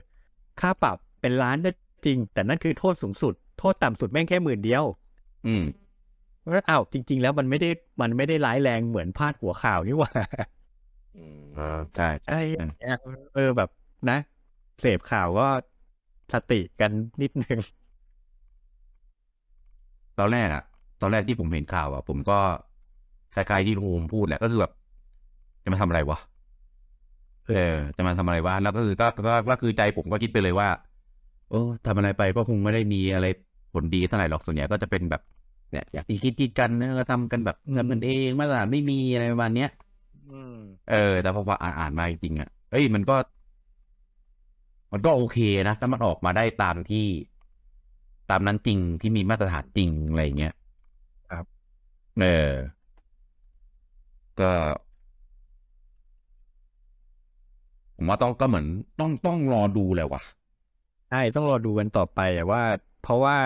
Speaker 2: ค่าปรับเป็นล้านก็จริง แต่นั่นคือโทษสูงสุด โทษต่ำสุดแม่งแค่หมื่นเดียว
Speaker 1: อืม
Speaker 2: เพราะฉะนั้นอ้าวจริง ๆ แล้วมันไม่ได้มันไม่ได้ร้ายแรงเหมือนพาดหัวข่าวนี่หว่า *laughs*
Speaker 1: อ่าใช่ใช่
Speaker 2: ไอ้เออแบบนะ เสพข่าวก็สติกันนิดนึง
Speaker 1: ตอนแรกอะตอนแรกที่ผมเห็นข่าวอะผมก็คล้ายๆที่ลุงโอมพูดแหละก็คือแบบ จะมาทำอะไรวะ
Speaker 2: เออ
Speaker 1: เออ จะมาทำอะไรวะแล้วก็คือก็ก็ก็คือใจผมก็คิดไปเลยว่า โอ้ทำอะไรไปก็คงไม่ได้มีอะไรผลดีเท่าไหร่หรอกส่วนใหญ่ก็จะเป็นแบบเนี่ยอยากที่คิดจิดกันเนอะก็ทำกันแบบทำกันเองมาตรฐานไม่มีอะไรประมาณเนี้ย เออ แต่พออ่านอ่านมาจริงๆอ่ะ เอ้ย มันก็ มันก็โอเคนะ ถ้ามันออกมาได้ตามที่ ตามนั้นจริงที่มีมาตรฐานจริงอะไรอย่างเงี้ย
Speaker 2: ครับ
Speaker 1: เออ ก็ ผมว่าต้องก็เหมือน ต้องต้องรอดูแหละว่ะ
Speaker 2: ใช่ต้องรอดูกันต่อไปอะว่า เพราะว่า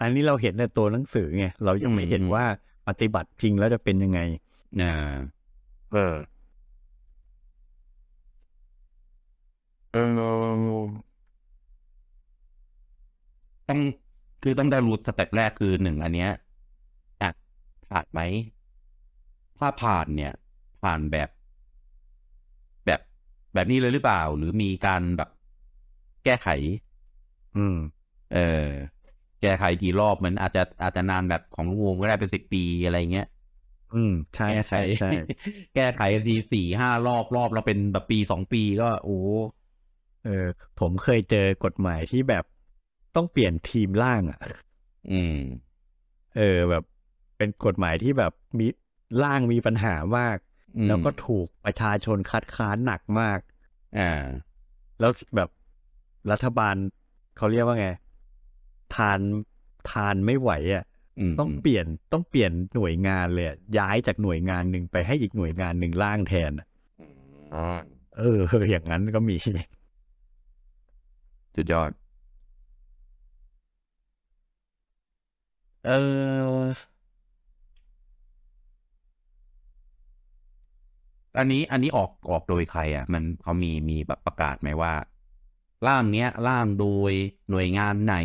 Speaker 2: อันนี้เราเห็นแต่ตัวหนังสือไงเรายังไม่เห็น
Speaker 1: อืม
Speaker 2: ว่าปฏิบัติจริงแล้วจะเป็นยังไง
Speaker 1: อ่า
Speaker 2: เออ
Speaker 1: ต้องคือต้องได้รูทสเต็ปแรกคือหนึ่งอันเนี้ยอ่ะผ่านไหม ถ้าผ่านเนี่ย ผ่านแบบ แบบแบบนี้เลยหรือเปล่า หรือมีการแบบแก้ไข
Speaker 2: อืม
Speaker 1: เออ แก้ไขกี่รอบมันอาจจะอาจจะนานแบบของลุงโอมก็ได้เป็นสิบปีอะไรเงี้ย
Speaker 2: อืม ใช่
Speaker 1: แก้ไข
Speaker 2: ใช่ใช่
Speaker 1: แก้ไขทีสี่ห้ารอบรอบเราเป็นแบบปีสองปีก็โอ้
Speaker 2: เออผมเคยเจอกฎหมายที่แบบต้องเปลี่ยนทีมร่างอ่ะ
Speaker 1: อืม
Speaker 2: เออแบบเป็นกฎหมายที่แบบมีร่างมีปัญหามาก
Speaker 1: อืม
Speaker 2: แล้วก็ถูกประชาชนคัดค้านหนักมาก
Speaker 1: อ่า
Speaker 2: แล้วแบบรัฐบาลเขาเรียกว่าไงทานทานไม่ไหวอ่ะ
Speaker 1: ม
Speaker 2: ต้องเปลี่ยนต้องเปลี่ยนหน่วยงานเลยอะย้ายจากหน่วยงานหนึ่งไปให้อีกหน่วยงานหนึ่งร่างแทนอะ
Speaker 1: อ๋อ
Speaker 2: เอออย่างนั้นก็มี
Speaker 1: สุดยอด เออ อันนี้ อันนี้ออกออกโดยใคร อ่ะ มันเขามีมีแบบประกาศไหมว่า ร่างเนี้ย ร่างโดยหน่วยงานไหน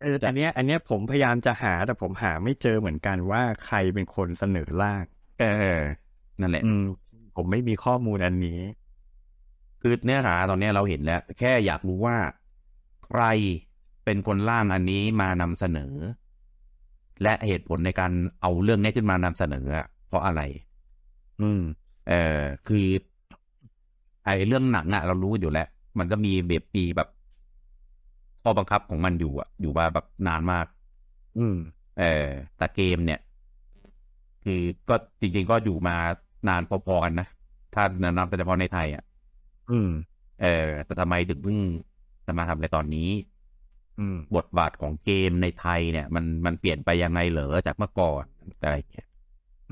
Speaker 2: เออแต่อันเนี้ยอันเนี้ยผมพยายามจะหาแต่ผมหาไม่เจอเหมือนกันว่าใครเป็นคนเสนอร่าง
Speaker 1: เออเออนั่นแหละ
Speaker 2: อืม ผมไม่มีข้อมูลอันนี้
Speaker 1: คือเนื้อหาตอนเนี้ยเราเห็นแล้ว แค่อยากรู้ว่าใครเป็นคนร่างอันนี้มานำเสนอ และเหตุผลในการเอาเรื่องนี้ขึ้นมานำเสนออะเพราะอะไร
Speaker 2: อืม
Speaker 1: เออคือ ไอ้เรื่องหนังอะเรารู้อยู่แล้ว มันก็มีแบบปีแบบข้อบังคับของมันอยู่อะอยู่มาแบบนานมาก
Speaker 2: อืม
Speaker 1: เออแต่เกมเนี่ย คือก็จริงๆก็อยู่มานานพอๆกันนะ ถ้านับแต่เฉพาะในไทยอะ
Speaker 2: อืม
Speaker 1: เออแต่ทำไมถึงเพิ่งจะมาทำในตอนนี้
Speaker 2: อืม
Speaker 1: บทบาทของเกมในไทยเนี่ย มันมันเปลี่ยนไปยังไงเหรอจากเมื่อก่อนอะไรอย่างเงี้ย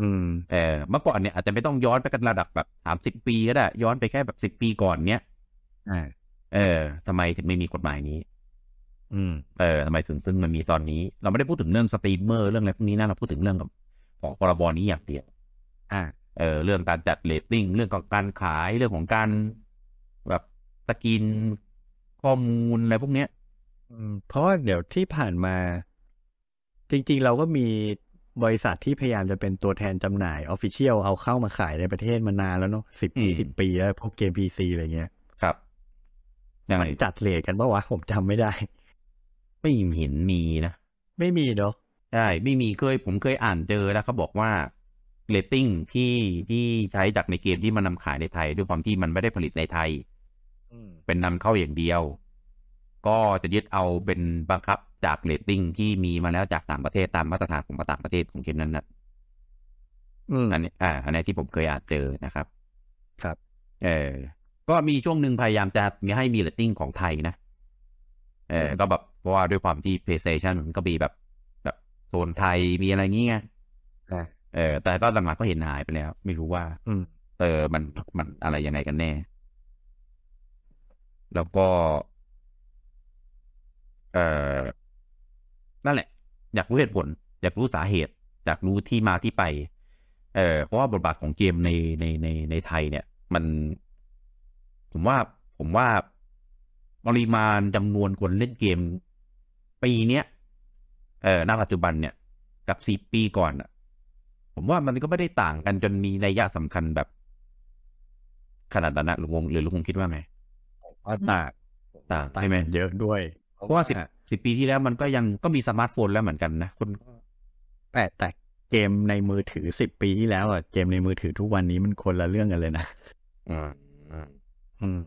Speaker 2: อืม
Speaker 1: เออเมื่อก่อนเนี่ยอาจจะไม่ต้องย้อนไปกันระดับแบบสามสิบ30 ปีก็ได้ย้อนไปแค่แบบสิบปีก่อนเนี้ย
Speaker 2: อ่า
Speaker 1: เออทำไมถึงไม่มีกฎหมายนี้
Speaker 2: อืม
Speaker 1: เออทำไมถึงเพิ่งมันมีตอนนี้ เราไม่ได้พูดถึงเรื่องสตรีมเมอร์เรื่องอะไรพวกนี้นะเราพูดถึงเรื่องกับของพรบนี้อย่างเดียว
Speaker 2: อ่า
Speaker 1: เออเรื่องการจัดเรตติ้งเรื่องของการขายเรื่องของการแบบสกินข้อมูลอะไรพวกเนี้ย
Speaker 2: อืมเพราะว่าเดี๋ยวที่ผ่านมา จริงๆ เราก็มีบริษัทที่พยายามจะเป็นตัวแทนจำหน่ายออฟฟิเชียลเอาเข้ามาขายในประเทศมานานแล้วเนาะสิบ
Speaker 1: อืม
Speaker 2: ยี่สิบปีแล้วพวกเกมพีซีอะไรเงี้ย
Speaker 1: ครับยังไง
Speaker 2: จัดเลทกันปะวะ ผมจำไม่ได้
Speaker 1: ไม่เห็นมีนะ
Speaker 2: ไม่มีเนาะ
Speaker 1: ใช่ไม่มีเคยผมเคยอ่านเจอแล้วเขาบอกว่าเรตติ้งที่ที่ใช้จากในเกมที่มันนำขายในไทย ด้วยความที่มันไม่ได้ผลิตในไทย เป็นนำเข้าอย่างเดียว ก็จะยึดเอาเป็นบังคับจากเรตติ้งที่มีมาแล้วจากต่างประเทศตามมาตรฐานของต่างประเทศของเกมนั้นนะ
Speaker 2: อืม
Speaker 1: อันนี้อ่าอันนี้ที่ผมเคยอ่านเจอนะครับ
Speaker 2: ครับ
Speaker 1: เออก็มีช่วงหนึ่งพยายามจะมีให้มีเรตติ้งของไทยนะเออก็แบบเพราะว่าด้วยความที่ PlayStation มันก็มีแบบแบบโซนไทยมีอะไรอย่างเงี้ย
Speaker 2: อ่า
Speaker 1: เออแต่ก็หลังๆก็เห็นหายไปแล้ว ไม่รู้ว่า
Speaker 2: อืม
Speaker 1: เออมันมันอะไรยังไงกันแน่ แล้วก็ เออนั่นแหละ อยากรู้เหตุผล อยากรู้สาเหตุ อยากรู้ที่มาที่ไป เออเพราะว่าบทบาทของเกมในในในในไทยเนี่ย มัน ผมว่าผมว่าปริมาณจำนวนคนเล่นเกม ปีเนี้ยเออณปัจจุบันเนี่ย กับสี่ปีก่อนอะผมว่ามันก็ไม่ได้ต่างกันจนมีนัยยะสำคัญแบบ ขนาดนั้นนะลุงวงหรือลุงคงคิดว่าไง
Speaker 2: ว่าต่าง
Speaker 1: ต่าง
Speaker 2: ต่าง
Speaker 1: ใช่ไหม
Speaker 2: เยอะด้วย
Speaker 1: เพราะว่าสิบสิบปีที่แล้วมันก็ยังก็มีสมาร์ทโฟนแล้วเหมือนกันนะคน
Speaker 2: แต่แต่เกมในมือถือสิบปีที่แล้วอ่ะเกมในมือถือทุกวันนี้มันคนละเรื่องกันเลยนะอืม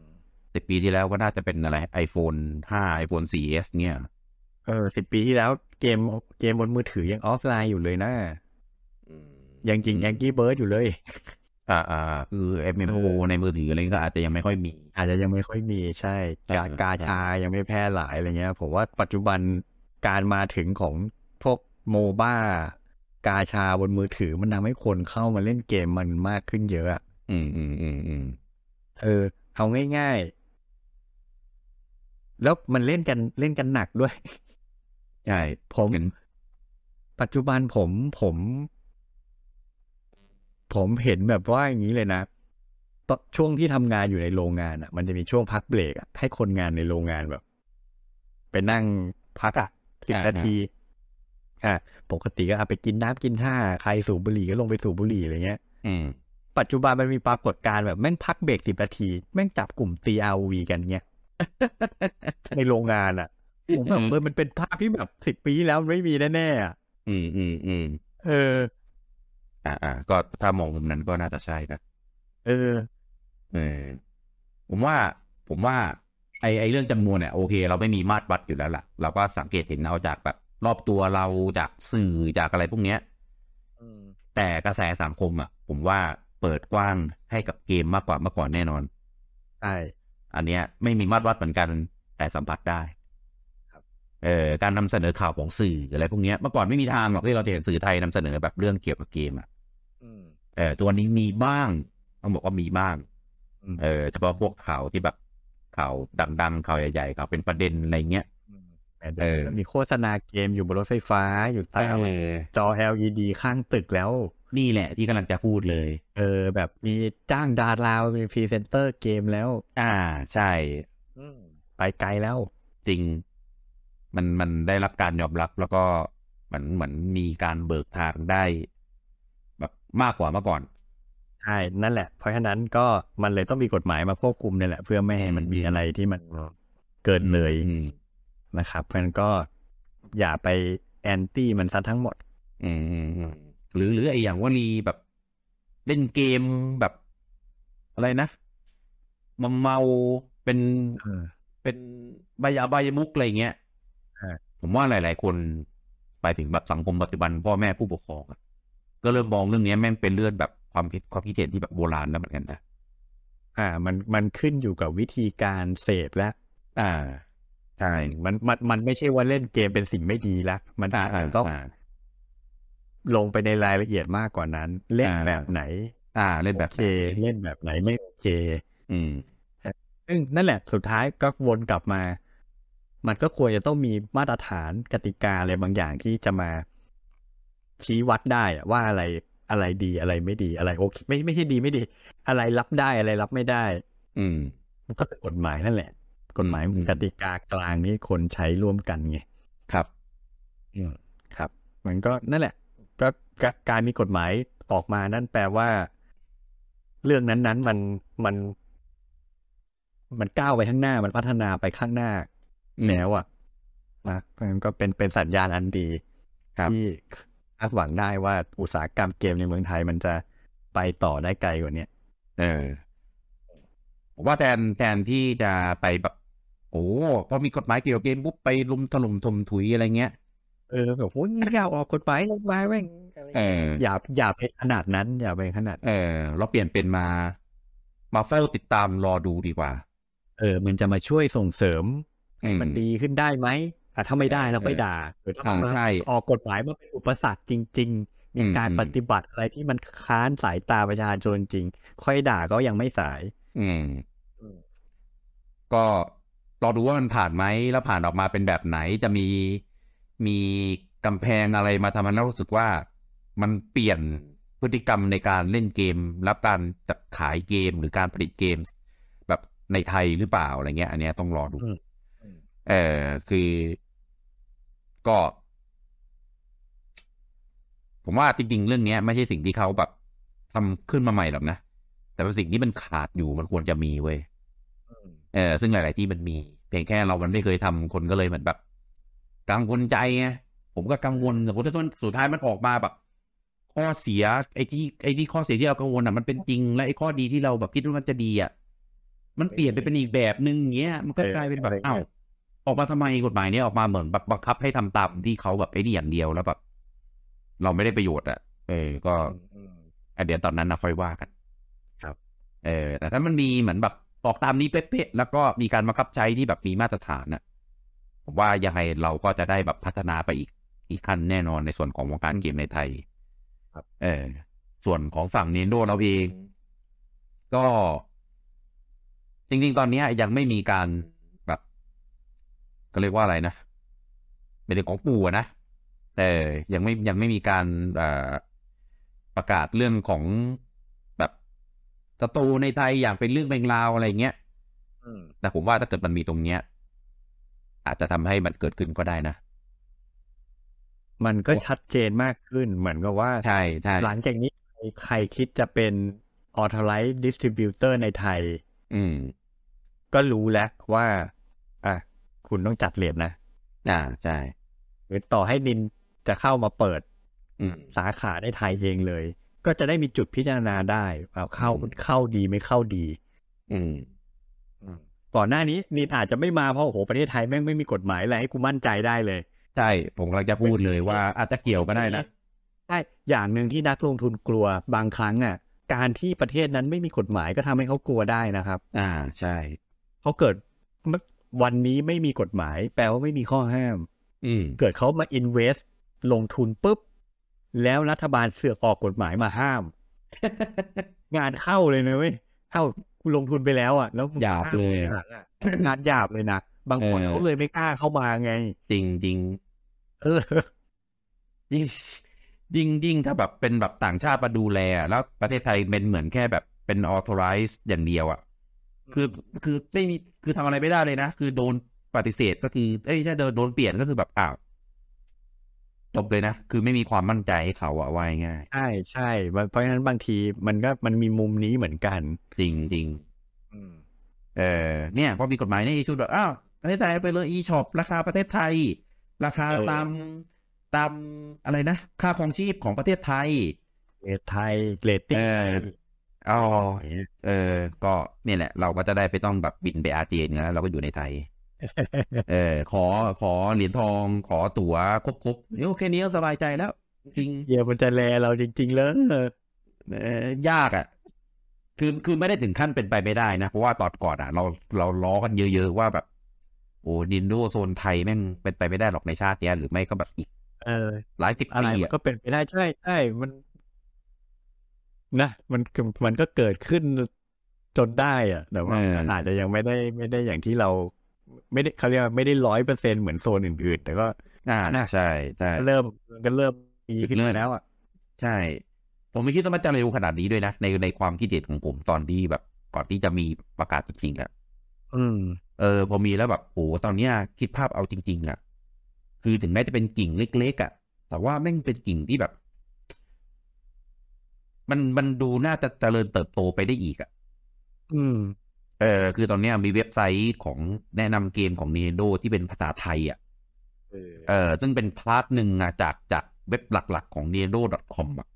Speaker 1: สิบปีที่แล้วก็น่าจะเป็นอะไร iPhone 5 iPhone 4S เนี่ย
Speaker 2: เออสิบปีที่แล้วเกมเกมบนมือถือยังออฟไลน์อยู่เลยนะ ยังจริงยังกี้เบิร์ดอยู่เลย
Speaker 1: อ่าอ่าคือ MMO ในมือถืออะไรก็อาจจะยังไม่ค่อยมี
Speaker 2: อาจจะยังไม่ค่อยมีใช่กากาชายังไม่แพร่หลายอะไรเงี้ย ผมว่าปัจจุบันการมาถึงของพวกโมบ้ากาชาบนมือถือมันทำให้คนเข้ามาเล่นเกมมันมากขึ้นเยอะอะ
Speaker 1: อืมอืมอืมอืม
Speaker 2: เออเอาง่ายๆ แล้วมันเล่นกันเล่นกันหนักด้วย *laughs*
Speaker 1: ใช่
Speaker 2: ผม
Speaker 1: เห็น
Speaker 2: ปัจจุบันผมผม ผมเห็นแบบว่าอย่างนี้เลยนะตอนช่วงที่ทำงานอยู่ในโรงงานอ่ะ มันจะมีช่วงพักเบรกอะให้คนงานในโรงงานแบบ ไปนั่งพักอ่ะสิบนาที อ่ะปกติก็เอาไปกินน้ำกินท่า ใครสูบบุหรี่ก็ลงไปสูบบุหรี่อะไรเงี้ย
Speaker 1: อืม
Speaker 2: ปัจจุบันมันมีปรากฏการณ์แบบแม่งพักเบรกสิบนาที แม่งจับกลุ่มตีอาวีกันเงี้ย *laughs* ในโรงงานอ่ะผมแบบเออมันเป็นภาพที่แบบสิบปีที่แล้วมันไม่มีแน่ๆอะ
Speaker 1: อืมอืมอืม
Speaker 2: เออ
Speaker 1: อ่าอ่าก็ถ้ามองมุมนั้นก็น่าจะใช่นะ
Speaker 2: เออ
Speaker 1: เออผมว่าผมว่า ไอไอเรื่องจำนวนเนี่ยโอเค เราไม่มีมาตรวัดอยู่แล้วล่ะ เราก็สังเกตเห็นเอาจากแบบรอบตัวเราจากสื่อจากอะไรพวกเนี้ย แต่กระแสสังคมอ่ะ ผมว่าเปิดกว้างให้กับเกมมากกว่าเมื่อก่อนแน่นอน
Speaker 2: ใช่
Speaker 1: อันเนี้ยไม่มีมาตรวัดเหมือนกันแต่สัมผัสได้เออการนำเสนอข่าวของสื่ออะไรพวกเนี้ยเมื่อก่อนไม่มีทางหรอกที่เราจะเห็นสื่อไทยนำเสนอแบบเรื่องเกี่ยวกับเกมอ่ะ เออตัวนี้มีบ้างต้องบอกว่ามีบ้าง เออเฉพาะพวกข่าวที่แบบข่าวดังๆข่าวใหญ่ๆข่าวเป็นประเด็นอะไรเงี้ย
Speaker 2: เออ มีโฆษณาเกมอยู่บนรถไฟฟ้าอยู่ใต้จอ LED ข้างตึกแล้ว
Speaker 1: นี่แหละที่กำลังจะพูดเลย
Speaker 2: เออ แบบมีจ้างดารามาเป็นพรีเซนเตอร์เกมแล้ว
Speaker 1: อ่าใช่
Speaker 2: ไปไกลแล้ว
Speaker 1: จริง มันมันได้รับการยอมรับแล้วก็เหมือนเหมือนมีการเบิกทางได้ แบบมากกว่าเมื่อก่อน
Speaker 2: ใช่ นั่นแหละ เพราะฉะนั้นก็มันเลยต้องมีกฎหมายมาควบคุมเนี่ยแหละ เพื่อไม่ให้มันมีอะไรที่มันเกินเลย
Speaker 1: อืม
Speaker 2: นะครับ เพราะฉะนั้นก็อย่าไปแอนตี้มันซะทั้งหมด
Speaker 1: อืมอืมอืมหรือหรือไออย่างว่ารีแบบ เล่นเกมแบบอะไรนะมัมเมาเป็น
Speaker 2: เออ
Speaker 1: เป็นใบายาบายมุกอะไรเงี้ย
Speaker 2: ฮะ
Speaker 1: ผมว่าหลาย ๆ คนไปถึงแบบสังคมปัจจุบันพ่อแม่ผู้ปกครองอะก็เริ่มมองเรื่องเนี้ยแม่งเป็นเรื่องแบบความคิดความคิดเห็นที่แบบโบราณแล้วเหมือนกันนะ
Speaker 2: อ่า มันมันขึ้นอยู่กับวิธีการเสพและ
Speaker 1: อ่า ใช่
Speaker 2: มันมันมันไม่ใช่ว่าเล่นเกมเป็นสิ่งไม่ดีละมัน
Speaker 1: อ่าอ่า
Speaker 2: ต้อง
Speaker 1: อ่า
Speaker 2: ลงไปในรายละเอียดมากกว่านั้น เล่น
Speaker 1: อ่า
Speaker 2: แบบไหน
Speaker 1: อ่า เล่นแบ
Speaker 2: โอบ เคเล่นแบบไหนไม่โอเค
Speaker 1: อืม
Speaker 2: ซึ่งนั่นแหละสุดท้ายก็วนกลับมา มันก็ควรจะต้องมีมาตรฐานกติกาอะไรบางอย่างที่จะมาชี้วัดได้อะว่าอะไรอะไรดีอะไรไม่ดีอะไรโอเคไม่ไม่ใช่ดีไม่ดี อะไรรับได้อะไรรับไม่ได้
Speaker 1: อืม
Speaker 2: มันก็คือกฎหมายนั่นแหละ กฎหมาย
Speaker 1: อืม
Speaker 2: กติกากลางนี่คนใช้ร่วมกันไง
Speaker 1: ครับ
Speaker 2: ครับ มันก็นั่นแหละก็กการมีกฎหมายออกมานั่นแปลว่า เรื่องนั้นๆมันมัน มันก้าวไปข้างหน้ามันพัฒนาไปข้างหน้าแล้วอะนะมันก็เป็นเป็นสัญญาณอันดี
Speaker 1: ครับ
Speaker 2: ที่คาดหวังได้ว่าอุตสาหกรรมเกมในเมืองไทยมันจะไปต่อได้ไกลกว่าเนี้ย
Speaker 1: เออผมว่าแทนแทนที่จะไปแบบ โอ้พอมีกฎหมายเกี่ยวกับเกมปุ๊บไปลุมถล่มถมถุยอะไรเงี้ย
Speaker 2: เออแบบโอ้ยอยากออกกฎหมายลงมาแม่งอะไร
Speaker 1: เออ
Speaker 2: อย่าอย่าไปขนาดนั้น อย่าไปขนาด
Speaker 1: เออ เราเปลี่ยนเป็นมา มาเฝ้าติดตามรอดูดีกว่า
Speaker 2: เออ มันจะมาช่วยส่งเสริม
Speaker 1: อื
Speaker 2: มันดีขึ้นได้ไหมอ่ะถ้าไม่ได้เราไปด่าหรือถ้า
Speaker 1: อ่า
Speaker 2: มัน
Speaker 1: ใช่
Speaker 2: ออกกฎหมายมาเป็นอุปสรรคจริง ๆ มี
Speaker 1: อืม
Speaker 2: การ
Speaker 1: อืม
Speaker 2: ปฏิบัติอะไรที่มันค้านสายตาประชาชนจริง ค่อยด่าก็ยังไม่สาย
Speaker 1: อืม
Speaker 2: อืม
Speaker 1: ก็รอดูว่ามันผ่านไหมแล้วผ่านออกมาเป็นแบบไหนจะมีมีกำแพงอะไรมาทำให้เรารู้สึกว่า มันเปลี่ยนพฤติกรรมในการเล่นเกม รับการจัดขายเกมหรือการผลิตเกม แบบในไทยหรือเปล่าอะไรเงี้ย อันเนี้ยต้องรอดู
Speaker 2: อืมอืม
Speaker 1: เออคือ ก็ ผมว่าจริงๆเรื่องเนี้ย ไม่ใช่สิ่งที่เขาแบบทำขึ้นมาใหม่หรอกนะ แต่เป็นสิ่งที่มันขาดอยู่มันควรจะมีเว้ย เออซึ่งหลาย ๆ ที่มันมี เพียงแค่เรามันไม่เคยทำคนก็เลยเหมือนแบบ กังวลใจไงผมก็กังวลแต่ว่าถ้าสุดท้ายมันออกมาแบบ ข้อเสีย ไอ้ที่ไอ้ที่ข้อเสียที่เรากังวลอ่ะมันเป็นจริงและไอ้ข้อดีที่เราแบบคิดว่ามันจะดีอ่ะมันเปลี่ยนไปเป็นอีกแบบนึงอย่างเงี้ย มันก็
Speaker 2: เออก
Speaker 1: ลายเป็นแบบ
Speaker 2: อะไรเงี้ย
Speaker 1: อ้าวออกมาทำไมกฎหมายเนี้ยออกมาเหมือนแบบบังคับให้ทำตามที่เขาแบบไอ้นี่อย่างเดียวแล้วแบบ เราไม่ได้ประโยชน์อ่ะเออก็ อ่ะเดี๋ยวตอนนั้นนะค่อยว่ากัน
Speaker 2: ครับ
Speaker 1: เออ แต่ถ้ามันมีเหมือนแบบออกตามนี้เป๊ะๆแล้วก็มีการบังคับใช้ที่แบบมีมาตรฐานนะผมว่ายังไงเราก็จะได้แบบพัฒนาไปอีกอีกขั้นแน่นอนในส่วนของวงการเกมในไทย
Speaker 2: ครับ
Speaker 1: เออ ส่วนของฝั่ง n น n d o เราเอง ก็ จริงๆ ตอนเนี้ยยังไม่มีการแบบก็เรียกว่าอะไรนะ เป็นเรื่องของปู่อะนะแต่ยังไม่ยังไม่มีการเอ่อประกาศเรื่องของแบบสตูในไทยอย่างเป็นเรื่องเป็นราวอะไรเงี้ย แต่ผมว่าถ้าเกิดมันมีตรงเนี้ย อาจจะทำให้มันเกิดขึ้นก็ได้นะ
Speaker 2: มันก็ชัดเจนมากขึ้น เหมือนกับว่า
Speaker 1: ใช่ใช่
Speaker 2: หลังจากนี้ใครใครคิดจะเป็น authorized distributor ในไทย
Speaker 1: อืม
Speaker 2: ก็รู้แล้วว่า อ่ะ คุณต้องจัดเหรียญนะ
Speaker 1: อ่าใช่
Speaker 2: หรือต่อให้นินจะเข้ามาเปิด
Speaker 1: อืม
Speaker 2: สาขาในไทยเองเลย ก็จะได้มีจุดพิจารณาได้เอาเข้า
Speaker 1: อืม
Speaker 2: เข้าดีไม่เข้าดี
Speaker 1: อืม
Speaker 2: ก่อนหน้านี้นินอาจจะไม่มาเพราะโอ้โหประเทศไทยแม่งไม่มีกฎหมายอะไรให้กูมั่นใจได้เลย
Speaker 1: ใช่ ผมกำลังจะพูดเลยว่าอาจจะเกี่ยวก็ได้นะ
Speaker 2: ใช่อย่างหนึ่งที่นักลงทุนกลัวบางครั้งอ่ะ การที่ประเทศนั้นไม่มีกฎหมายก็ทำให้เขากลัวได้นะครับ
Speaker 1: อ่าใช่
Speaker 2: เขาเกิดวันนี้ไม่มีกฎหมาย แปลว่าไม่มีข้อห้าม
Speaker 1: อืม
Speaker 2: เกิดเขามา invest ลงทุนปุ๊บ แล้วรัฐบาลเสือกออกกฎหมายมา
Speaker 1: *laughs*
Speaker 2: ห้าม งานเข้าเลยนะเว้ยเข้ากูลงทุนไปแล้วอ่ะ แล้วมึง
Speaker 1: หยาบเลยอะ
Speaker 2: ห้ามงานหยาบเลยนะบางคน
Speaker 1: เออ
Speaker 2: เขาเลยไม่กล้าเข้ามาไง
Speaker 1: จริงจริง
Speaker 2: เออ
Speaker 1: ยิ่ง *laughs* ยิ่งยิ่งถ้าแบบเป็นแบบต่างชาติมาดูแลอะแล้วประเทศไทยเป็นเหมือนแค่แบบเป็นออโตไรซ์อย่างเดียวอะ่ะ คือคือไม่มีคือทำอะไรไม่ได้เลยนะ คือโดนปฏิเสธก็คือเอ้ยถ้าโดนโดนเปลี่ยนก็คือแบบอ้าวจบเลยนะ คือไม่มีความมั่นใจให้เขาอะว่ายง่าย
Speaker 2: ใช่ใช่เพราะฉะนั้นบางทีมันก็มันมีมุมนี้เหมือนกัน
Speaker 1: จริงจริงเออเนี่ยพอมีกฎหมายเนี่ยอีชุดแบบอ้าวประเทศไทยเอาไปเลยอีช็อปราคาประเทศไทย ราคา
Speaker 2: เออ
Speaker 1: ตามตามอะไรนะค่าครองชีพของประเทศไทย
Speaker 2: เรทไทยเรตติ้ง
Speaker 1: เออ อ๋อ เออ ก็เนี่ยแหละ เราก็จะได้ไปต้องแบบบินไปอาร์เจนนะเราก็อยู่ในไท *laughs* ย เออ ขอขอเหรียญทอง ขอตั๋วครบครบๆเนี่ยโอเคนี้ก็สบายใจแล้ว จริง
Speaker 2: เยียมันจะแลเราจริง ๆ เลย
Speaker 1: เออยากอะ คือคือไม่ได้ถึงขั้นเป็นไปไม่ได้นะ เพราะว่าตอนก่อนอ่ะ เราเราล้อกันเยอะ ๆ ว่าแบบ โอ้นินโดโซนไทยแม่งเป็นไปไม่ได้หรอกในชาติเนี้ยหรือไม่ก็แบบอีก
Speaker 2: เออ
Speaker 1: หลายสิบ
Speaker 2: อะไร
Speaker 1: ปี
Speaker 2: มัน
Speaker 1: อะ
Speaker 2: ก็เป็นไปได้ใช่ใช่มันนะมันมันก็เกิดขึ้นจนได้อะแต่ว่า
Speaker 1: เออ
Speaker 2: อาจจะยังไม่ได้ไม่ได้อย่างที่เรา ไม่ได้เขาเรียกว่าไม่ได้ร้อยเปอร์เซ็นเหมือนโซนอื่น ๆ แต่ก็
Speaker 1: อ่าใช่ใช่
Speaker 2: เริ่มก็เริ่มมีขึ้น
Speaker 1: เริ่ม
Speaker 2: แล้วอ่ะ
Speaker 1: ใช่ ผมไม่คิดว่ามันจะเร็วขนาดนี้ด้วยนะ ในในความคิดเห็นของผมตอนที่แบบ ก่อนที่จะมีประกาศจริงๆอะ
Speaker 2: อืม
Speaker 1: เออพอมีแล้วแบบโอ้โหตอนเนี้ยคิดภาพเอาจริง ๆ อ่ะ คือถึงแม้จะเป็นกิ่งเล็กๆอ่ะ แต่ว่าแม่งเป็นกิ่งที่แบบ มันมันดูน่าจะเจริญเติบโตไปได้อีกอ่ะ
Speaker 2: อืม
Speaker 1: เออคือตอนเนี้ยมีเว็บไซต์ของแนะนำเกมของ Nintendo ที่เป็นภาษาไทยอ่ะ เออซึ่งเป็นพาร์ทหนึ่งอ่ะจากจากเว็บหลักๆของ Nintendo.com อ่ะ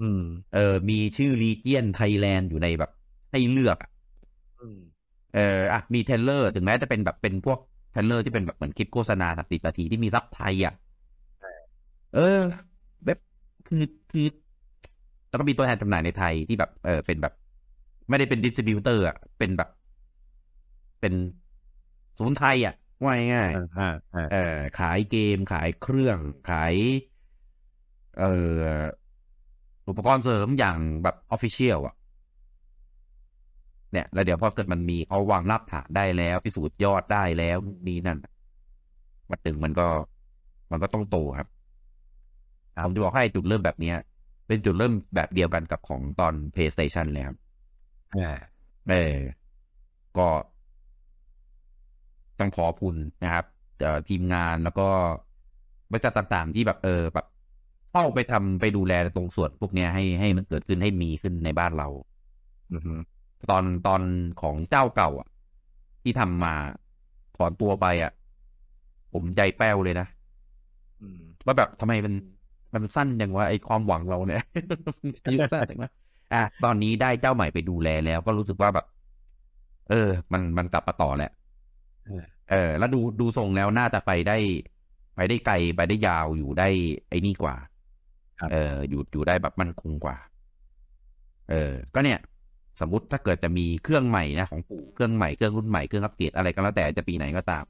Speaker 2: อืม
Speaker 1: เออมีชื่อ Legion Thailand อยู่ในแบบ ให้เลือกอ่ะ
Speaker 2: อืม
Speaker 1: เอออ่ะมีเทรลเลอร์ถึงแม้จะเป็นแบบเป็นพวกเทรลเลอร์ที่เป็นแบบเหมือนคลิปโฆษณาสักสิบนาทีที่มีซับไทยอ่ะเออเว็บคือคือแล้วก็มีตัวแทนจำหน่ายในไทยที่แบบเออเป็นแบบ ไม่ได้เป็นดิสติบิวเตอร์อ่ะเป็นแบบ เป็นศูนย์ไทยอ่ะว่าง่ายๆ
Speaker 2: อ่าอ่า
Speaker 1: เอ่อขายเกมขายเครื่องขายเอ่ออุปกรณ์เสริมอย่างแบบออฟฟิเชียลอ่ะ เนี่ย แล้วเดี๋ยวพอเกิดมันมีเอาวางรากฐานได้แล้ว พิสูจน์ยอดได้แล้วนี่นั่นมันถึงมันก็ มันก็ต้องโตครับผมจะบอกให้จุดเริ่มแบบเนี้ย เป็นจุดเริ่มแบบเดียวกันกับของตอน PlayStation เลยครับ
Speaker 2: อ่า
Speaker 1: เออก็ต้องขอบคุณนะครับเอ่อทีมงานแล้วก็บริษัทต่างๆ ที่แบบเออแบบเข้าไปทำไปดูแลตรงส่วนพวกเนี้ยให้ให้มันเกิดขึ้นให้มีขึ้นในบ้านเรา
Speaker 2: อืม
Speaker 1: ตอนตอนของเจ้าเก่าอ่ะ ที่ทำมาถอนตัวไปอ่ะ ผมใจแป้วเลยนะ
Speaker 2: อืม
Speaker 1: ว่าแบบทำไมมันมันสั้นอย่างวะไอความหวังเราเนี่ย *laughs* อายุสั้นจังวะอ่ะตอนนี้ได้เจ้าใหม่ไปดูแลแล้ว ก็รู้สึกว่าแบบ เออ มันมันกลับมาต่อแหละ
Speaker 2: เออ
Speaker 1: เออ แล้วดูดูทรงแล้วน่าจะไปได้ ไปได้ไกลไปได้ยาวอยู่ได้ไอ้นี่กว่า
Speaker 2: ครับ
Speaker 1: เออ อยู่อยู่ได้แบบมั่นคงกว่า เออ ก็เนี่ย สมมติถ้าเกิดจะมีเครื่องใหม่นะของปู่เครื่องใหม่เครื่องรุ่นใหม่เครื่องอัปเกรดอะไรก็แล้วแต่จะปีไหนก็ตาม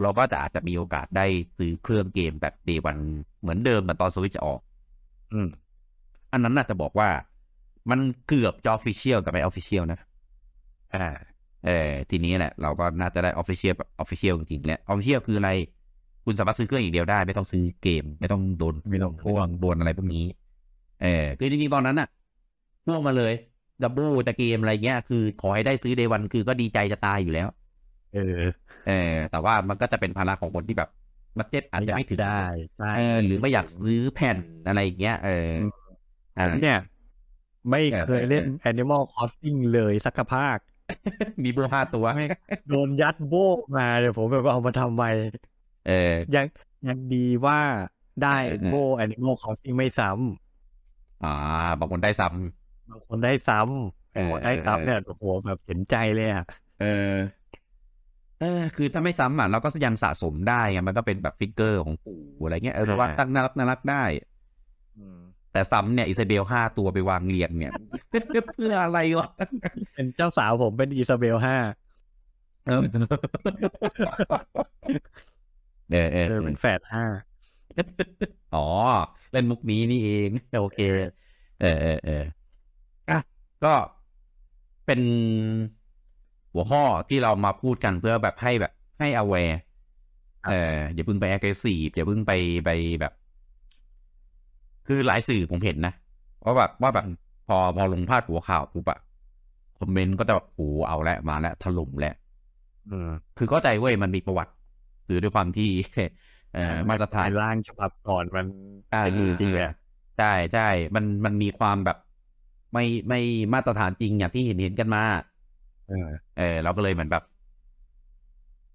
Speaker 1: เราก็จะอาจจะมีโอกาสได้ซื้อเครื่องเกมแบบเดวันเหมือนเดิมเหมือนตอนสวิตจะออก
Speaker 2: อืม
Speaker 1: อันนั้นน่าจะบอกว่ามันเกือบจะออฟฟิเชียลแต่ไม่ออฟฟิเชียลนะ
Speaker 2: อ่า
Speaker 1: เออทีนี้แหละ เราก็น่าจะได้ออฟฟิเชียลแบบออฟฟิเชียลจริงๆแหละออฟฟิเชียลคืออะไร คุณสามารถซื้อเครื่องอย่างเดียวได้ ไม่ต้องซื้อเกม ไม่ต้องโดน
Speaker 2: ไม่ต้องพ่
Speaker 1: พ่
Speaker 2: ว
Speaker 1: ว
Speaker 2: ง
Speaker 1: งโดนอะไรพวกนี้ เออคือจริงๆตอนนั้นอะพ่วงมาเลยดับเบิลแต่เกมอะไรเงี้ยคือขอให้ได้ซื้อเดวันคือก็ดีใจจะตายอยู่แล้ว
Speaker 2: เออ
Speaker 1: เออ แต่ว่ามันก็จะเป็นภาระของคนที่แบบบัตเจ็ตอาจจะไม่ถึง
Speaker 2: ได้ใช่
Speaker 1: เออหรือไม่อยากซื้อแผ่นอะไรอย่างเงี้ยเอออ่า
Speaker 2: เนี่ย ไม่
Speaker 1: เออ
Speaker 2: เคยเล่น
Speaker 1: เออ
Speaker 2: Animal Crossing เลยสักภาค
Speaker 1: มีโบห้าตัว
Speaker 2: โดนยัดโบกมาเนี่ยผมแบบว่าเอามาทำไม
Speaker 1: เออ
Speaker 2: ยังยังดีว่าได้
Speaker 1: เออเออ
Speaker 2: โบ Animal Crossing ไม่ซ้
Speaker 1: อ่าบางคนได้ซ้ำ
Speaker 2: ำบางคนได้ซ้ำ
Speaker 1: เออ
Speaker 2: โอ้ได้
Speaker 1: เออเออ
Speaker 2: ซ้ำเนี่ยโอ้โหแบบเห็นใจเลยอ่ะ
Speaker 1: เออ เออ คือถ้าไม่ซ้ำอ่ะเราก็ยังสะสมได้ไงมันก็เป็นแบบฟิกเกอร์ของปู่อะไรเงี้ยเออแต่ว่าตั้งน่ารักน่ารักได้ แต่ซ้ำเนี่ยอิซาเบลห้าตัวไปวางเรียงเนี่ย *laughs* เพื่ออะไรวะ
Speaker 2: เป็นเจ้าสาวผมเป็นอิซาเบลห้า
Speaker 1: เออเออเอ
Speaker 2: เธอ
Speaker 1: อ
Speaker 2: เป็นแฝดห้า
Speaker 1: อ๋อ เล่นมุกนี้นี่เอง *laughs* โอเค เออเออเอออ่ะก็เป็นหัวข้อที่เรามาพูดกันเพื่อแบบให้แบบให้ aware เอออย่าเพิ่งไป aggressive อย่าเพิ่งไปไปแบบ คือหลายสื่อผมเห็นนะว่าแบบว่าแบบพอพอลงพาดหัวข่าวปุ๊บอะคอมเมนต์ก็จะแบบโหเอาละมาละถล่มละ
Speaker 2: อืม
Speaker 1: คือเข้าใจเว้ยมันมีประวัติคือด้วยความที่ *laughs* เอ่อมาตรฐาน
Speaker 2: ถ่ายร่างฉบับก่อนมัน
Speaker 1: อ่า
Speaker 2: เป็นจริงๆแหละ
Speaker 1: ใช่ใช่มันมันมีความแบบ ไม่ไม่มาตรฐานจริงอย่างที่เห็นเห็นกันมา
Speaker 2: เออ
Speaker 1: เออเราก็เลยเหมือนแบบ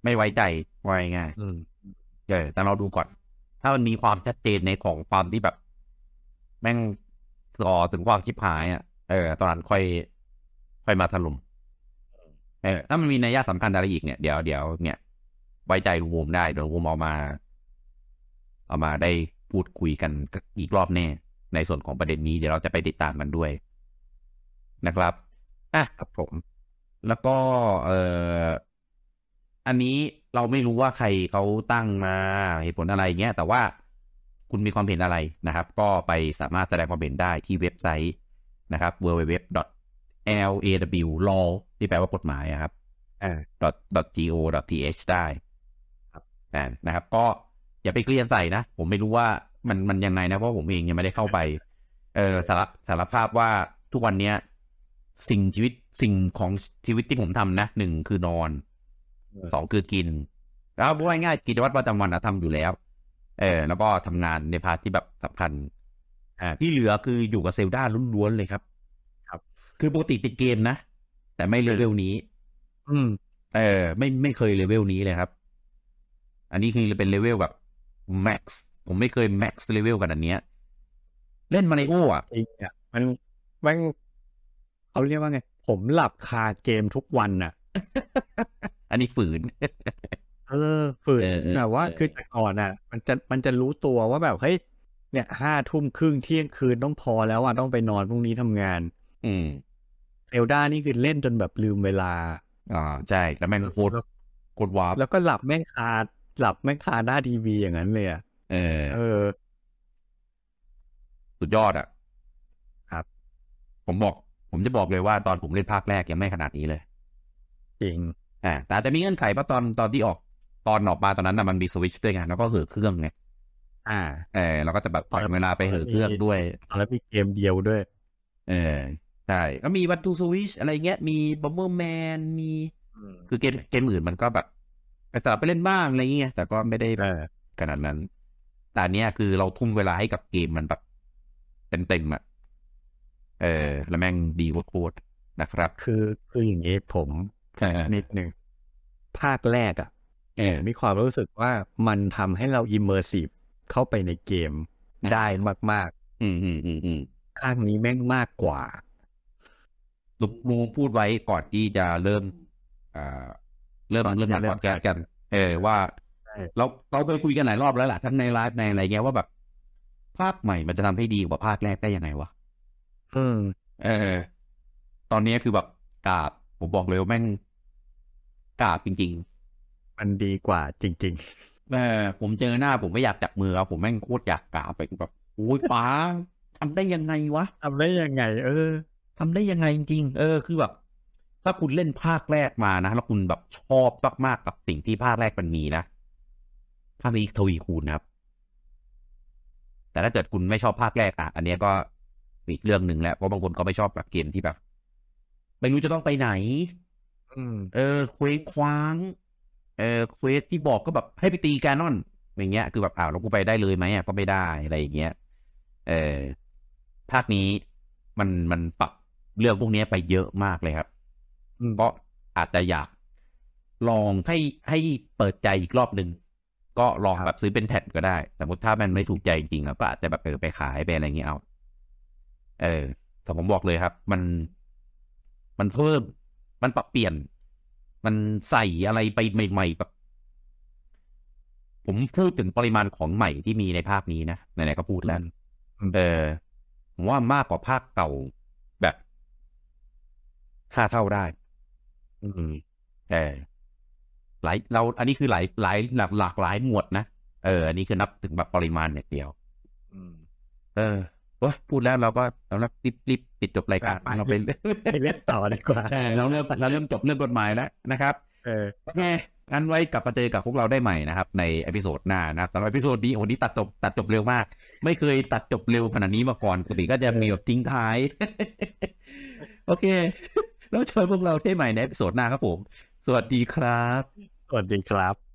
Speaker 1: ไม่ไว้ใจไว้ง่าย
Speaker 2: อืม
Speaker 1: ๆเออแต่เราดูก่อน ถ้ามันมีความชัดเจนในของความที่แบบ แม่งส่อถึงความคิดหายอ่ะเออ ตอนนั้นค่อย ค่อยมาถล่มเออถ้ามันมีนัยยะสำคัญอะไรอีกเนี่ยเดี๋ยวเดี๋ยวเนี่ย ไว้ใจลุงโวมได้เดี๋ยวลุงโวมเอามา เอามาได้พูดคุยกันอีกรอบแน่ ในส่วนของประเด็นนี้เดี๋ยวเราจะไปติดตามกันด้วย นะครับอ่ะ
Speaker 2: ครับผม
Speaker 1: แล้วก็เอ่ออันนี้เราไม่รู้ว่าใครเขาตั้งมาเหตุผลอะไรเงี้ยแต่ว่าคุณมีความเห็นอะไรนะครับ ก็ไปสามารถแสดงความเห็นได้ที่เว็บไซต์นะครับ www law law ที่แปลว่ากฎหมายอะครับ
Speaker 2: อ่า
Speaker 1: dot dot go dot th ได้ครับอ่านะครับ ก็อย่าไปเกลียนใส่นะ ผมไม่รู้ว่ามันมันยังไงนะ เพราะผมเองยังไม่ได้เข้าไป เออสารสารภาพว่าทุกวันเนี้ย สิ่งชีวิตสิ่งของชีวิตที่ผมทำนะหนึ่งคือนอน
Speaker 2: เออ
Speaker 1: สองคือกิน แล้วพูดง่ายๆกิจวัตรประจำวันนะทำอยู่แล้ว เออ แล้วก็ทำงานในพาร์ทที่แบบสำคัญ อ่า ที่เหลือคืออยู่กับเซลดาล้วนๆเลยครับ
Speaker 2: ครับ
Speaker 1: คือปกติติดเกมนะ แต่ไม่เร็วๆนี้
Speaker 2: อืม
Speaker 1: เออไม่ไม่เคยเลเวลนี้เลยครับ อันนี้คือเป็นเลเวลแบบแม็กซ์ผมไม่เคยแม็กซ์เลเวลขนาดเนี้ย เล่นมาริโออ่ะ
Speaker 2: จริงอ่ะมันแม่งเขาเรียกว่าไง ผมหลับคาเกมทุกวันน่ะ
Speaker 1: อันนี้ฝืน *laughs*
Speaker 2: เออฝืน
Speaker 1: เออเออ
Speaker 2: แบบว่า
Speaker 1: เออ
Speaker 2: คือแต่ก่อนอ่ะ มันจะมันจะรู้ตัวว่าแบบเฮ้ยเนี่ยห้าทุ่มครึ่งเที่ยงคืนต้องพอแล้วอ่ะต้องไปนอนพรุ่งนี้ทำงาน
Speaker 1: อืม
Speaker 2: เอลดานี่คือเล่นจนแบบลืมเวลา
Speaker 1: อ่าใช่ แล้วแม่งโคตรโคตรวาร์ป
Speaker 2: แล้วก็หลับแม่งคาหลับแม่งคาหน้าทีวีอย่างนั้นเลยอ่ะ
Speaker 1: เออ
Speaker 2: เออ
Speaker 1: สุดยอดอ่ะ
Speaker 2: ครับ
Speaker 1: ผมบอก ผมจะบอกเลยว่าตอนผมเล่นภาคแรกยังไม่ขนาดนี้เลย
Speaker 2: จริง
Speaker 1: อ่าแต่อาจจะมีเงื่อนไขว่าตอนตอนที่ออก ตอนออกมาตอนนั้นนะมันมีสวิตชด้วยไงแล้วก็เหอะเครื่องไง
Speaker 2: อ่า
Speaker 1: เออเราก็จะแบบปล่อยเวลาไปเหอะเครื่องด้วย
Speaker 2: แล้วมีเกมเดียวด้วย
Speaker 1: เออใช่ก็มีวัตถุสวิชอะไรเงี้ยมีบอมเบอร์แมนมีคือเกมเกมอื่นมันก็แบบไปสลับไปเล่นบ้างอะไรเงี้ยแต่ก็ไม่ได้
Speaker 2: เออ
Speaker 1: ขนาดนั้น แต่อันเนี้ยคือเราทุ่มเวลาให้กับเกมมันแบบเต็มเต็มๆอะเออ แล้วแม่งดีโคตรๆนะครับ
Speaker 2: คือคืออย่างนี้ผม
Speaker 1: เออ
Speaker 2: นิดหนึ่งภาคแรกอ่ะ
Speaker 1: เออ
Speaker 2: มีความรู้สึกว่ามันทำให้เราอิมเมอร์ซีฟเข้าไปในเกม
Speaker 1: นะ
Speaker 2: ได้มาก
Speaker 1: อืมอืมอืมอืม
Speaker 2: ๆภาคนี้แม่งมากกว่า
Speaker 1: ลุงลุงพูดไว้ก่อนที่จะเริ่มอ่าเริ่มเริ่ม
Speaker 2: ก่
Speaker 1: กา
Speaker 2: อน
Speaker 1: ร
Speaker 2: ที่จะ
Speaker 1: พอดแคสต์กัน เออว่า
Speaker 2: ใช่
Speaker 1: เราเราเคยคุยกันหลายรอบแล้วล่ะทั้งในไลฟ์ในอะไรเงี้ยว่าแบบ ภาคใหม่มันจะทำให้ดีกว่าภาคแรกได้ยังไงวะ
Speaker 2: อืม
Speaker 1: เออ ตอนนี้คือแบบกราบ ผมบอกเลยว่าแม่งกราบจริง
Speaker 2: มันดีกว่าจริง
Speaker 1: ๆ เออ ผมเจอหน้าผมไม่อยากจับมือครับผมแม่งโคตรอยากกราบไปแบบโอ้ยป้าทำได้ยังไงวะ
Speaker 2: ๆทำได้ยังไง เออ
Speaker 1: ทำได้ยังไงจริงๆ เออ คือแบบ ถ้าคุณเล่นภาคแรกมานะ แล้วคุณแบบชอบมากๆกับสิ่งที่ภาคแรกมันมีนะ ภาคนี้ทวีคูณครับ แต่ถ้าเกิดคุณไม่ชอบภาคแรกอ่ะ อันเนี้ยก็อีกเรื่องหนึ่งแล้ว เพราะบางคนก็ไม่ชอบแบบเกมที่แบบ ไม่รู้จะต้องไปไหน
Speaker 2: อืม
Speaker 1: เออเควสคว้าง เออเควสที่บอกก็แบบให้ไปตีแกานอนอย่างเงี้ย คือแบบอ้าวแล้วกูไปได้เลยไหมอ่ะก็ไม่ได้อะไรอย่างเงี้ย เออภาคนี้มันมันปรับเรื่องพวกเนี้ยไปเยอะมากเลยครับ
Speaker 2: อืม
Speaker 1: ก็อาจจะอยาก ลองให้ให้เปิดใจอีกรอบหนึ่งก็ลองแบบซื้อเป็นแผ่นก็ได้ สมมติถ้ามันไม่ถูกใจจริงๆอะก็อาจจะแบบเออไปขายไปอะไรอย่างเงี้ยเอา เออแต่ผมบอกเลยครับ มัน มันเพิ่ม มันปรับเปลี่ยน มันใส่อะไรไปใหม่ๆแบบ ผมพูดถึงปริมาณของใหม่ที่มีในภาคนี้นะไหนๆก็พูดแล้ว
Speaker 2: อืม
Speaker 1: เออผมว่ามากกว่าภาคเก่าแบบห้าเท่าได้
Speaker 2: อืม
Speaker 1: เออหลายเรา อันนี้คือหลายหลายหลากหลากหลายหมวดนะเอออันนี้คือนับถึงแบบปริมาณเนี่ยเดียว
Speaker 2: อืม
Speaker 1: เออโอ้ยพูดแล้วเราก็เราเริ่มรีบรีบปิดจบรายการ
Speaker 2: ไป
Speaker 1: เราไป
Speaker 2: ไปเล่นต่อดีกว่า
Speaker 1: เออเราเริ่มเราเริ่มจบเรื่องกฎหมายแล้วนะครับ
Speaker 2: เออ
Speaker 1: โอเคงั้นไว้กลับมาเจอกับพวกเราได้ใหม่นะครับ ในเอพิโซดหน้านะครับสำหรับเอพิโซดนี้โอ้โหนี่ตัดจบตัดจบเร็วมาก ไม่เคยตัดจบเร็วขนาดนี้มาก่อนปกติก็จะมีแบบทิ้งท้าย *laughs* โอเค แล้วเจอพวกเราได้ใหม่ในเอพิโซดหน้าครับผม สวัสดีครับ
Speaker 2: สวัสดีครับ